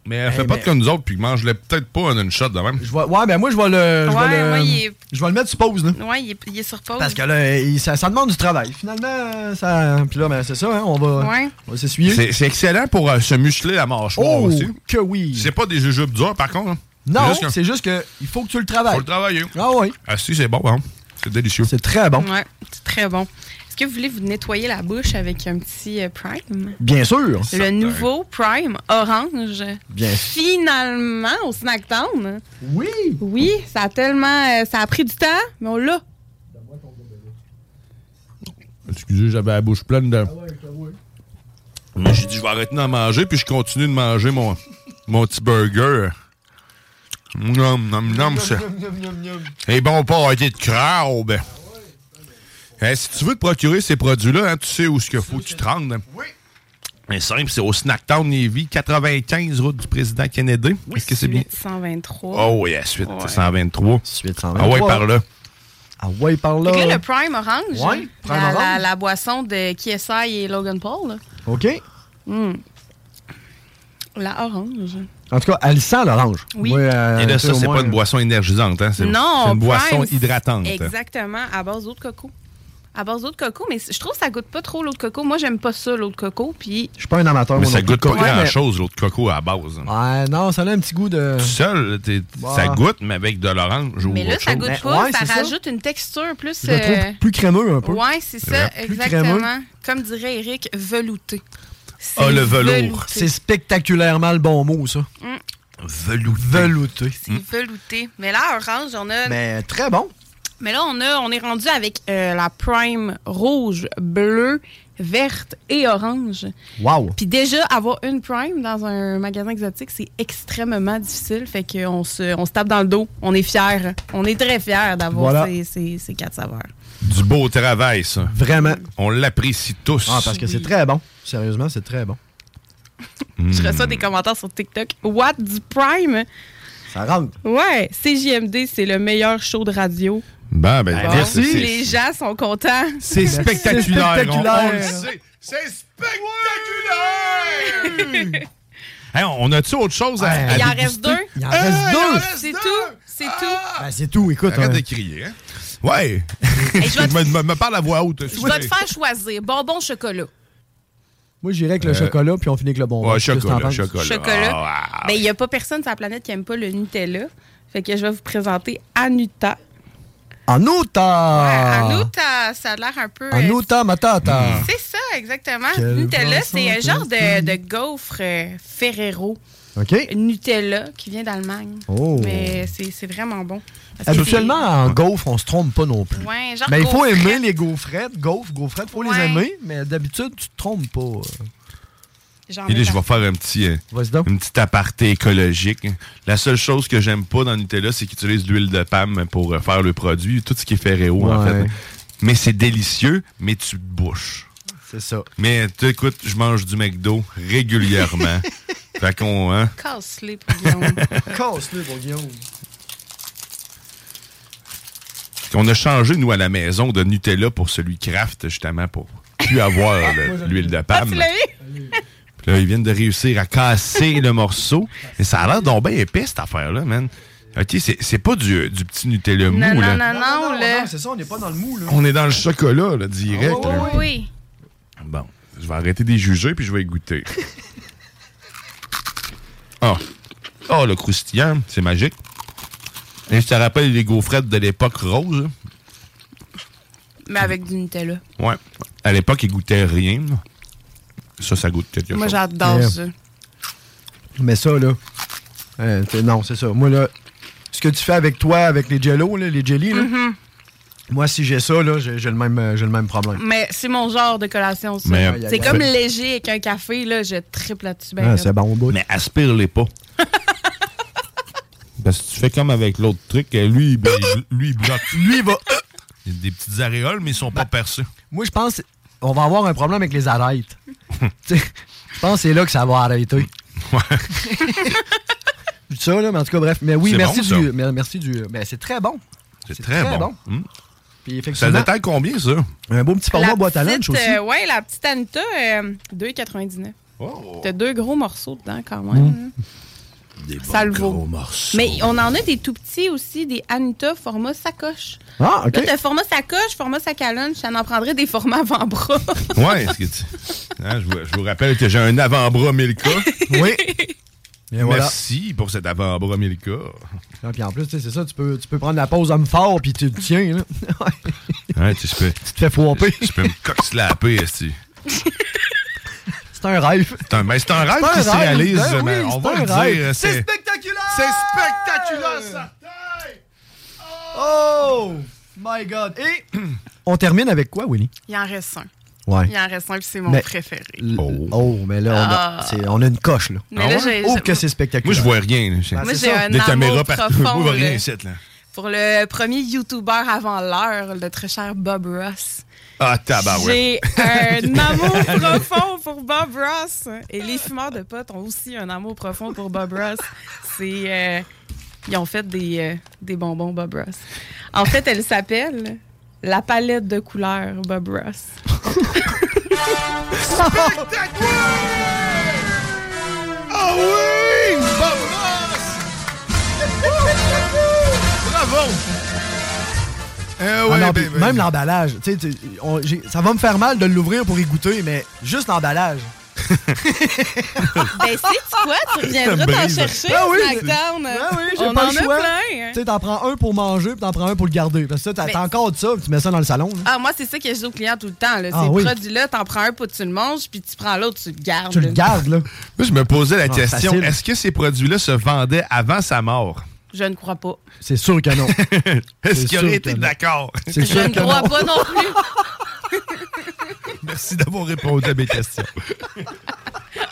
Mais elle fait Eh, pas mais- de comme nous autres, puis mange-les peut-être pas en une shot de même. Je vois- ouais, ben moi, je vais le. je vais Ouais, le- moi, il est- Je vais le mettre sur pause, là. ouais, il est, il est sur pause. Parce que là, il- ça, ça demande du travail. Finalement, euh, ça. Puis là, ben, c'est ça, hein, on va. Ouais. On va s'essuyer. C'est c'est excellent pour euh, se muscler la mâchoire Oh, aussi. que oui. C'est pas des jujubes durs, par contre. hein. Non, Juste que- c'est juste que il faut que tu le travailles. Faut le travailler. Ah oui. Ah si, c'est bon, hein. C'est délicieux. C'est très Ouais, c'est très bon. Est-ce que vous voulez vous nettoyer la bouche avec un petit euh, Prime? Bien sûr. Le nouveau Prime orange. Bien. Finalement, au Snackdown. Oui. Oui, ça a tellement. euh, ça a pris du temps, mais on l'a. Excusez, j'avais la bouche pleine de... Mais j'ai dit, je vais arrêter d'en manger, puis je continue de manger mon, mon petit burger. Nom, nom, nom, Ah ça. Et bon pâté de crabe. Eh, si tu veux te procurer ces produits-là, hein, tu sais où ce qu'il faut que tu te rendes. Oui. C'est simple, c'est au Snacktown Navy, 95, route du président Kennedy. Est-ce que c'est bien? 123. Oh oui, à suite 123. Suite Ah ouais, par là. Ah ouais, par là. Fait que là, le Prime orange, Ouais, hein, Prime la, la- orange. la boisson de KSI et Logan Paul, là. OK. Mm. la orange. En tout cas, elle sent l'orange. Oui. Moi, euh, Et là, tu sais, ça, au c'est moins- pas une boisson énergisante. Hein? C'est Non, c'est une boisson Prime, hydratante. hein. Exactement, à base d'eau de coco. À base d'eau de coco, mais c- je trouve que ça goûte pas trop l'eau de coco. Moi, j'aime pas ça, l'eau de coco. Puis Je suis pas un amateur. Mais moi, ça non plus. goûte pas Ouais, mais- grand-chose, l'autre coco à la base. hein. Ouais, Bah. non, ça a un petit goût de. Tout Seul, t'es- Ouais. ça goûte, mais avec de l'orange ou Mais là, autre ça chose. Ben, goûte pas, ouais, c'est ça ça. rajoute une texture plus. Je le trouve euh, plus crémeux un peu. Ouais, c'est ça, Ouais. Plus exactement. crémeux. Comme dirait Eric, velouté. C'est Ah, le velours. velouté. C'est spectaculairement le bon mot, ça. Mm. Velouté. Velouté. velouté. Mais là, orange, on a. Mais très bon. Mais là, on, a, on est rendu avec euh, la prime rouge, bleue, verte et orange. Wow. Puis déjà, avoir une prime dans un magasin exotique, c'est extrêmement difficile. Fait qu'on se, on se tape dans le dos. On est fiers. On est très fiers d'avoir Voilà. ces, ces- ces quatre saveurs. Du beau travail, ça. Vraiment. On l'apprécie tous. Ah, parce que c'est très bon. Sérieusement, c'est très bon. Hmm. Je reçois des commentaires sur TikTok. What du prime? Ça rentre. Ouais, CJMD, c'est le meilleur show de radio. Ben, ben, Ah, Bon, merci. Les gens sont contents. C'est spectaculaire. C'est spectaculaire. On, on le sait. C'est spectaculaire! Hey, on a-tu autre chose à, à Il en déguster? reste deux. Il en reste Hey, deux. C'est tout. C'est tout. Ben, c'est tout, écoute. Arrête hein. de crier. hein. Ouais. me, me- me parle à voix haute. Je vais te faire choisir bonbon chocolat. Moi, j'irais avec le Euh, chocolat, puis on finit avec le bonbon. ouais, Qu'est-ce que t'en chocolat, penses? chocolat. Chocolat. Ah, ah, Mais il n'y a pas personne sur la planète qui aime pas le Nutella. Fait que je vais vous présenter Anuta. En outa! Anuta, ça a l'air un peu. En euh, outa, matata. C'est ça, exactement. Quel Nutella, vent c'est un genre de, de gaufre euh, Ferrero. OK. Nutella qui vient d'Allemagne. Oh. Mais c'est c'est vraiment bon. Parce que Habituellement, en gaufre, on se trompe pas non plus. Ouais, genre mais il faut gaufrette. aimer les gaufrettes. Gaufres, gaufrettes, faut les Ouais. aimer, mais d'habitude, tu te trompes pas. c'est- j'en Et là, mets je vais partout. faire un petit, euh, une petite aparté écologique. La seule chose que j'aime pas dans le Nutella, c'est qu'ils utilisent l'huile de palme pour euh, faire le produit, tout ce qui est Ferrero, en Ouais. fait. Mais c'est délicieux, mais tu bouches. C'est ça. Mais tu- écoute, je mange du McDo régulièrement. fait qu'on, hein? Casse-les pour Guillaume. Casse-les pour Guillaume. On a changé, nous, à la maison, de Nutella pour celui Kraft, justement, pour plus avoir le- l'huile de Ah, palme. tu l'as eu? Puis là, ils viennent de réussir à casser le morceau. Et ça a l'air donc bien épais, cette affaire-là, man. OK, c'est c'est pas du, du petit Nutella mou, Non, non, là. non, non, là. C'est ça, on n'est pas dans le mou, là. On est dans le chocolat, là, direct. là. Oui, oui. Bon, je vais arrêter de les juger, puis je vais y goûter. Ah. Oh, le croustillant, c'est magique. Et je te rappelle les gaufrettes de l'époque rose. Mais avec du Nutella. Ouais. À l'époque, ils goûtaient rien. Ça, ça goûte quelque Moi, chose. j'adore Yeah. ça. Mais ça, là. hein, t'es- non, c'est ça. Moi, là, ce que tu fais avec toi, avec les jellos, là, les jellies, là, Mhm. moi, si j'ai ça, là, j'ai j'ai le, même, euh, j'ai le même problème. Mais c'est mon genre de collation, ça. Mais- c'est comme léger avec un café, là, je triple là-dessus. ben Ah, raide. bon Mais aspire-les pas. Parce que tu fais comme avec l'autre truc, euh, lui, il blo- lui, il bloque. Lui, il va. euh, Il y a des petites aréoles, mais ils sont pas percés. Moi, je pense on va avoir un problème avec les arêtes. Tu sais, je pense que c'est là que ça va arrêter. Je dis ça, là, mais en tout cas, bref. Mais oui, C'est merci, bon, du, mer- merci du. Mais c'est très bon. C'est très, très bon. Hmm. Puis Ça effectivement, détaille combien, ça? Un beau petit La format boîte à lunch petite, aussi. euh, ouais, la petite Anita, euh, 2,99. Oh. T'as deux gros morceaux dedans quand même. Mmh. Mm. hein. Ça le vaut. Mais on en a des tout petits aussi, des Anita format sacoche. Ah, OK. Là, t'as format sacoche, format sac à lunch, ça en prendrait des formats avant-bras. Ouais, est-ce que tu- Hein, je, vous, je vous rappelle que j'ai un avant-bras Milka. Oui. voilà. Merci pour cet avant-bras Milka. Ah, puis en plus, tu sais, c'est ça, tu peux, tu peux prendre la pause homme fort, puis tu te tiens, là. Hein, tu, peux, tu te fais foiper. Tu peux me cock-slapper, esti. C'est un rêve. C'est un, ben, c'est un rêve C'est un qui se rêve, réalise. ben oui, mais on c'est va un le rêve. dire. euh, C'est C'est spectaculaire! C'est spectaculaire, ça! Oh! My God! Et. On termine avec quoi, Willy? Il en reste un. Ouais. Il en reste un, puis c'est mon Mais- préféré. L- Oh. mais là, on a, Ah. c'est- on a une coche, là. Mais là, j'ai- oh, j'ai- que c'est spectaculaire. Moi, je vois rien. là. Moi, Ben, C'est j'ai ça. un Des amour caméras partout. Moi, je vois profond, rien là. ici, là. Pour le premier YouTuber avant l'heure, le très cher Bob Ross. Ah, bah tabarouette. J'ai un amour profond pour Bob Ross. Et les fumeurs de potes ont aussi un amour profond pour Bob Ross. C'est. euh, ils ont fait des, euh, des bonbons Bob Ross. En fait, elle s'appelle La palette de couleurs Bob Ross. Ah oui! Bob Ross! Bravo! Eh Ah oui, non, ben, puis ben. Même l'emballage. Tu sais, tu- on- j'ai- ça va me faire mal de l'ouvrir pour y goûter, mais juste l'emballage. Ben, c'est quoi? Tu reviendras Ça me t'en brise. chercher Ah au oui, SmackDown. Ah oui, j'ai On pas en le a choix. plein. hein. Tu sais, t'en prends un pour manger, puis t'en prends un pour le garder. Parce que ça, t'as Mais- t'as encore de ça, puis tu mets ça dans le salon. là. Ah, moi, c'est ça que je dis aux clients tout le temps. Là. Ah Ces oui. produits-là, t'en prends un pour tu le manges, puis tu prends l'autre, tu le gardes. Tu le là. gardes, là. Moi, je me posais la Ah, question facile. est-ce que ces produits-là se vendaient avant sa mort Je ne crois pas. C'est sûr que non. Est-ce C'est qu'il sûr aurait été que non. d'accord C'est Je ne crois pas non plus. Merci d'avoir répondu à mes questions.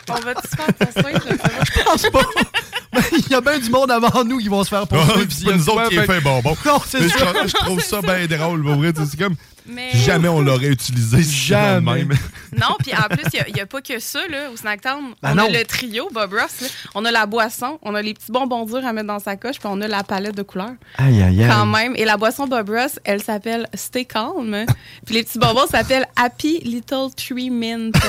On va se faire passer. Je pense pas. Mais Il y a bien du monde avant nous qui vont se faire Ah, poursuivre. c'est s'il y pas a nous de autres quoi, qui est fait bonbon. Non, c'est Mais je, ça. trouve- je trouve ça bien drôle, pour vrai. tu sais, C'est comme. Mais- Jamais on l'aurait utilisé. Jamais. Même. Non, puis en plus, il n'y a, pas que ça, là, au Snacktown. Ben on non. a le trio, Bob Ross. là. On a la boisson, on a les petits bonbons durs à mettre dans sa coche, puis on a la palette de couleurs. Aïe, aïe, aïe. Quand même. Et la boisson Bob Ross, elle s'appelle Stay Calm. Puis les petits bonbons s'appellent Happy Little Tree Mint.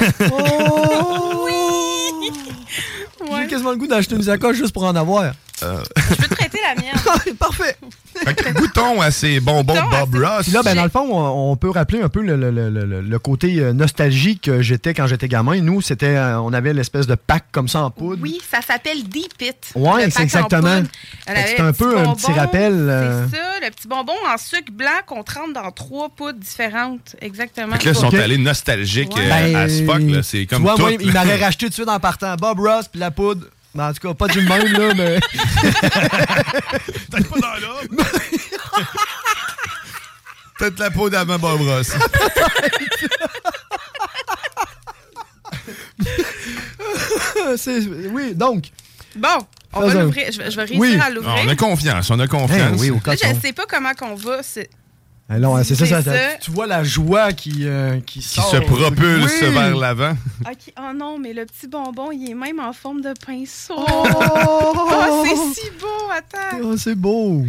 Oh! J'ai quasiment le goût d'acheter une sacoche juste pour en avoir. Ah, Euh, Je peux traiter la mienne. Parfait. fait que goûtons à ces bonbons Goûtons à Bob Ross. Puis là, ben, dans le fond, on, on peut rappeler un peu le, le- le- le- le côté euh, nostalgique que j'étais quand j'étais gamin. Nous, c'était, euh, on avait l'espèce de pack comme ça en poudre. Oui, ça s'appelle Deep It. Ouais, Le c'est pack en exactement. poudre. Elle Fait que avait c'est le un peu un petit bonbon, rappel, euh, C'est ça, le petit bonbon en sucre blanc qu'on trempe dans trois poudres différentes. Exactement. Fait que là, ils sont Ok. allés nostalgiques euh, Ben, à ce fuck. là. C'est tu comme vois, tout. moi, il là. m'avait racheté tout de suite en partant. Bob Ross puis la poudre. Ben, en tout cas, pas du même, là, mais. Peut-être pas dans l'homme. Peut-être la peau d'avant Bob Ross. C'est- oui, donc. Bon, on va Faisons. l'ouvrir. Je, vais- je vais réussir à l'ouvrir. Ah, On a confiance, on a confiance. Eh oui, au Là, je coton. ne sais pas comment qu'on va. c'est- Alors, c'est ça, ça, C'est ça. Tu vois la joie qui, euh, qui, sort. se propulse Oui. vers l'avant. Ok, oh non, mais le petit bonbon, il est même en forme de pinceau. Oh! Oh, c'est si beau, attends. Oh, c'est beau.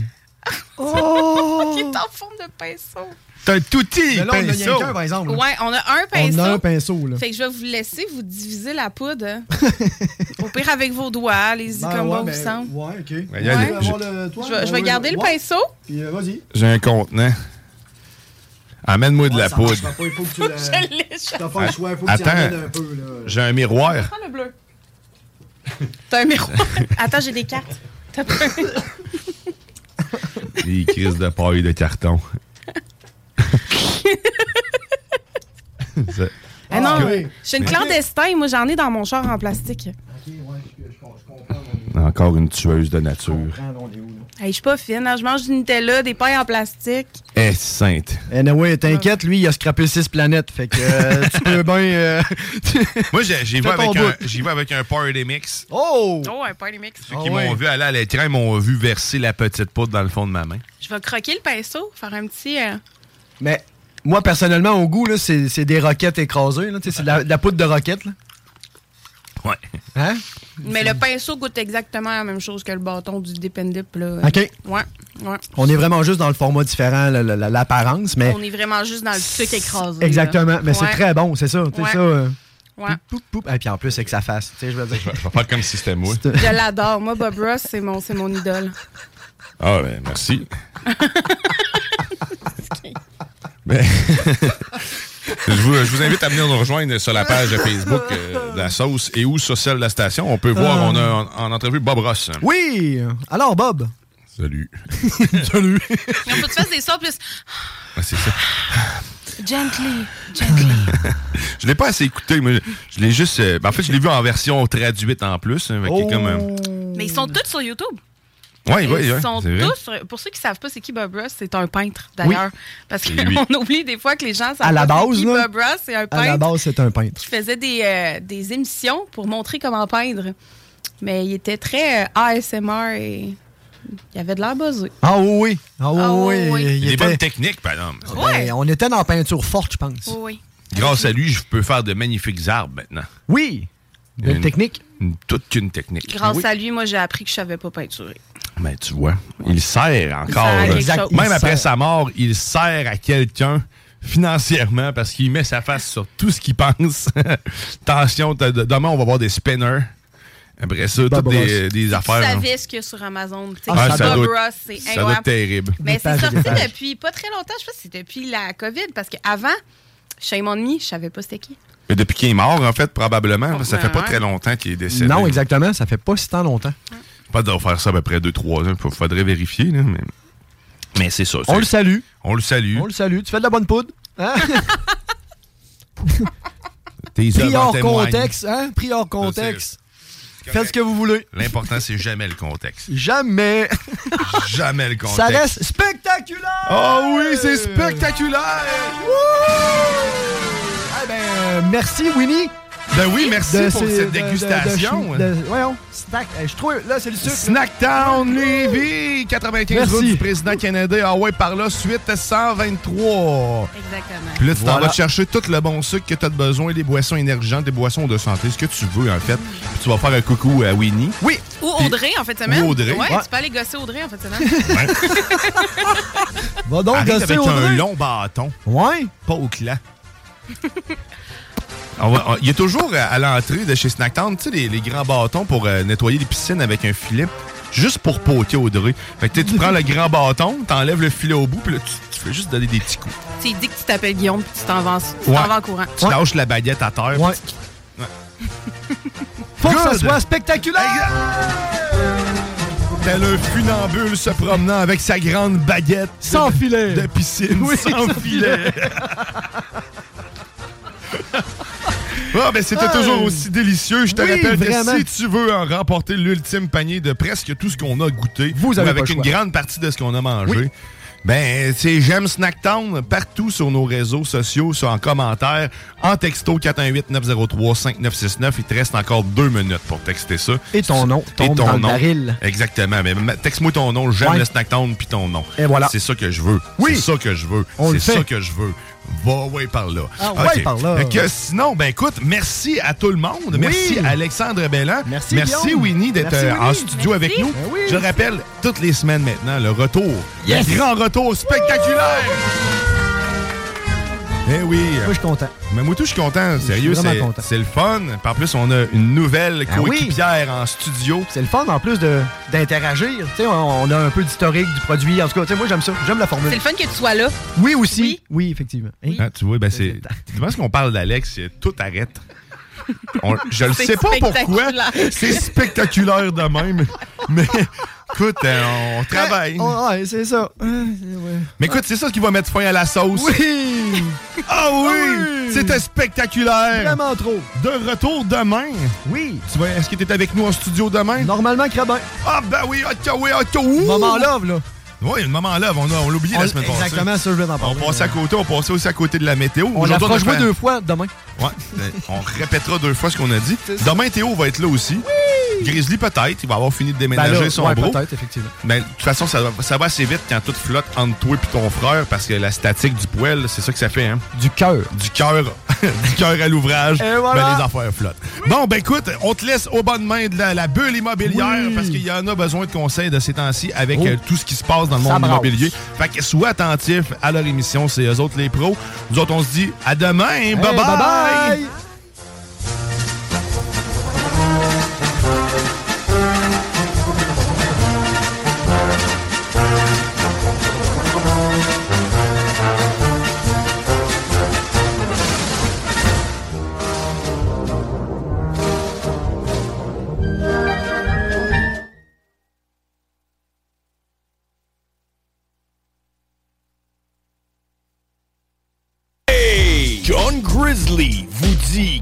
Oh! il est en forme de pinceau. T'as un toutil, Mais là, on a pinceau. quelqu'un, par exemple. là. Ouais, on a un pinceau. On a un pinceau, là. Fait que je vais vous laisser vous diviser la poudre. hein. Au pire, avec vos doigts, allez-y Ben comme ouais, bon mais- vous semble. Ouais, OK. Ben, y a des- avoir le- toi, Je vais- je ben vais oui, garder le ouais. pinceau. Puis, euh, vas-y. J'ai un contenant. Amène-moi de Ouais, la ça poudre. marchera pas, il faut que tu la- Je l'échappe. T'as pas le choix, il faut que tu y en Attends, mettes un peu, là. j'ai un miroir. Prends le bleu. T'as un miroir. Attends, j'ai des cartes. T'as pas un miroir. Il crise de paille de carton. Ça- Ah non, Ah, oui. je suis une clandestine. Moi, j'en ai dans mon char en plastique. Encore une tueuse de nature. Hey, je suis pas fine. hein. Je mange du Nutella, des pailles en plastique. Eh, sainte. Anyway, t'inquiète, lui, il a scrappé 6 planètes. Fait que euh, tu peux bien. euh, Moi, j'ai- j'y vais, Fais ton avec un- bout. j'y vais avec un party mix. Oh! Oh, un party mix. Ceux qui m'ont vu aller à l'écran, ils m'ont vu verser la petite poudre dans le fond de ma main. Je vais croquer le pinceau, faire un petit. euh, Mais moi, personnellement, au goût, là, c'est c'est des roquettes écrasées. là. Tu sais, C'est de la, de la poudre de roquette. Là. Ouais. Hein? Mais le pinceau goûte exactement la même chose que le bâton du Dépendip. Là. OK. Ouais, ouais. On est vraiment juste dans le format différent, la- la- la- l'apparence, mais. On est vraiment juste dans le sucre écrasé. là. Exactement. Mais c'est Ouais. très bon, c'est ça. Tu Ouais. sais, ça. euh, Ouais. poup, poup. Et puis en plus, c'est que ça fasse. Tu sais, je veux dire. Je vais faire comme si c'était moi. Je l'adore. Moi, Bob Ross, c'est mon, c'est mon idole. Ah, ben, merci. Ben, je, vous, je vous invite à venir nous rejoindre sur la page Facebook euh, de la sauce et ou sur celle de la station. On peut voir, Euh. on a en, en entrevue Bob Ross. Oui! Alors, Bob. Salut. Salut. Il faut que tu fasses des sons plus. Ah, c'est ça. Gently, gently. Je l'ai pas assez écouté, mais je l'ai juste. euh, ben, en fait, je l'ai vu en version traduite en plus. hein, fait Oh. que comme, euh, Mais ils sont tous sur YouTube. Ouais, ouais, Ils ouais, sont c'est vrai. tous sur- Pour ceux qui ne savent pas, c'est qui Bob Ross? C'est un peintre, d'ailleurs. Parce C'est lui. qu'on oublie des fois que les gens savent À la pas c'est base, qui là. Bob Ross, c'est un Oh! À la peintre base, c'est un peintre. qui faisait des, euh, des émissions pour montrer comment peindre. Mais il était très euh, ASMR et il avait de l'air buzzé. Ah oui, oui. Ah oui, Ah oui, oui. oui. Il y a des était- bonnes techniques, par exemple. Ben, on était dans la peinture forte, je pense. Oui. Grâce à lui, je peux faire de magnifiques arbres maintenant. Oui. Belle Une- technique. une- toute qu'une technique. Grâce à lui, moi, j'ai appris que je savais pas peinturer. Mais tu vois, il sert encore. sert à quelque là. chose. Même Il après sert. sa mort, il sert à quelqu'un financièrement parce qu'il met sa face sur tout ce qu'il pense. Attention, t'as- de- demain, on va voir des spinners. Après ça, toutes des, des Tu affaires. hein. savais ce qu'il y a sur Amazon. Tu sais, Ah, ça Bob doit- Ross, c'est ça doit incroyable. être terrible. Mais Des c'est pages et sorti des pages. depuis pas très longtemps. Je pense que c'est depuis la COVID. Parce qu'avant, chez mon ami, je savais pas c'était qui. Mais depuis qu'il est mort, en fait, probablement. parce que Ça fait pas Ouais. très longtemps qu'il est décédé. Non, exactement. Ça fait pas si tant longtemps. Pas de faire ça à peu près 2-3 ans. Il faudrait vérifier. là, mais mais c'est ça. On c'est- le salue. On le salue. On le salue. Tu fais de la bonne poudre. Hein? Tes Pris œuvres en hors témoignent. contexte. Hein? Pris hors contexte. Faites ce que vous voulez. L'important, c'est jamais le contexte. Jamais. Jamais le contexte. Ça reste spectaculaire. Oh oui, c'est spectaculaire. Eh ben, euh, merci, Winnie. Ben oui, merci De pour ces- cette de- de- de- dégustation. hein. de- de- voyons, snack. eh, Je trouve, là, c'est le sucre. Snackdown Levy, 95 route Merci. du président canadien. Ah ouais, par là, suite 123. Exactement. Puis là, tu t'en Voilà. vas te chercher tout le bon sucre que tu as besoin, des boissons énergisantes, des boissons de santé, ce que tu veux en fait. Puis tu vas faire un coucou à Winnie. Oui. Ou Audrey, en fait, semaine. Ou Audrey. Ouais, Ouais. tu peux aller gosser Audrey, en fait, semaine. Va donc Arrête gosser avec un Audrey. long bâton. Ouais. Pas au clan. On va- on- Il y a toujours euh, à l'entrée de chez Snacktown, tu sais, les, les grands bâtons pour euh, nettoyer les piscines avec un filet. juste pour poter Audrey. Fait que tu sais, tu prends le grand bâton, t'enlèves le filet au bout, puis là, tu, tu fais juste donner des petits coups. Tu dis que tu t'appelles Guillaume puis tu t'en vas, en- tu t'en Ouais. vas en courant. Tu lâches la baguette à terre. puis tu- Faut que ça Good. soit spectaculaire! Tel un funambule se promenant avec sa grande baguette. Sans de- filet. De piscine, Oui, sans, sans filet. Ah, ben c'était Ah. toujours aussi délicieux. Je te Oui, rappelle vraiment. que si tu veux en remporter l'ultime panier de presque tout ce qu'on a goûté, Vous avez ou pas avec le une choix. grande partie de ce qu'on a mangé, ben, c'est J'aime Snacktown partout sur nos réseaux sociaux, sur en commentaire, en texto 418-903-5969. Il te reste encore deux minutes pour texter ça. Et ton nom tombe dans le baril. Exactement. Mais ma- texte-moi ton nom, j'aime Ouais. le Snacktown, puis ton nom. Et voilà. C'est ça que je veux. Oui. C'est ça que je veux. On le C'est ça fait. que je veux. Va, ouais, par là. Ah, ouais, OK. par là. Fait que sinon, ben écoute, merci à tout le monde. Merci Oui. Alexandre Bellan. Merci, Merci Guillaume. Winnie d'être Merci, euh, en Winnie. studio Merci. avec nous. Ben oui. Je le rappelle, toutes les semaines maintenant, le retour. Yes. Le grand retour spectaculaire. Eh oui. Moi, je suis content. Mais moi, tout, je suis content. Sérieux, vraiment c'est content. c'est le fun. Puis En plus, on a une nouvelle Ah oui. coéquipière en studio. C'est le fun en plus de- d'interagir. Tu sais, on, on a un peu d'historique du produit. En tout cas, tu sais, moi j'aime ça. J'aime la formule. C'est le fun que tu sois là. Oui aussi. Oui, effectivement. Hein? Ah, tu vois, ben c'est. Tu penses qu'on parle d'Alex, c'est tout arrête. On- je le C'est sais pas pourquoi. spectaculaire. C'est spectaculaire de même. Mais écoute, euh, on travaille. Oh, ouais, c'est ça. Euh, ouais. Mais écoute, c'est ça qui va mettre fin à la sauce. Oui! Ah oui! C'était spectaculaire! Vraiment trop. De retour demain. Oui. Tu vas- Est-ce que tu es avec nous en studio demain? Normalement, Crabin. Ah ben oui, ok, oui, ok. ouh! Maman Love, là. Oui, une maman love, on, a- on l'a oublié On- la semaine passée. exactement, ça, je vais t'en parler. On passait à côté, on passait aussi à côté de la météo. On la Aujourd'hui, fera jouer fait- deux fois demain. Ouais, ben, on répétera deux fois ce qu'on a dit. Demain, Théo va être là aussi. Grizzly, peut-être. Il va avoir fini de déménager Ben là, son ouais, bro. peut-être, effectivement. Mais de toute façon, ça va, ça va assez vite quand tout flotte entre toi et ton frère parce que la statique du poêle, c'est ça que ça fait. Hein? Du cœur. Du cœur. du cœur à l'ouvrage. Et voilà. Ben, les affaires flottent. Bon, ben écoute, on te laisse aux bonnes mains de la, la bulle immobilière parce qu'il y en a besoin de conseils de ces temps-ci avec Oh. euh, tout ce qui se passe dans le Ça monde brasse. immobilier. Fait que sois attentif à leur émission. C'est eux autres les pros. Nous autres, on se dit à demain. bye bye. bye-bye. Hey! John Grizzly vous dit